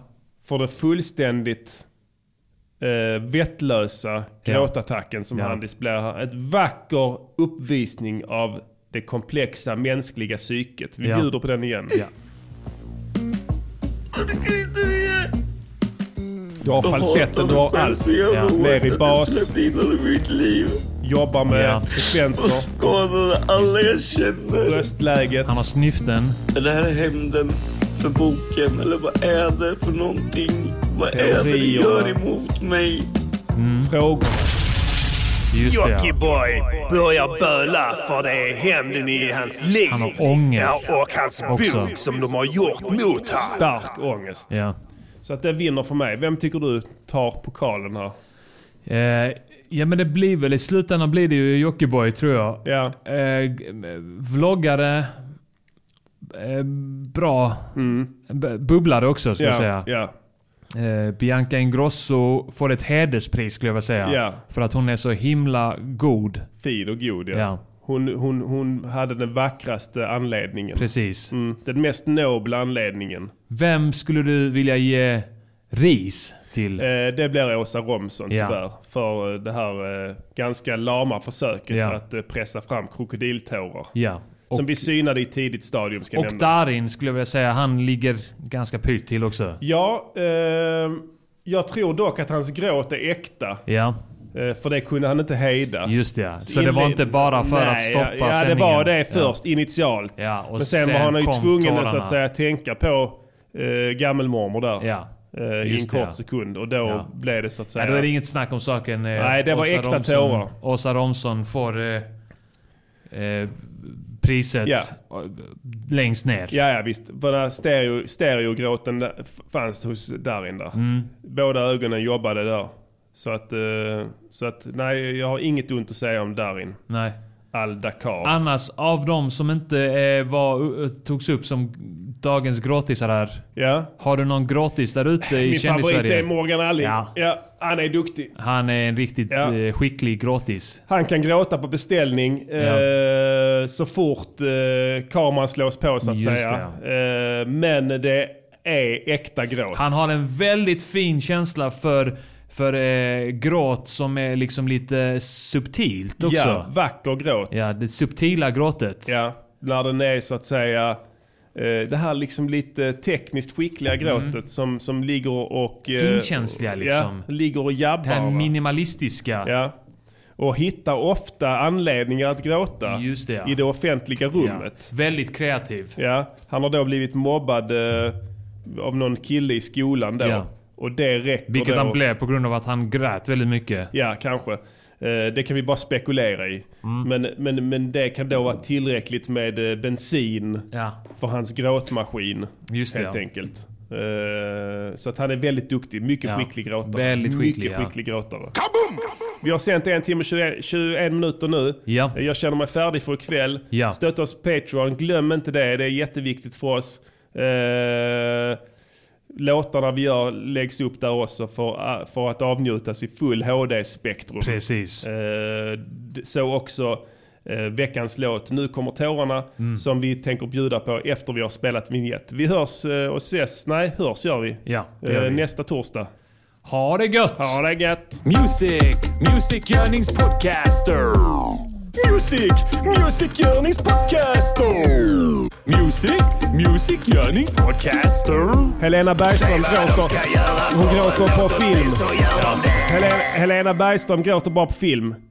[SPEAKER 1] För det fullständigt eh, vettlösa
[SPEAKER 3] Ja.
[SPEAKER 1] gråtattacken som
[SPEAKER 3] Ja.
[SPEAKER 1] han displayar här. Ett vacker uppvisning av det komplexa mänskliga psyket. Vi
[SPEAKER 3] Ja.
[SPEAKER 1] bjuder på den igen. Du har falsetten, du har allt.
[SPEAKER 7] Ja.
[SPEAKER 1] Ner i bas. Jobbar med
[SPEAKER 7] Ja.
[SPEAKER 1] frekvenser.
[SPEAKER 7] Och skadade alla jag känner.
[SPEAKER 1] Röstläget.
[SPEAKER 3] Han har snyften.
[SPEAKER 7] Det här är hämnden för boken? Eller vad är det för någonting? Vad är det du
[SPEAKER 1] Teorier.
[SPEAKER 7] gör emot mig?
[SPEAKER 1] Frågor. Just det, ja.
[SPEAKER 2] Jockiboi börjar böla för det är hämnden i hans liv.
[SPEAKER 3] Han har ångest.
[SPEAKER 2] Ja, och hans
[SPEAKER 3] Också.
[SPEAKER 2] bok som de har gjort mot han.
[SPEAKER 1] Stark ångest.
[SPEAKER 3] Ja.
[SPEAKER 1] Så att det vinner för mig. Vem tycker du tar pokalen här?
[SPEAKER 3] Eh, ja men det blir väl, i slutändan blir det ju Jockiboi tror jag.
[SPEAKER 1] Ja.
[SPEAKER 3] Eh, g- vloggare, eh, bra. B- Bubblare också ska
[SPEAKER 1] Mm. Ja,
[SPEAKER 3] jag säga. Eh, Bianca Ingrosso får ett hederspris skulle jag vilja säga.
[SPEAKER 1] Ja.
[SPEAKER 3] För att hon är så himla god.
[SPEAKER 1] Fin och god ja.
[SPEAKER 3] Ja.
[SPEAKER 1] Hon, hon, hon hade den vackraste anledningen.
[SPEAKER 3] Precis.
[SPEAKER 1] Mm, den mest nobla anledningen.
[SPEAKER 3] Vem skulle du vilja ge ris till?
[SPEAKER 1] Eh, det blir Åsa Romson
[SPEAKER 3] Ja.
[SPEAKER 1] tyvärr. För eh, det här eh, ganska lama försöket
[SPEAKER 3] Ja.
[SPEAKER 1] att eh, pressa fram krokodiltårar.
[SPEAKER 3] Ja.
[SPEAKER 1] Som vi synade i ett tidigt stadium ska
[SPEAKER 3] Och
[SPEAKER 1] nämnas.
[SPEAKER 3] Darin skulle jag vilja säga, han ligger ganska pyrt till också.
[SPEAKER 1] Ja, ehm, jag tror dock att hans gråt är äkta.
[SPEAKER 3] Ja.
[SPEAKER 1] Eh, För det kunde han inte hejda.
[SPEAKER 3] Just det, ja. Så det var inte bara för att stoppa
[SPEAKER 1] ja, ja, det
[SPEAKER 3] sändningen.
[SPEAKER 1] var det
[SPEAKER 3] Ja.
[SPEAKER 1] först, initialt.
[SPEAKER 3] Ja, och
[SPEAKER 1] Men sen, var
[SPEAKER 3] sen
[SPEAKER 1] han ju
[SPEAKER 3] kom
[SPEAKER 1] tvungen att, så
[SPEAKER 3] tårarna.
[SPEAKER 1] att säga, tänka på eh, gammelmormor där.
[SPEAKER 3] Ja.
[SPEAKER 1] Eh, I en
[SPEAKER 3] Just
[SPEAKER 1] kort
[SPEAKER 3] det, ja.
[SPEAKER 1] sekund. Och då
[SPEAKER 3] Ja.
[SPEAKER 1] blev det så att säga...
[SPEAKER 3] Nej, då är det inget snack om saken. eh,
[SPEAKER 1] Nej, det var äkta tårar.
[SPEAKER 3] Åsa Romson får eh, eh, priset
[SPEAKER 1] Ja.
[SPEAKER 3] eh, längst ner.
[SPEAKER 1] Ja, ja visst. För där stereo, stereogråten där f- fanns hos Darin där.
[SPEAKER 3] Mm.
[SPEAKER 1] Båda ögonen jobbade där. Så att, eh, så att nej, jag har inget ont att säga om Darin.
[SPEAKER 3] Nej.
[SPEAKER 1] Al Dakar.
[SPEAKER 3] Annars, av de som inte eh, var, togs upp som dagens gråtisar här.
[SPEAKER 1] Ja.
[SPEAKER 3] Har du någon gråtis där ute i
[SPEAKER 1] Min favorit
[SPEAKER 3] kändis-Sverige?
[SPEAKER 1] är Morgan Alling.
[SPEAKER 3] Ja.
[SPEAKER 1] han är duktig.
[SPEAKER 3] Han är en riktigt eh, skicklig gråtis.
[SPEAKER 1] Han kan gråta på beställning eh, så fort eh, kameran slås på så att
[SPEAKER 3] Just
[SPEAKER 1] säga. Eh, men det är äkta gråt.
[SPEAKER 3] Han har en väldigt fin känsla för, för eh, gråt som är liksom lite subtilt också.
[SPEAKER 1] Ja, vacker gråt.
[SPEAKER 3] Ja, det subtila gråtet.
[SPEAKER 1] Ja, när den är så att säga eh, det här liksom lite tekniskt skickliga gråtet som, som ligger och... eh,
[SPEAKER 3] Mm. Finkänsliga liksom.
[SPEAKER 1] Ja, ligger och jabbar.
[SPEAKER 3] Det här
[SPEAKER 1] va?
[SPEAKER 3] minimalistiska.
[SPEAKER 1] Ja. Och hittar ofta anledningar att gråta
[SPEAKER 3] Just det, ja.
[SPEAKER 1] i det offentliga rummet.
[SPEAKER 3] Väldigt kreativ.
[SPEAKER 1] Ja, han har då blivit mobbad eh, av någon kille i skolan då.
[SPEAKER 3] Ja.
[SPEAKER 1] Och det räcker
[SPEAKER 3] Vilket
[SPEAKER 1] då.
[SPEAKER 3] han blev på grund av att han grät väldigt mycket.
[SPEAKER 1] Ja, kanske. Eh, Det kan vi bara spekulera i.
[SPEAKER 3] Mm.
[SPEAKER 1] Men, men, men det kan då vara tillräckligt med eh, bensin för hans gråtmaskin.
[SPEAKER 3] Just det,
[SPEAKER 1] helt
[SPEAKER 3] ja.
[SPEAKER 1] enkelt. Eh, Så att han är väldigt duktig. Mycket
[SPEAKER 3] Ja,
[SPEAKER 1] skicklig gråtare.
[SPEAKER 3] väldigt skicklig,
[SPEAKER 1] Mycket
[SPEAKER 3] ja.
[SPEAKER 1] skicklig gråtare. Vi har sänt en timme och 21, 21 minuter nu. Eh, Jag känner mig färdig för ikväll.
[SPEAKER 3] Ja.
[SPEAKER 1] Stötta oss på Patreon. Glöm inte det. Det är jätteviktigt för oss. Eh, låtarna vi gör läggs upp där också för, för att avnjutas i full HD-spektrum.
[SPEAKER 3] Precis.
[SPEAKER 1] Eh, d- så också eh, veckans låt Nu kommer tårarna
[SPEAKER 3] Mm.
[SPEAKER 1] som vi tänker bjuda på efter vi har spelat vignett. Vi hörs eh, och ses. Nej, hörs gör vi.
[SPEAKER 3] Ja, det gör
[SPEAKER 1] Eh,
[SPEAKER 3] vi.
[SPEAKER 1] Nästa torsdag.
[SPEAKER 3] Ha det gött!
[SPEAKER 1] Ha det gött!
[SPEAKER 2] Music, Music Yearnings Podcaster. Music, Music Yearnings Podcaster. Music, Music Yearnings Podcaster.
[SPEAKER 1] Helena Bergström gråter. Hon gråter på film.
[SPEAKER 2] Så gör de det.
[SPEAKER 1] Helena, Helena Bergström gråter bara på film.